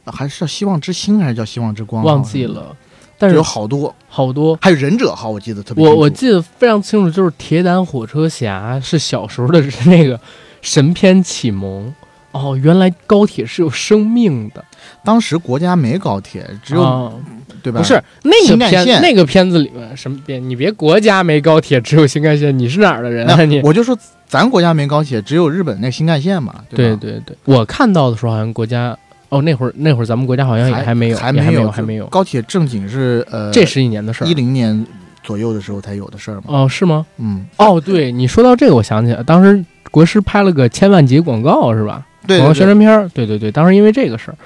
Speaker 3: 还是叫希望之星还是叫希望之光号？
Speaker 1: 忘记了，但
Speaker 3: 哦就是有好多，
Speaker 1: 好多。
Speaker 3: 还有忍者号，我记得特别
Speaker 1: 我
Speaker 3: 清楚。
Speaker 1: 我记得非常清楚，就是铁胆火车侠是小时候的那个神片启蒙。哦，原来高铁是有生命的，
Speaker 3: 当时国家没高铁，只有、
Speaker 1: 哦
Speaker 3: 对吧？
Speaker 1: 不是那个
Speaker 3: 新干
Speaker 1: 片
Speaker 3: 线
Speaker 1: 那个片子里面什么片？你别国家没高铁，只有新干线，你是哪儿的人
Speaker 3: 那
Speaker 1: 啊你？
Speaker 3: 我就说咱国家没高铁，只有日本那新干线嘛，
Speaker 1: 对
Speaker 3: 吧？
Speaker 1: 对对，我看到的时候好像国家哦，那会儿那会儿咱们国家好像也
Speaker 3: 还
Speaker 1: 没有，
Speaker 3: 还
Speaker 1: 也还
Speaker 3: 没
Speaker 1: 有，
Speaker 3: 就
Speaker 1: 还没有，
Speaker 3: 高铁正经是呃，
Speaker 1: 这十几年的事儿
Speaker 3: 一。零年左右的时候才有的事儿嘛。
Speaker 1: 哦，是吗？
Speaker 3: 嗯，
Speaker 1: 哦，对你说到这个，我想起来，当时国师拍了个千万级广告是吧？
Speaker 3: 对
Speaker 1: 广告哦
Speaker 3: 对
Speaker 1: 宣
Speaker 3: 对。
Speaker 1: 传片儿，对对对，当时因为这个事儿，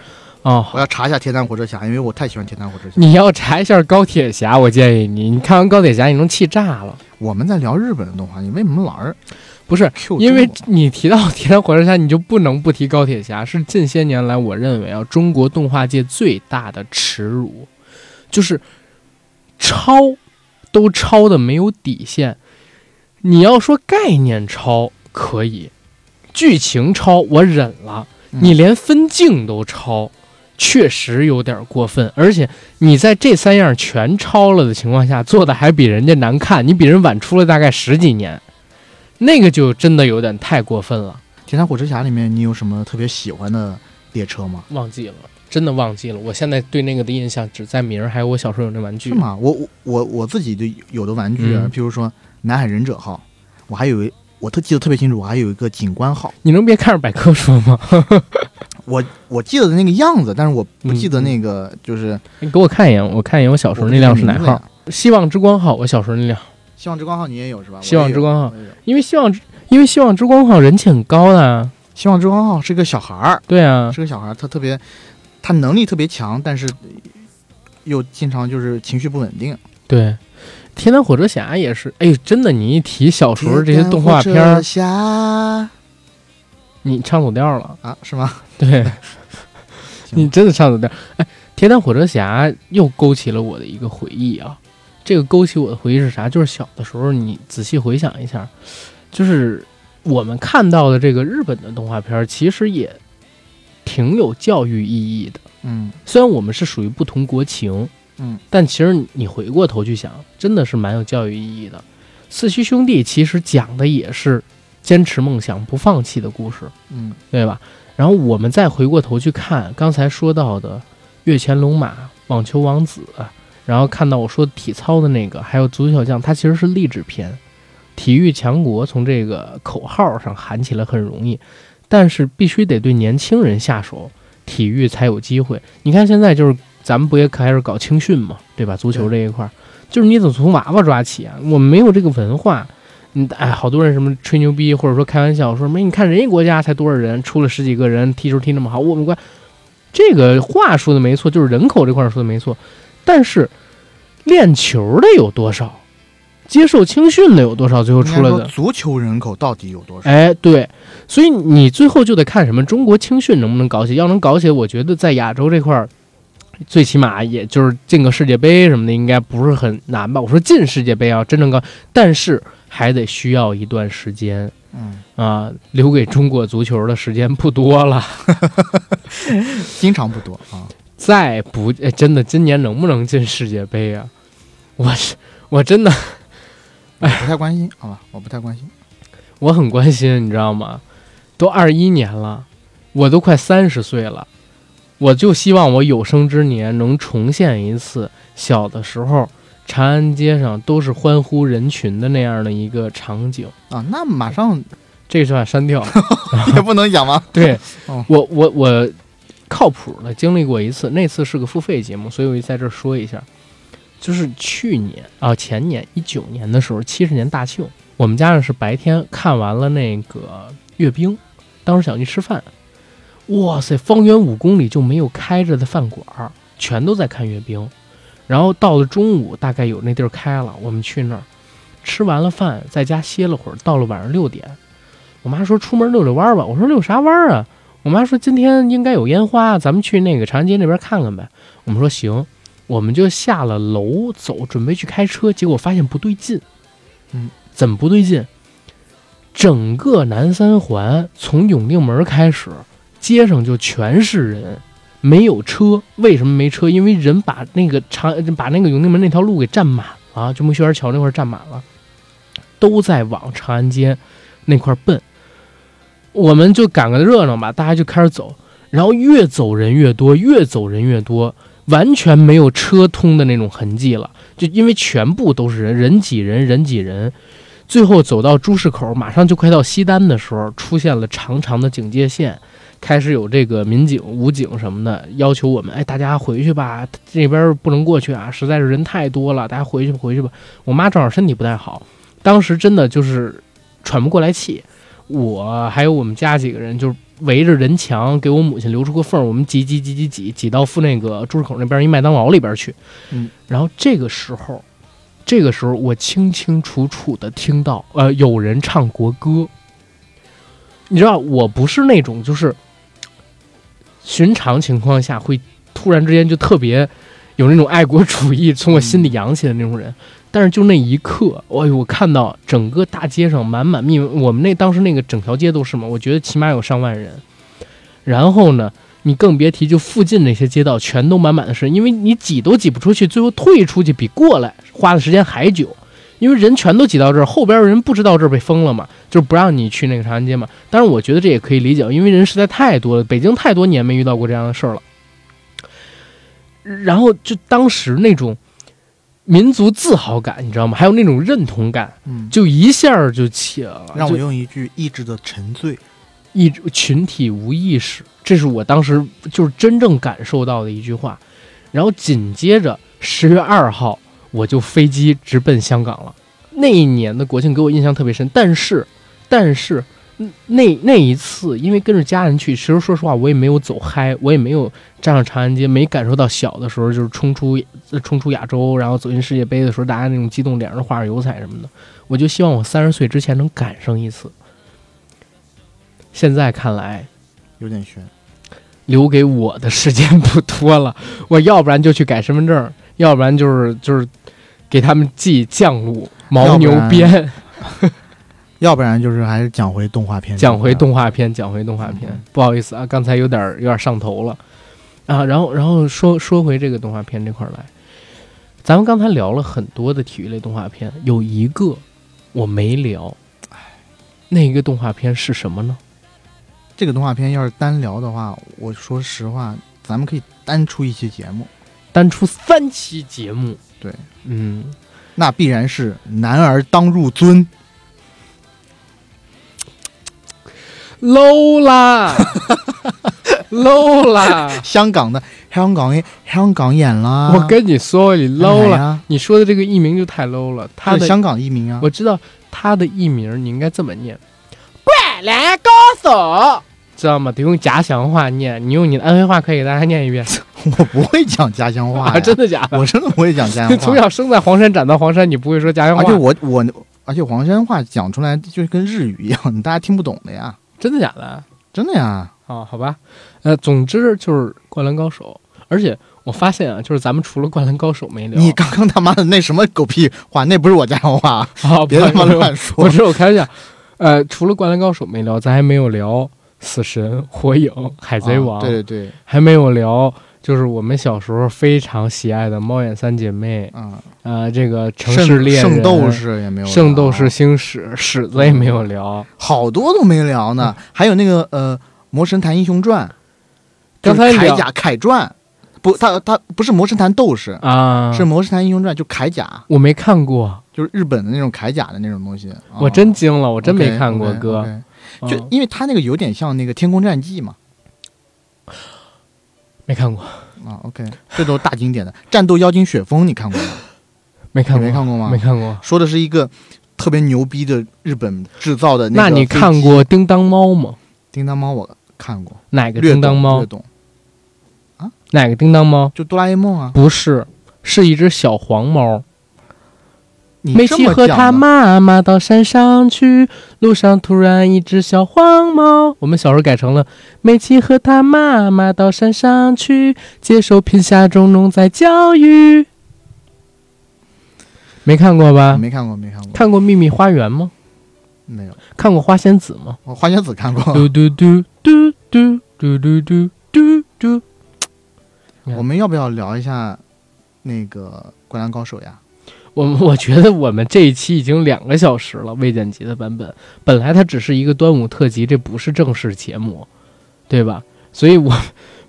Speaker 1: 哦，
Speaker 3: 我要查一下《铁胆火车侠》，因为我太喜欢《铁胆火车侠》。
Speaker 1: 你要查一下高铁侠，我建议你，你看完高铁侠，你能气炸了。
Speaker 3: 我们在聊日本的动画，你为什么老是
Speaker 1: 不是
Speaker 3: Q
Speaker 1: 因为
Speaker 3: 中国
Speaker 1: 你提到《 铁胆火车侠》，你就不能不提高铁侠，是近些年来我认为啊，中国动画界最大的耻辱，就是抄都抄的没有底线。你要说概念抄可以，剧情抄我忍了，
Speaker 3: 嗯
Speaker 1: 你连分镜都抄，确实有点过分。而且你在这三样全抄了的情况下，做的还比人家难看，你比人晚出了大概十几年。那个就真的有点太过分了，
Speaker 3: 《铁胆火车侠》里面你有什么特别喜欢的列车吗？
Speaker 1: 忘记了，真的忘记了。我现在对那个的印象只在名儿，还有我小时候有那玩具
Speaker 3: 是。吗？我我我我自己就有的玩具啊，
Speaker 1: 嗯
Speaker 3: 譬如说南海忍者号，我还有一我特记得特别清楚，我还有一个警官号，
Speaker 1: 你能别看着百科说吗？
Speaker 3: 我我记得那个样子，但是我不
Speaker 1: 嗯
Speaker 3: 记得那个、就是
Speaker 1: 你给我看一眼，我看一眼我小时候那辆是哪
Speaker 3: 我不记得名
Speaker 1: 号
Speaker 3: 字？了
Speaker 1: 希望之光号，我小时候那辆。
Speaker 3: 希望之光号你也有是吧？
Speaker 1: 希望之光号
Speaker 3: 我也有，我也有
Speaker 1: 因为希望之，因为希望之光号人气很高的啊，
Speaker 3: 希望之光号是个小孩儿，
Speaker 1: 对啊，
Speaker 3: 是个小孩儿，他特别他能力特别强，但是又经常就是情绪不稳定。
Speaker 1: 对。铁胆火车侠也是，哎，真的，你一提小时候这些动画片
Speaker 3: 铁胆火车
Speaker 1: 儿，
Speaker 3: 侠
Speaker 1: 你唱走调了，
Speaker 3: 啊是吗？
Speaker 1: 对，
Speaker 3: 行
Speaker 1: 你真的唱走调。哎，铁胆火车侠又勾起了我的一个回忆啊。这个勾起我的回忆是啥？就是小的时候，你仔细回想一下，就是我们看到的这个日本的动画片儿，其实也挺有教育意义的。
Speaker 3: 嗯
Speaker 1: 虽然我们是属于不同国情，
Speaker 3: 嗯，
Speaker 1: 但其实你回过头去想，真的是蛮有教育意义的。四驱兄弟其实讲的也是坚持梦想不放弃的故事。
Speaker 3: 嗯
Speaker 1: 对吧？然后我们再回过头去看刚才说到的月前龙马、网球王子，然后看到我说体操的那个，还有足球将，它其实是励志片，体育强国从这个口号上喊起来很容易，但是必须得对年轻人下手，体育才有机会。你看现在就是咱们不也开始搞青训嘛，对吧？足球这一块儿，就是你怎么从娃娃抓起啊？我们没有这个文化。嗯，哎，好多人什么吹牛逼，或者说开玩笑说没，你看人家国家才多少人，出了十几个人，踢球踢那么好，我们国家这个话说的没错，就是人口这块儿说的没错，但是练球的有多少，接受青训的有多少，最后出来
Speaker 3: 应该
Speaker 1: 的
Speaker 3: 说足球人口到底有多少？
Speaker 1: 哎，对，所以你最后就得看什么中国青训能不能搞起，要能搞起，我觉得在亚洲这块儿，最起码也就是进个世界杯什么的，应该不是很难吧？我说进世界杯啊，真正搞，但是还得需要一段时间。
Speaker 3: 嗯，
Speaker 1: 啊，留给中国足球的时间不多了，
Speaker 3: 经常不多啊。
Speaker 1: 再不、哎、真的今年能不能进世界杯啊？ 我是我真的
Speaker 3: 我不太 关心，好吧，我不太关心。
Speaker 1: 我很关心，你知道吗？都二一年了，我都快三十岁了，我就希望我有生之年能重现一次小的时候长安街上都是欢呼人群的那样的一个场景。
Speaker 3: 啊，那马上
Speaker 1: 这算删掉。
Speaker 3: 也不能讲吗？
Speaker 1: 对
Speaker 3: 哦，
Speaker 1: 我我我靠谱的经历过一次，那次是个付费节目，所以我就在这儿说一下，就是去年啊、前年一九年的时候，七十年大庆，我们家呢是白天看完了那个阅兵，当时想去吃饭，哇塞，方圆五公里就没有开着的饭馆儿，全都在看阅兵，然后到了中午大概有那地儿开了，我们去那儿吃完了饭，在家歇了会儿，到了晚上六点。我妈说出门遛遛弯儿吧，我说遛啥弯儿啊？我妈说今天应该有烟花，咱们去那个长安街那边看看呗。我们说行，我们就下了楼走，准备去开车，结果发现不对劲。
Speaker 3: 嗯，
Speaker 1: 怎么不对劲？整个南三环从永定门开始，街上就全是人，没有车。为什么没车？因为人把那个长把那个永定门那条路给占满了，就木樨园桥那块儿占满了，都在往长安街那块儿奔。我们就赶个热闹吧，大家就开始走，然后越走人越多，越走人越多，完全没有车通的那种痕迹了，就因为全部都是人，人挤人，人挤人。最后走到朱市口，马上就快到西单的时候，出现了长长的警戒线，开始有这个民警、武警什么的要求我们，哎，大家回去吧，这边不能过去啊，实在是人太多了，大家回去吧回去吧。我妈正好身体不太好，当时真的就是喘不过来气，我还有我们家几个人，就是围着人墙给我母亲留出个缝儿，我们挤挤挤挤挤挤到附那个朱市口那边一麦当劳里边去。
Speaker 3: 嗯，
Speaker 1: 然后这个时候，这个时候我清清楚楚的听到，呃，有人唱国歌。你知道，我不是那种就是寻常情况下会突然之间就特别有那种爱国主义从我心里扬起的那种人。但是就那一刻，哎呦，我看到整个大街上满满密，我们那当时那个整条街都是嘛，我觉得起码有上万人。然后呢，你更别提就附近那些街道全都满满的是人，因为你挤都挤不出去，最后退出去比过来花的时间还久，因为人全都挤到这儿，后边人不知道这儿被封了嘛，就是不让你去那个长安街嘛。但是我觉得这也可以理解，因为人实在太多了，北京太多年没遇到过这样的事儿了。然后就当时那种民族自豪感，你知道吗？还有那种认同感，
Speaker 3: 嗯，
Speaker 1: 就一下儿就起来了。
Speaker 3: 让
Speaker 1: 就
Speaker 3: 我用一句意志的沉醉。
Speaker 1: 意群体无意识，这是我当时就是真正感受到的一句话。然后紧接着十月二号，我就飞机直奔香港了。那一年的国庆给我印象特别深，但是，但是嗯那那一次，因为跟着家人去，其实说实话，我也没有走嗨，我也没有站上长安街，没感受到小的时候就是冲出冲出亚洲，然后走进世界杯的时候，大家那种激动，脸上画着油彩什么的。我就希望我三十岁之前能赶上一次。现在看来，
Speaker 3: 有点悬，
Speaker 1: 留给我的时间不多了， 我要不然就去改身份证，要不然就是就是给他们寄降路牦牛鞭，
Speaker 3: 要不然就是还是讲回动画片，
Speaker 1: 讲回动画片，讲回动画片。
Speaker 3: 嗯
Speaker 1: 不好意思啊，刚才有点有点上头了啊。然后然后说说回这个动画片这块儿来，咱们刚才聊了很多的体育类动画片，有一个我没聊，那一个动画片是什么呢？
Speaker 3: 这个动画片要是单聊的话，我说实话，咱们可以单出一期节目，
Speaker 1: 单出三期节目，
Speaker 3: 对，
Speaker 1: 嗯，
Speaker 3: 那必然是男儿当入樽。
Speaker 1: low 啦，low 啦！
Speaker 3: 香港的香港演香港演啦，哎
Speaker 1: 我跟你说，你 low 了。
Speaker 3: 了，
Speaker 1: 你说的这个艺名就太 low 了。他
Speaker 3: 他
Speaker 1: 的
Speaker 3: 香港艺名啊
Speaker 1: 我，知道他的艺名，你应该这么念：灌篮高手，知道吗？得用家乡话念。你用你的安徽话可以给大家念一 遍。
Speaker 3: 我不会讲家乡话
Speaker 1: 啊，
Speaker 3: 呀，
Speaker 1: 真的假 的？嗯
Speaker 3: 我真的不会讲家乡
Speaker 1: 从
Speaker 3: 话，
Speaker 1: 小生在黄山，长到黄山，你不会说家乡话
Speaker 3: 而且？我我而且黄山话讲出来就跟日语一样，大家听不懂的呀，
Speaker 1: 真的假的？
Speaker 3: 真的呀，
Speaker 1: 哦，好吧，呃，总之就是《灌篮高手》，而且我发现啊，就是咱们除了《灌篮高手》没聊，
Speaker 3: 你刚刚他妈的那什么狗屁话，那不是我家乡话，
Speaker 1: 好，
Speaker 3: 别 他妈
Speaker 1: 不好意思
Speaker 3: 乱
Speaker 1: 我
Speaker 3: 说，
Speaker 1: 只有开玩笑。呃，除了《灌篮高手》没聊，咱还没有聊《死神》《火影》《海贼王》
Speaker 3: 啊对对对，
Speaker 1: 还没有聊就是我们小时候非常喜爱的《猫眼三姐妹》
Speaker 3: 嗯，
Speaker 1: 呃，这个《城市
Speaker 3: 圣
Speaker 1: 猎人》
Speaker 3: 圣斗。士也没有聊，啊嗯
Speaker 1: 圣斗士星矢史子也没有聊，
Speaker 3: 好多都没聊
Speaker 1: 嗯
Speaker 3: 呢，还有那个呃《魔神坛英雄传》，
Speaker 1: 刚才
Speaker 3: 就是铠
Speaker 1: 聊
Speaker 3: 甲铠传，不，他他不是《魔神坛斗士》
Speaker 1: 啊，
Speaker 3: 是《魔神坛英雄传》，就铠甲，
Speaker 1: 我没看过，
Speaker 3: 就是日本的那种铠甲的那种东西。啊
Speaker 1: 我真惊了，我真没看过，
Speaker 3: OK，OK，
Speaker 1: 哥。
Speaker 3: OK
Speaker 1: 啊
Speaker 3: 就因为他那个有点像那个《天空战记》嘛。
Speaker 1: 没看过，
Speaker 3: 啊，OK，这都是大经典的《战斗妖精雪峰》，你看过吗？
Speaker 1: 没看
Speaker 3: 你
Speaker 1: 过，
Speaker 3: 没看过吗
Speaker 1: 没？看过。
Speaker 3: 说的是一个特别牛逼的日本制造的
Speaker 1: 那
Speaker 3: 个
Speaker 1: 你
Speaker 3: 飞机
Speaker 1: 看过《叮当猫》吗？
Speaker 3: 叮当猫？我看过，
Speaker 1: 哪个
Speaker 3: 略
Speaker 1: 叮
Speaker 3: 懂
Speaker 1: 当猫
Speaker 3: 略？懂，
Speaker 1: 哪个叮当猫？
Speaker 3: 就哆啦 A 梦啊。
Speaker 1: 不是，是一只小黄猫。
Speaker 3: 你
Speaker 1: 梅
Speaker 3: 这
Speaker 1: 西
Speaker 3: 么
Speaker 1: 和
Speaker 3: 讲
Speaker 1: 他
Speaker 3: 呢
Speaker 1: 妈妈到山上去，路上突然一只小黄猫。我们小时候改成了梅西和他妈妈到山上去，接受贫下中农在教育。没看过吧？
Speaker 3: 没看过，没看过，
Speaker 1: 看过《秘密花园》吗？
Speaker 3: 没有。
Speaker 1: 看过《花仙子》吗？
Speaker 3: 我花仙子看过，
Speaker 1: 嘟嘟嘟嘟嘟嘟嘟嘟嘟嘟。
Speaker 3: 我们要不要聊一下那个《灌篮高手》呀？
Speaker 1: 我们 我觉得我们这一期已经两个小时了，未剪辑的版本。本来它只是一个端午特辑，这不是正式节目，对吧？所以我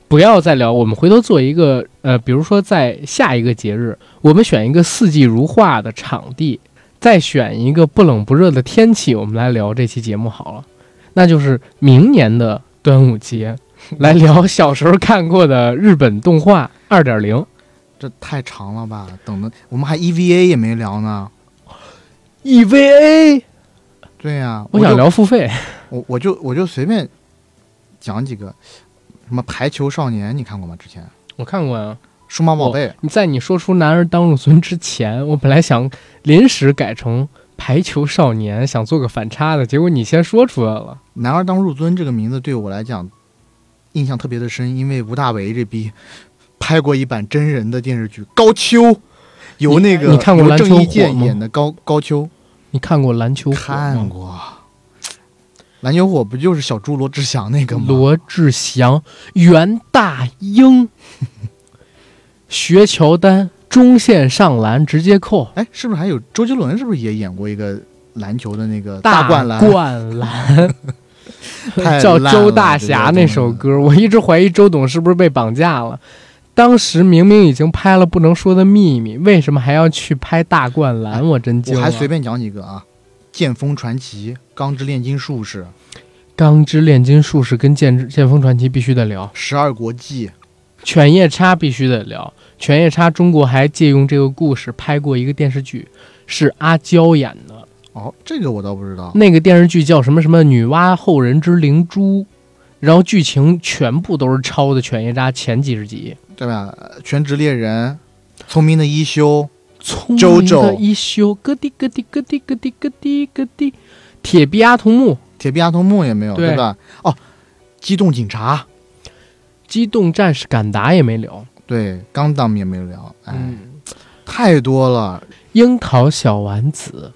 Speaker 1: 不要再聊，我们回头做一个呃，比如说在下一个节日，我们选一个四季如画的场地，再选一个不冷不热的天气，我们来聊这期节目好了。那就是明年的端午节，来聊小时候看过的日本动画二点零。
Speaker 3: 这太长了吧？等的我们还 EVA 也没聊呢。
Speaker 1: EVA，
Speaker 3: 对呀、
Speaker 1: E 我想
Speaker 3: 就，
Speaker 1: 聊付费。
Speaker 3: 我我就我就随便讲几个，什么《排球少年》你看过吗？之前《
Speaker 1: 我看过啊呀。
Speaker 3: 数码宝贝》
Speaker 1: 你在你说出“男儿当入樽”之前， 我本来想临时改成《排球少年》，想做个反差的，结果你先说出来了。
Speaker 3: 男儿当入樽这个名字对我来讲印象特别的深，因为吴大维这逼拍过一版真人的电视剧《高丘》，由那个
Speaker 1: 你看过
Speaker 3: 由
Speaker 1: 篮球
Speaker 3: 郑伊
Speaker 1: 火
Speaker 3: 健
Speaker 1: 吗
Speaker 3: 演的高高丘，
Speaker 1: 你看过篮球火
Speaker 3: 看
Speaker 1: 吗？
Speaker 3: 过。篮球火不就是小猪罗志祥那个吗？
Speaker 1: 罗志祥、袁大英、 学乔丹中线上篮直接扣，
Speaker 3: 哎，是不是还有周杰伦？是不是也演过一个篮球的那个灌
Speaker 1: 灌
Speaker 3: 篮？
Speaker 1: 灌篮
Speaker 3: 太
Speaker 1: 叫
Speaker 3: 烂
Speaker 1: 周
Speaker 3: 了
Speaker 1: 大
Speaker 3: 这个
Speaker 1: 侠
Speaker 3: 东
Speaker 1: 那
Speaker 3: 西
Speaker 1: 首歌，我一直怀疑周董是不是被绑架了。当时明明已经拍了《不能说的秘密》，为什么还要去拍大灌篮？我真惊
Speaker 3: 哎
Speaker 1: 了。
Speaker 3: 我还随便讲几个啊，《剑锋传奇》《钢之炼金术士》《
Speaker 1: 钢之炼金术士》跟剑之剑锋传奇必须得聊，
Speaker 3: 十二国记》
Speaker 1: 犬夜叉必须得聊。犬夜叉中国还借用这个故事拍过一个电视剧，是阿娇演的。
Speaker 3: 哦，这个我倒不知道。
Speaker 1: 那个电视剧叫什么什么《女娲后人之灵珠》，然后剧情全部都是抄的犬夜叉前几十集。
Speaker 3: 对吧？呃全职猎人、聪明的一休、
Speaker 1: 聪明的
Speaker 3: JoJo
Speaker 1: 一休，咯滴咯滴咯滴咯滴咯滴咯滴，铁臂阿童木，
Speaker 3: 铁臂阿童木也没有，
Speaker 1: 对
Speaker 3: 对吧？哦，机动警察，
Speaker 1: 机动战士敢达也没聊，
Speaker 3: 对，钢弹也没有聊，哎，
Speaker 1: 嗯，
Speaker 3: 太多了。
Speaker 1: 樱桃小丸子，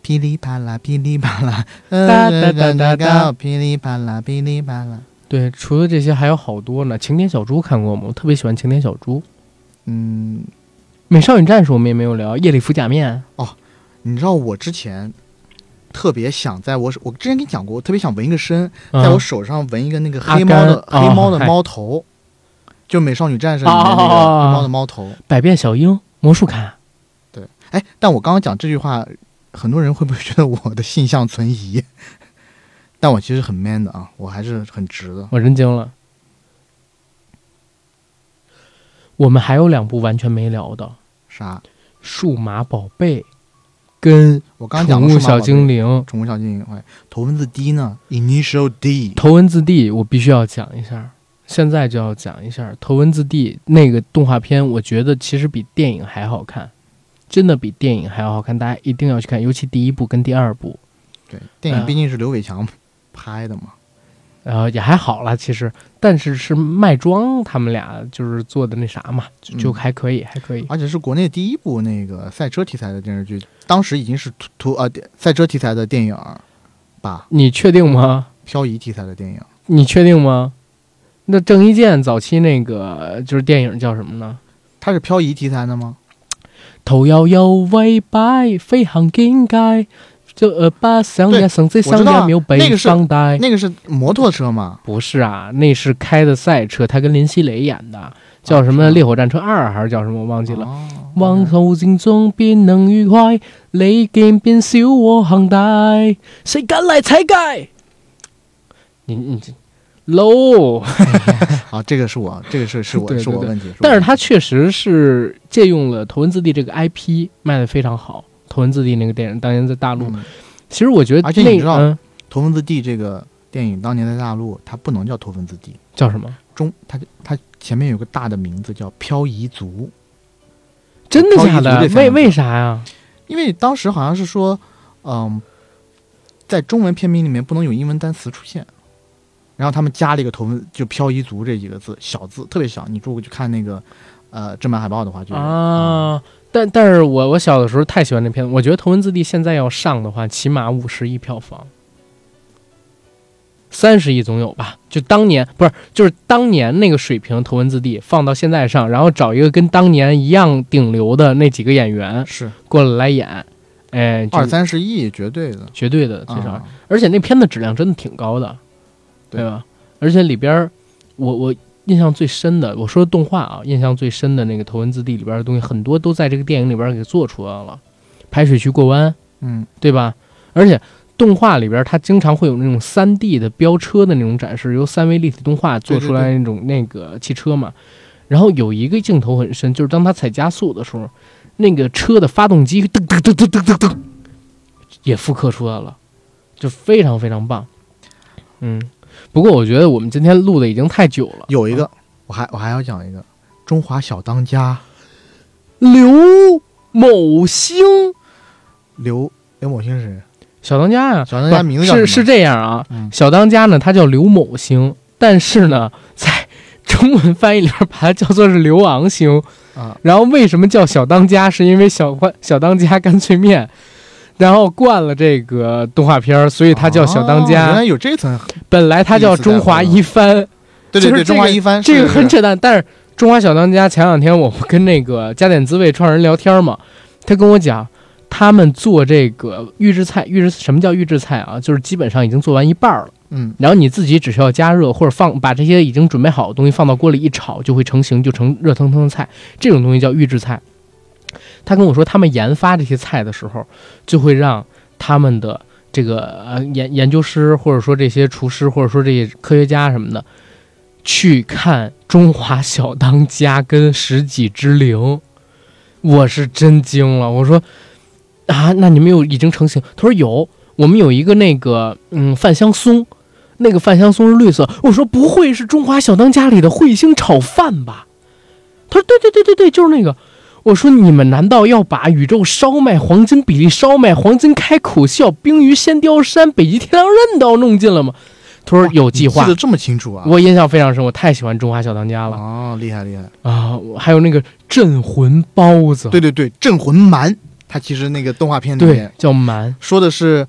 Speaker 3: 噼里啪啦，噼里啪啦，呃
Speaker 1: 哒哒哒哒哒
Speaker 3: 噼里啪啦，噼里啪啦。
Speaker 1: 对，除了这些还有好多呢。晴天小猪看过吗？我特别喜欢晴天小猪。
Speaker 3: 嗯，
Speaker 1: 美少女战士我们也没有聊，夜里服假面，
Speaker 3: 你知道我之前特别想在我手我之前跟你讲过，我特别想纹一个身，
Speaker 1: 嗯
Speaker 3: 在我手上纹一个那个
Speaker 1: 阿
Speaker 3: 黑猫的
Speaker 1: 甘哦
Speaker 3: 黑猫的
Speaker 1: 嗨
Speaker 3: 猫头，就美少女战士里面那个
Speaker 1: 哦哦哦哦
Speaker 3: 黑猫的猫头。
Speaker 1: 百变小樱、魔术卡，
Speaker 3: 哎，但我刚刚讲这句话，很多人会不会觉得我的性向存疑？ 但我其实很 man 的啊，我还是很直的。
Speaker 1: 我真惊了。我们还有两部完全没聊的，《
Speaker 3: 啥？
Speaker 1: 数码宝贝》跟《
Speaker 3: 我刚刚讲
Speaker 1: 宠
Speaker 3: 了
Speaker 1: 物
Speaker 3: 数码
Speaker 1: 小
Speaker 3: 宝贝
Speaker 1: 精，灵》。
Speaker 3: 宠物小精灵，哎，头文字 D 呢？Initial D，
Speaker 1: 头文字 D 我必须要讲一下，现在就要讲一下头文字 D 那个动画片，我觉得其实比电影还好看，真的比电影还要好看，大家一定要去看，尤其第一部跟第二部，
Speaker 3: 对，电影
Speaker 1: 啊
Speaker 3: 毕竟是刘伟强拍的嘛。
Speaker 1: 呃，也还好啦，其实，但是是麦庄他们俩就是做的那啥嘛，就
Speaker 3: 嗯
Speaker 1: 就还可以，还可以。
Speaker 3: 而且是国内第一部那个赛车题材的电视剧，当时已经是图图呃电赛车题材的电影儿吧，
Speaker 1: 你确定吗？
Speaker 3: 漂移题材的电影，
Speaker 1: 你确定吗？那郑伊健早期那个就是电影叫什么呢？
Speaker 3: 它是漂移题材的吗？
Speaker 1: 头摇摇，尾摆，飞行境界。就呃，把想
Speaker 3: 对
Speaker 1: 也生在
Speaker 3: 我
Speaker 1: 想
Speaker 3: 知道
Speaker 1: 也
Speaker 3: 啊
Speaker 1: 没有
Speaker 3: 那
Speaker 1: 北
Speaker 3: 个是
Speaker 1: 方呆。
Speaker 3: 那个是摩托车嘛？
Speaker 1: 不是啊，那是开的赛车，他跟林熙蕾演的。叫什
Speaker 3: 是
Speaker 1: 么
Speaker 3: 吗
Speaker 1: 《烈火战车二》还是叫什么，我忘记了。
Speaker 3: 哦
Speaker 1: 往后竞争变能愉快，你见变小我恒大，谁敢来踩界？你你这 low，
Speaker 3: 啊，这个是我，这个是是我
Speaker 1: 对对
Speaker 3: 是我
Speaker 1: 对
Speaker 3: 问题。我
Speaker 1: 但是它确实是借用了《头文字 D》这个 IP 卖的非常好，《头文字 D》那个电影当年在大陆，
Speaker 3: 嗯
Speaker 1: 其实我觉得
Speaker 3: 而且你
Speaker 1: 那
Speaker 3: 知道
Speaker 1: 嗯、
Speaker 3: 头文字 D》这个电影当年在大陆它不能叫头文字 D，
Speaker 1: 叫什么？
Speaker 3: 中它它前面有个大的名字叫漂移族，
Speaker 1: 真的
Speaker 3: 超一
Speaker 1: 假
Speaker 3: 族
Speaker 1: 的
Speaker 3: 这？
Speaker 1: 为
Speaker 3: 番名
Speaker 1: 为啥呀？
Speaker 3: 因为当时好像是说，嗯，在中文片名里面不能有英文单词出现，然后他们加了一个头文就漂移族这几个字，小字特别小，你如果去看那个呃正版海报的话，就是
Speaker 1: 啊，但但是我我小的时候太喜欢那片子，我觉得《头文字 D》现在要上的话，起码五十亿票房，三十亿总有吧？就当年不是，就是当年那个水平，《头文字 D》放到现在上，然后找一个跟当年一样顶流的那几个演员
Speaker 3: 是
Speaker 1: 过来来演，哎，就
Speaker 3: 二三十亿绝对的，
Speaker 1: 绝对的最少
Speaker 3: 啊，
Speaker 1: 而且那片子质量真的挺高的，
Speaker 3: 对
Speaker 1: 对吧？而且里边儿，我我印象最深的，我说动画啊，印象最深的那个《头文字 D》里边的东西，很多都在这个电影里边儿给做出来了，排水渠过弯，
Speaker 3: 嗯，
Speaker 1: 对吧？而且动画里边儿它经常会有那种三 D 的飙车的那种展示，由三维立体动画做出来那种那个汽车嘛。然后有一个镜头很深，就是当他踩加速的时候，那个车的发动机噔噔噔噔噔噔噔，也复刻出来了，就非常非常棒。嗯，不过我觉得我们今天录的已经太久了。
Speaker 3: 有一个我还我还要讲一个中华小当家
Speaker 1: 刘某星
Speaker 3: 刘刘某星是谁？
Speaker 1: 小当家呀、啊
Speaker 3: 小当家名字叫
Speaker 1: 是
Speaker 3: 什
Speaker 1: 是
Speaker 3: 么
Speaker 1: 这样啊，
Speaker 3: 嗯
Speaker 1: 小当家呢，他叫刘某星，但是呢， 在中文翻译里边把它叫做是刘昂星。
Speaker 3: 啊，
Speaker 1: 然后为什么叫小当家？是因为小小当家干脆面，然后灌了这个动画片儿，所以他叫小当
Speaker 3: 哦原
Speaker 1: 家。
Speaker 3: 来有这层，
Speaker 1: 本来他叫中华一番，
Speaker 3: 对
Speaker 1: 就
Speaker 3: 对
Speaker 1: 是这
Speaker 3: 对，中
Speaker 1: 个
Speaker 3: 华一番
Speaker 1: 这个
Speaker 3: 是
Speaker 1: 很扯淡。但是中华小当家前两天我们跟那个加点滋味创始人聊天嘛，他跟我讲。他们做这个预制菜，预制什么叫预制菜啊？就是基本上已经做完一半儿了。
Speaker 3: 嗯
Speaker 1: 然后你自己只需要加热或者放，把这些已经准备好的东西放到锅里一炒，就会成型，就成热腾腾的菜。这种东西叫预制菜。他跟我说，他们研发这些菜的时候，就会让他们的这个呃研研究师，或者说这些厨师，或者说这些科学家什么的，去看《中华小当家》跟《十几之灵》，我是真惊了。我说啊，那你们有已经成型？他说有，我们有一个那个嗯饭香松，那个饭香松是绿色。我说不会是《中华小当家》里的彗星炒饭吧？他说对对对对对，就是那个。我说你们难道要把宇宙烧麦、黄金比利烧麦、黄金开口笑、冰鱼仙雕山、北极天狼刃都要弄进了吗？他说有计划
Speaker 3: 哦记得，这么清楚啊，
Speaker 1: 我印象非常深，我太喜欢《中华小当家》了
Speaker 3: 哦，厉害厉害，
Speaker 1: 啊！我还有那个镇魂包子，
Speaker 3: 对对对，镇魂蛮，他其实那个动画片里
Speaker 1: 对
Speaker 3: 面，
Speaker 1: 叫蛮
Speaker 3: 说的是，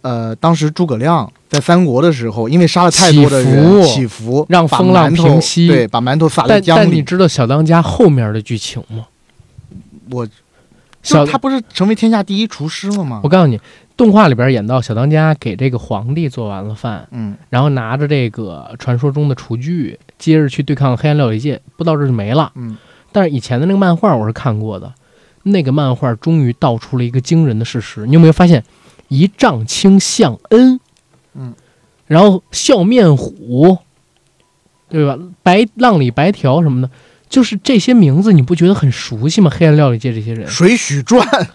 Speaker 3: 呃，当时诸葛亮在三国的时候，因为杀了太
Speaker 1: 起
Speaker 3: 多的人，
Speaker 1: 伏
Speaker 3: 起伏
Speaker 1: 让
Speaker 3: 把
Speaker 1: 风浪
Speaker 3: 馒头
Speaker 1: 平息
Speaker 3: 对，把馒头撒在
Speaker 1: 但
Speaker 3: 江
Speaker 1: 但你
Speaker 3: 里。
Speaker 1: 知道小当家后面的剧情吗？
Speaker 3: 我
Speaker 1: 小
Speaker 3: 就他不是成为天下第一厨师了吗
Speaker 1: 我？告诉你，动画里边演到小当家给这个皇帝做完了饭，
Speaker 3: 嗯，
Speaker 1: 然后拿着这个传说中的厨具，接着去对抗黑暗料理界，不到这儿就没了。
Speaker 3: 嗯，
Speaker 1: 但是以前的那个漫画我是看过的，那个漫画终于道出了一个惊人的事实，你有没有发现？一丈青向恩，
Speaker 3: 嗯，
Speaker 1: 然后笑面虎，对吧？白浪里白条什么的，就是这些名字，你不觉得很熟悉吗？黑暗料理界这些人，
Speaker 3: 水许传》《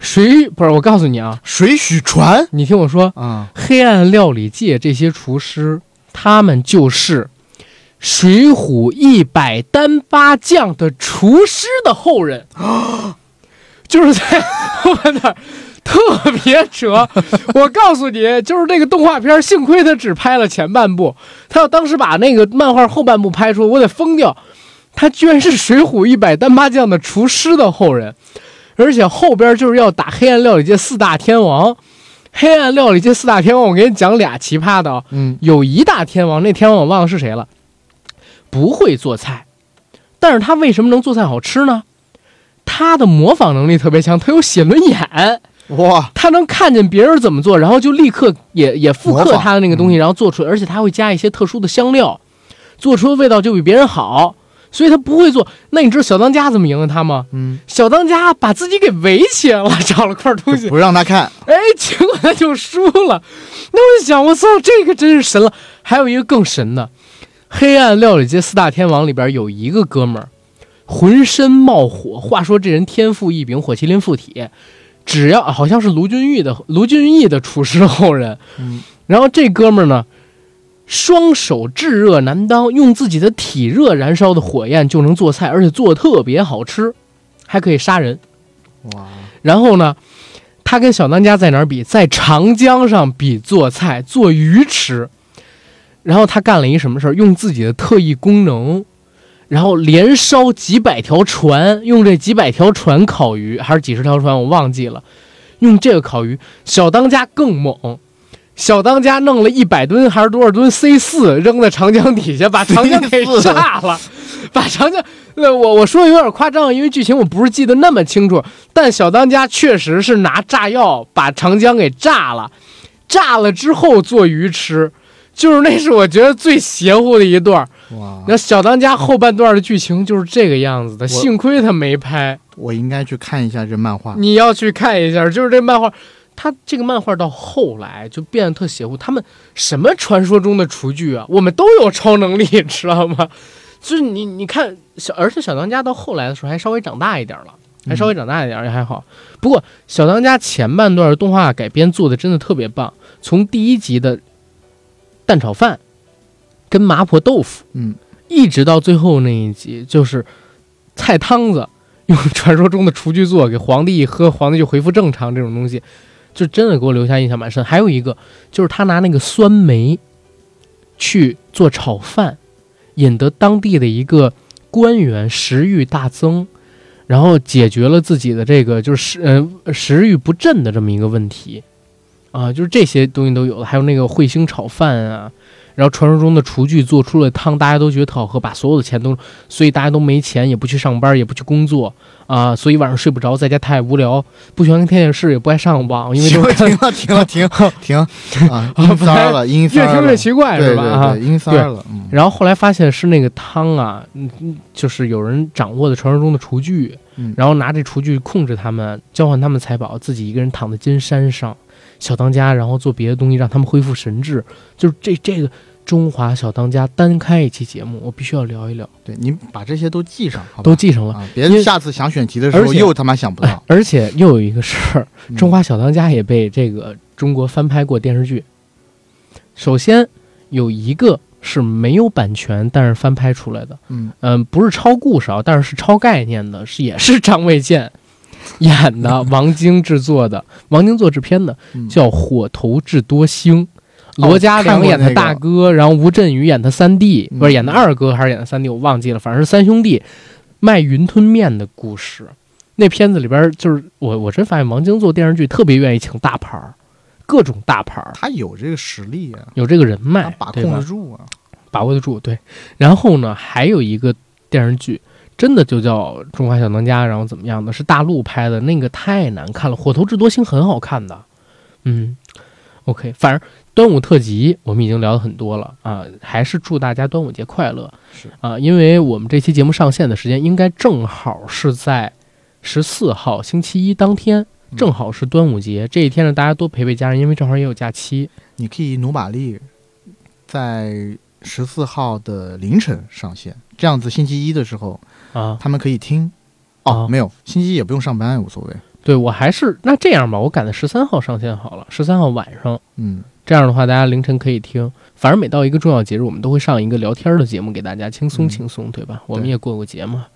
Speaker 1: 谁不是？我告诉你啊，
Speaker 3: 水许传》
Speaker 1: 你听我说，
Speaker 3: 啊，
Speaker 1: 黑暗料理界这些厨师，他们就是《水浒一百单八将》的厨师的后人， 就是在我那儿特别扯。 我告诉你，就是这个动画片，幸亏他只拍了前半部，他要当时把那个漫画后半部拍出，我得疯掉。他居然是《水浒一百单八将》的厨师的后人，而且后边就是要打黑暗料理界四大天王。黑暗料理界四大天王，我给你讲俩奇葩的啊、
Speaker 3: 嗯，
Speaker 1: 有一大天王，那天王我忘了是谁了，不会做菜，但是他为什么能做菜好吃呢？他的模仿能力特别强，他有写轮眼，
Speaker 3: 哇，
Speaker 1: 他能看见别人怎么做，然后就立刻也也复
Speaker 3: 模
Speaker 1: 刻
Speaker 3: 仿
Speaker 1: 他的那个东西，
Speaker 3: 嗯
Speaker 1: 然后做出来，而且他会加一些特殊的香料，做出的味道就比别人好。所以他不会做。那你知道小当家怎么赢了他吗？
Speaker 3: 嗯，
Speaker 1: 小当家把自己给围起来了，找了块东
Speaker 3: 就
Speaker 1: 西，
Speaker 3: 不让他看，
Speaker 1: 哎，结果他就输了。那我就想，我操，这个真是神了。还有一个更神的，《黑暗料理界四大天王》里边有一个哥们儿，浑身冒火。话说这人天赋异禀，火麒麟附体，只要好像是卢俊义的卢俊义的厨师后人。
Speaker 3: 嗯
Speaker 1: 然后这哥们儿呢，双手炙热难当，用自己的体热燃烧的火焰就能做菜，而且做的特别好吃，还可以杀人。
Speaker 3: 哇，
Speaker 1: 然后呢，他跟小当家在哪儿比？在长江上比做菜，做鱼吃。然后他干了一什么事儿？用自己的特异功能，然后连烧几百条船，用这几百条船烤鱼，还是几十条船，我忘记了。用这个烤鱼，小当家更猛。小当家弄了一百吨还是多少吨 C 四扔在长江底下，把长江给
Speaker 3: C4
Speaker 1: 炸了，把长江。那我我说有点夸张，因为剧情我不是记得那么清楚，但小当家确实是拿炸药把长江给炸了，炸了之后做鱼吃，就是那是我觉得最邪乎的一段儿。
Speaker 3: 哇，
Speaker 1: 那小当家后半段的剧情就是这个样子的，幸亏他没拍。
Speaker 3: 我应该去看一下这漫画。
Speaker 1: 你要去看一下，就是这漫画，它这个漫画到后来就变得特邪乎。他们什么传说中的厨具啊，我们都有超能力，知道吗？就是你你看小，而且小当家到后来的时候还稍微长大一点了，还稍微长大一点也还好。不过小当家前半段动画改编做的真的特别棒，从第一集的蛋炒饭跟麻婆豆腐。
Speaker 3: 嗯，
Speaker 1: 一直到最后那一集，就是菜汤子用传说中的厨具做，给皇帝一喝，皇帝就恢复正常这种东西，就真的给我留下印象蛮深。还有一个就是他拿那个酸梅去做炒饭，引得当地的一个官员食欲大增，然后解决了自己的这个就是食呃食欲不振的这么一个问题。啊，就是这些东西都有了，还有那个彗星炒饭啊，然后传说中的厨具做出了汤，大家都觉得特好喝，把所有的钱都，所以大家都没钱，也不去上班，也不去工作啊、所以晚上睡不着，在家太无聊，不喜欢看电视，也不爱上网，因为
Speaker 3: 停
Speaker 1: 都
Speaker 3: 了
Speaker 1: 看
Speaker 3: 停了 停了停了停啊！阴三儿了，阴
Speaker 1: 越
Speaker 3: 三儿
Speaker 1: 听
Speaker 3: 了，
Speaker 1: 越奇怪，
Speaker 3: 对
Speaker 1: 是吧？啊
Speaker 3: 对对，阴三儿了，嗯，
Speaker 1: 然后后来发现是那个汤啊，嗯，嗯就是有人掌握的传说中的厨具，
Speaker 3: 嗯
Speaker 1: 然后拿这厨具控制他们，交换他们财宝，自己一个人躺在金山上，小当家，然后做别的东西让他们恢复神智，就是这这个中华小当家单开一期节目，我必须要聊一聊，
Speaker 3: 对，你把这些都记上，好吧？
Speaker 1: 都记上了。
Speaker 3: 啊，别
Speaker 1: 因为
Speaker 3: 下次想选题的时
Speaker 1: 而
Speaker 3: 候
Speaker 1: 且
Speaker 3: 又他妈想不
Speaker 1: 哎
Speaker 3: 到。，
Speaker 1: 而且又有一个事儿，《
Speaker 3: 嗯
Speaker 1: 中华小当家》也被这个中国翻拍过电视剧。首先有一个是没有版权，但是翻拍出来的，
Speaker 3: 嗯，
Speaker 1: 嗯，不是超故事啊，但是是超概念的，是也是张卫健演的，王晶制作的，王晶做制片的，
Speaker 3: 嗯
Speaker 1: 叫《火头智多星》，
Speaker 3: 哦
Speaker 1: 罗嘉良演的
Speaker 3: 看过那
Speaker 1: 大
Speaker 3: 个
Speaker 1: 哥，然后吴镇宇演他三弟，
Speaker 3: 嗯
Speaker 1: 不是演的二哥还是演的三弟，我忘记了，反正是三兄弟卖云吞面的故事。那片子里边就是我，我真发现王晶做电视剧特别愿意请大牌儿，各种大牌儿，
Speaker 3: 他有这个实力啊，
Speaker 1: 有这个人
Speaker 3: 他
Speaker 1: 脉，
Speaker 3: 把
Speaker 1: 哎对
Speaker 3: 控
Speaker 1: 吧
Speaker 3: 得住啊。
Speaker 1: 把握得住。对，然后呢，还有一个电视剧，真的就叫《中华小当家》，然后怎么样的？是大陆拍的，那个太难看了，《火头智多星》很好看的。嗯，OK，反正端午特辑我们已经聊了很多了啊，还是祝大家端午节快乐。
Speaker 3: 是
Speaker 1: 啊，因为我们这期节目上线的时间应该正好是在十四号星期一当天。
Speaker 3: 嗯
Speaker 1: 正好是端午节这一天呢，大家多陪陪家人，因为正好也有假期。
Speaker 3: 你可以努把力在十四号的凌晨上线，这样子星期一的时候
Speaker 1: 啊
Speaker 3: 他们可以听。
Speaker 1: 啊
Speaker 3: 哦，没有，星期一也不用上班，无所谓。
Speaker 1: 对我还是那这样吧，我赶在十三号上线好了，十三号晚上，
Speaker 3: 嗯，
Speaker 1: 这样的话大家凌晨可以听。反正每到一个重要节日，我们都会上一个聊天的节目给大家轻松
Speaker 3: 嗯
Speaker 1: 轻松，对吧？我们也过过节嘛，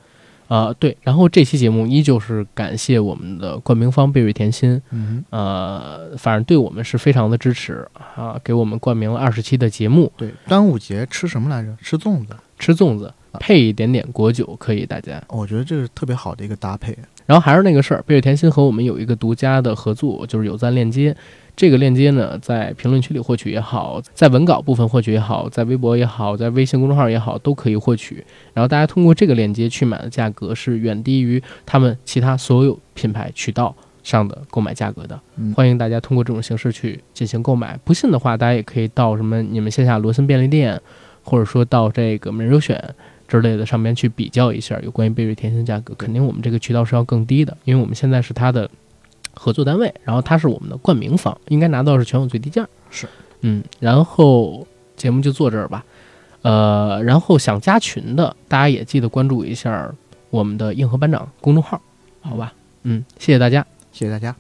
Speaker 1: 啊、对。然后这期节目依旧是感谢我们的冠名方贝瑞甜心，
Speaker 3: 嗯哼，
Speaker 1: 呃，反正对我们是非常的支持啊，给我们冠名了二十期的节目，
Speaker 3: 对，端午节吃什么来着？吃粽子，
Speaker 1: 吃粽子配一点点果酒可以，大家。
Speaker 3: 我觉得这是特别好的一个搭配。
Speaker 1: 然后还是那个事儿，贝瑞甜心和我们有一个独家的合作，就是有赞链接。这个链接呢，在评论区里获取也好，在文稿部分获取也好，在微博也好，在微信公众号也好，都可以获取。然后大家通过这个链接去买的价格是远低于他们其他所有品牌渠道上的购买价格的。
Speaker 3: 嗯，
Speaker 1: 欢迎大家通过这种形式去进行购买。不信的话，大家也可以到什么你们线下罗森便利店，或者说到这个每日优选之类的上面去比较一下有关于贝瑞甜心价格，肯定我们这个渠道是要更低的，因为我们现在是它的合作单位，然后它是我们的冠名方，应该拿到是全网最低价。
Speaker 3: 是，
Speaker 1: 嗯，然后节目就做这儿吧。呃，然后想加群的，大家也记得关注一下我们的硬核班长公众号，好吧？嗯，谢谢大家。
Speaker 3: 谢谢大家。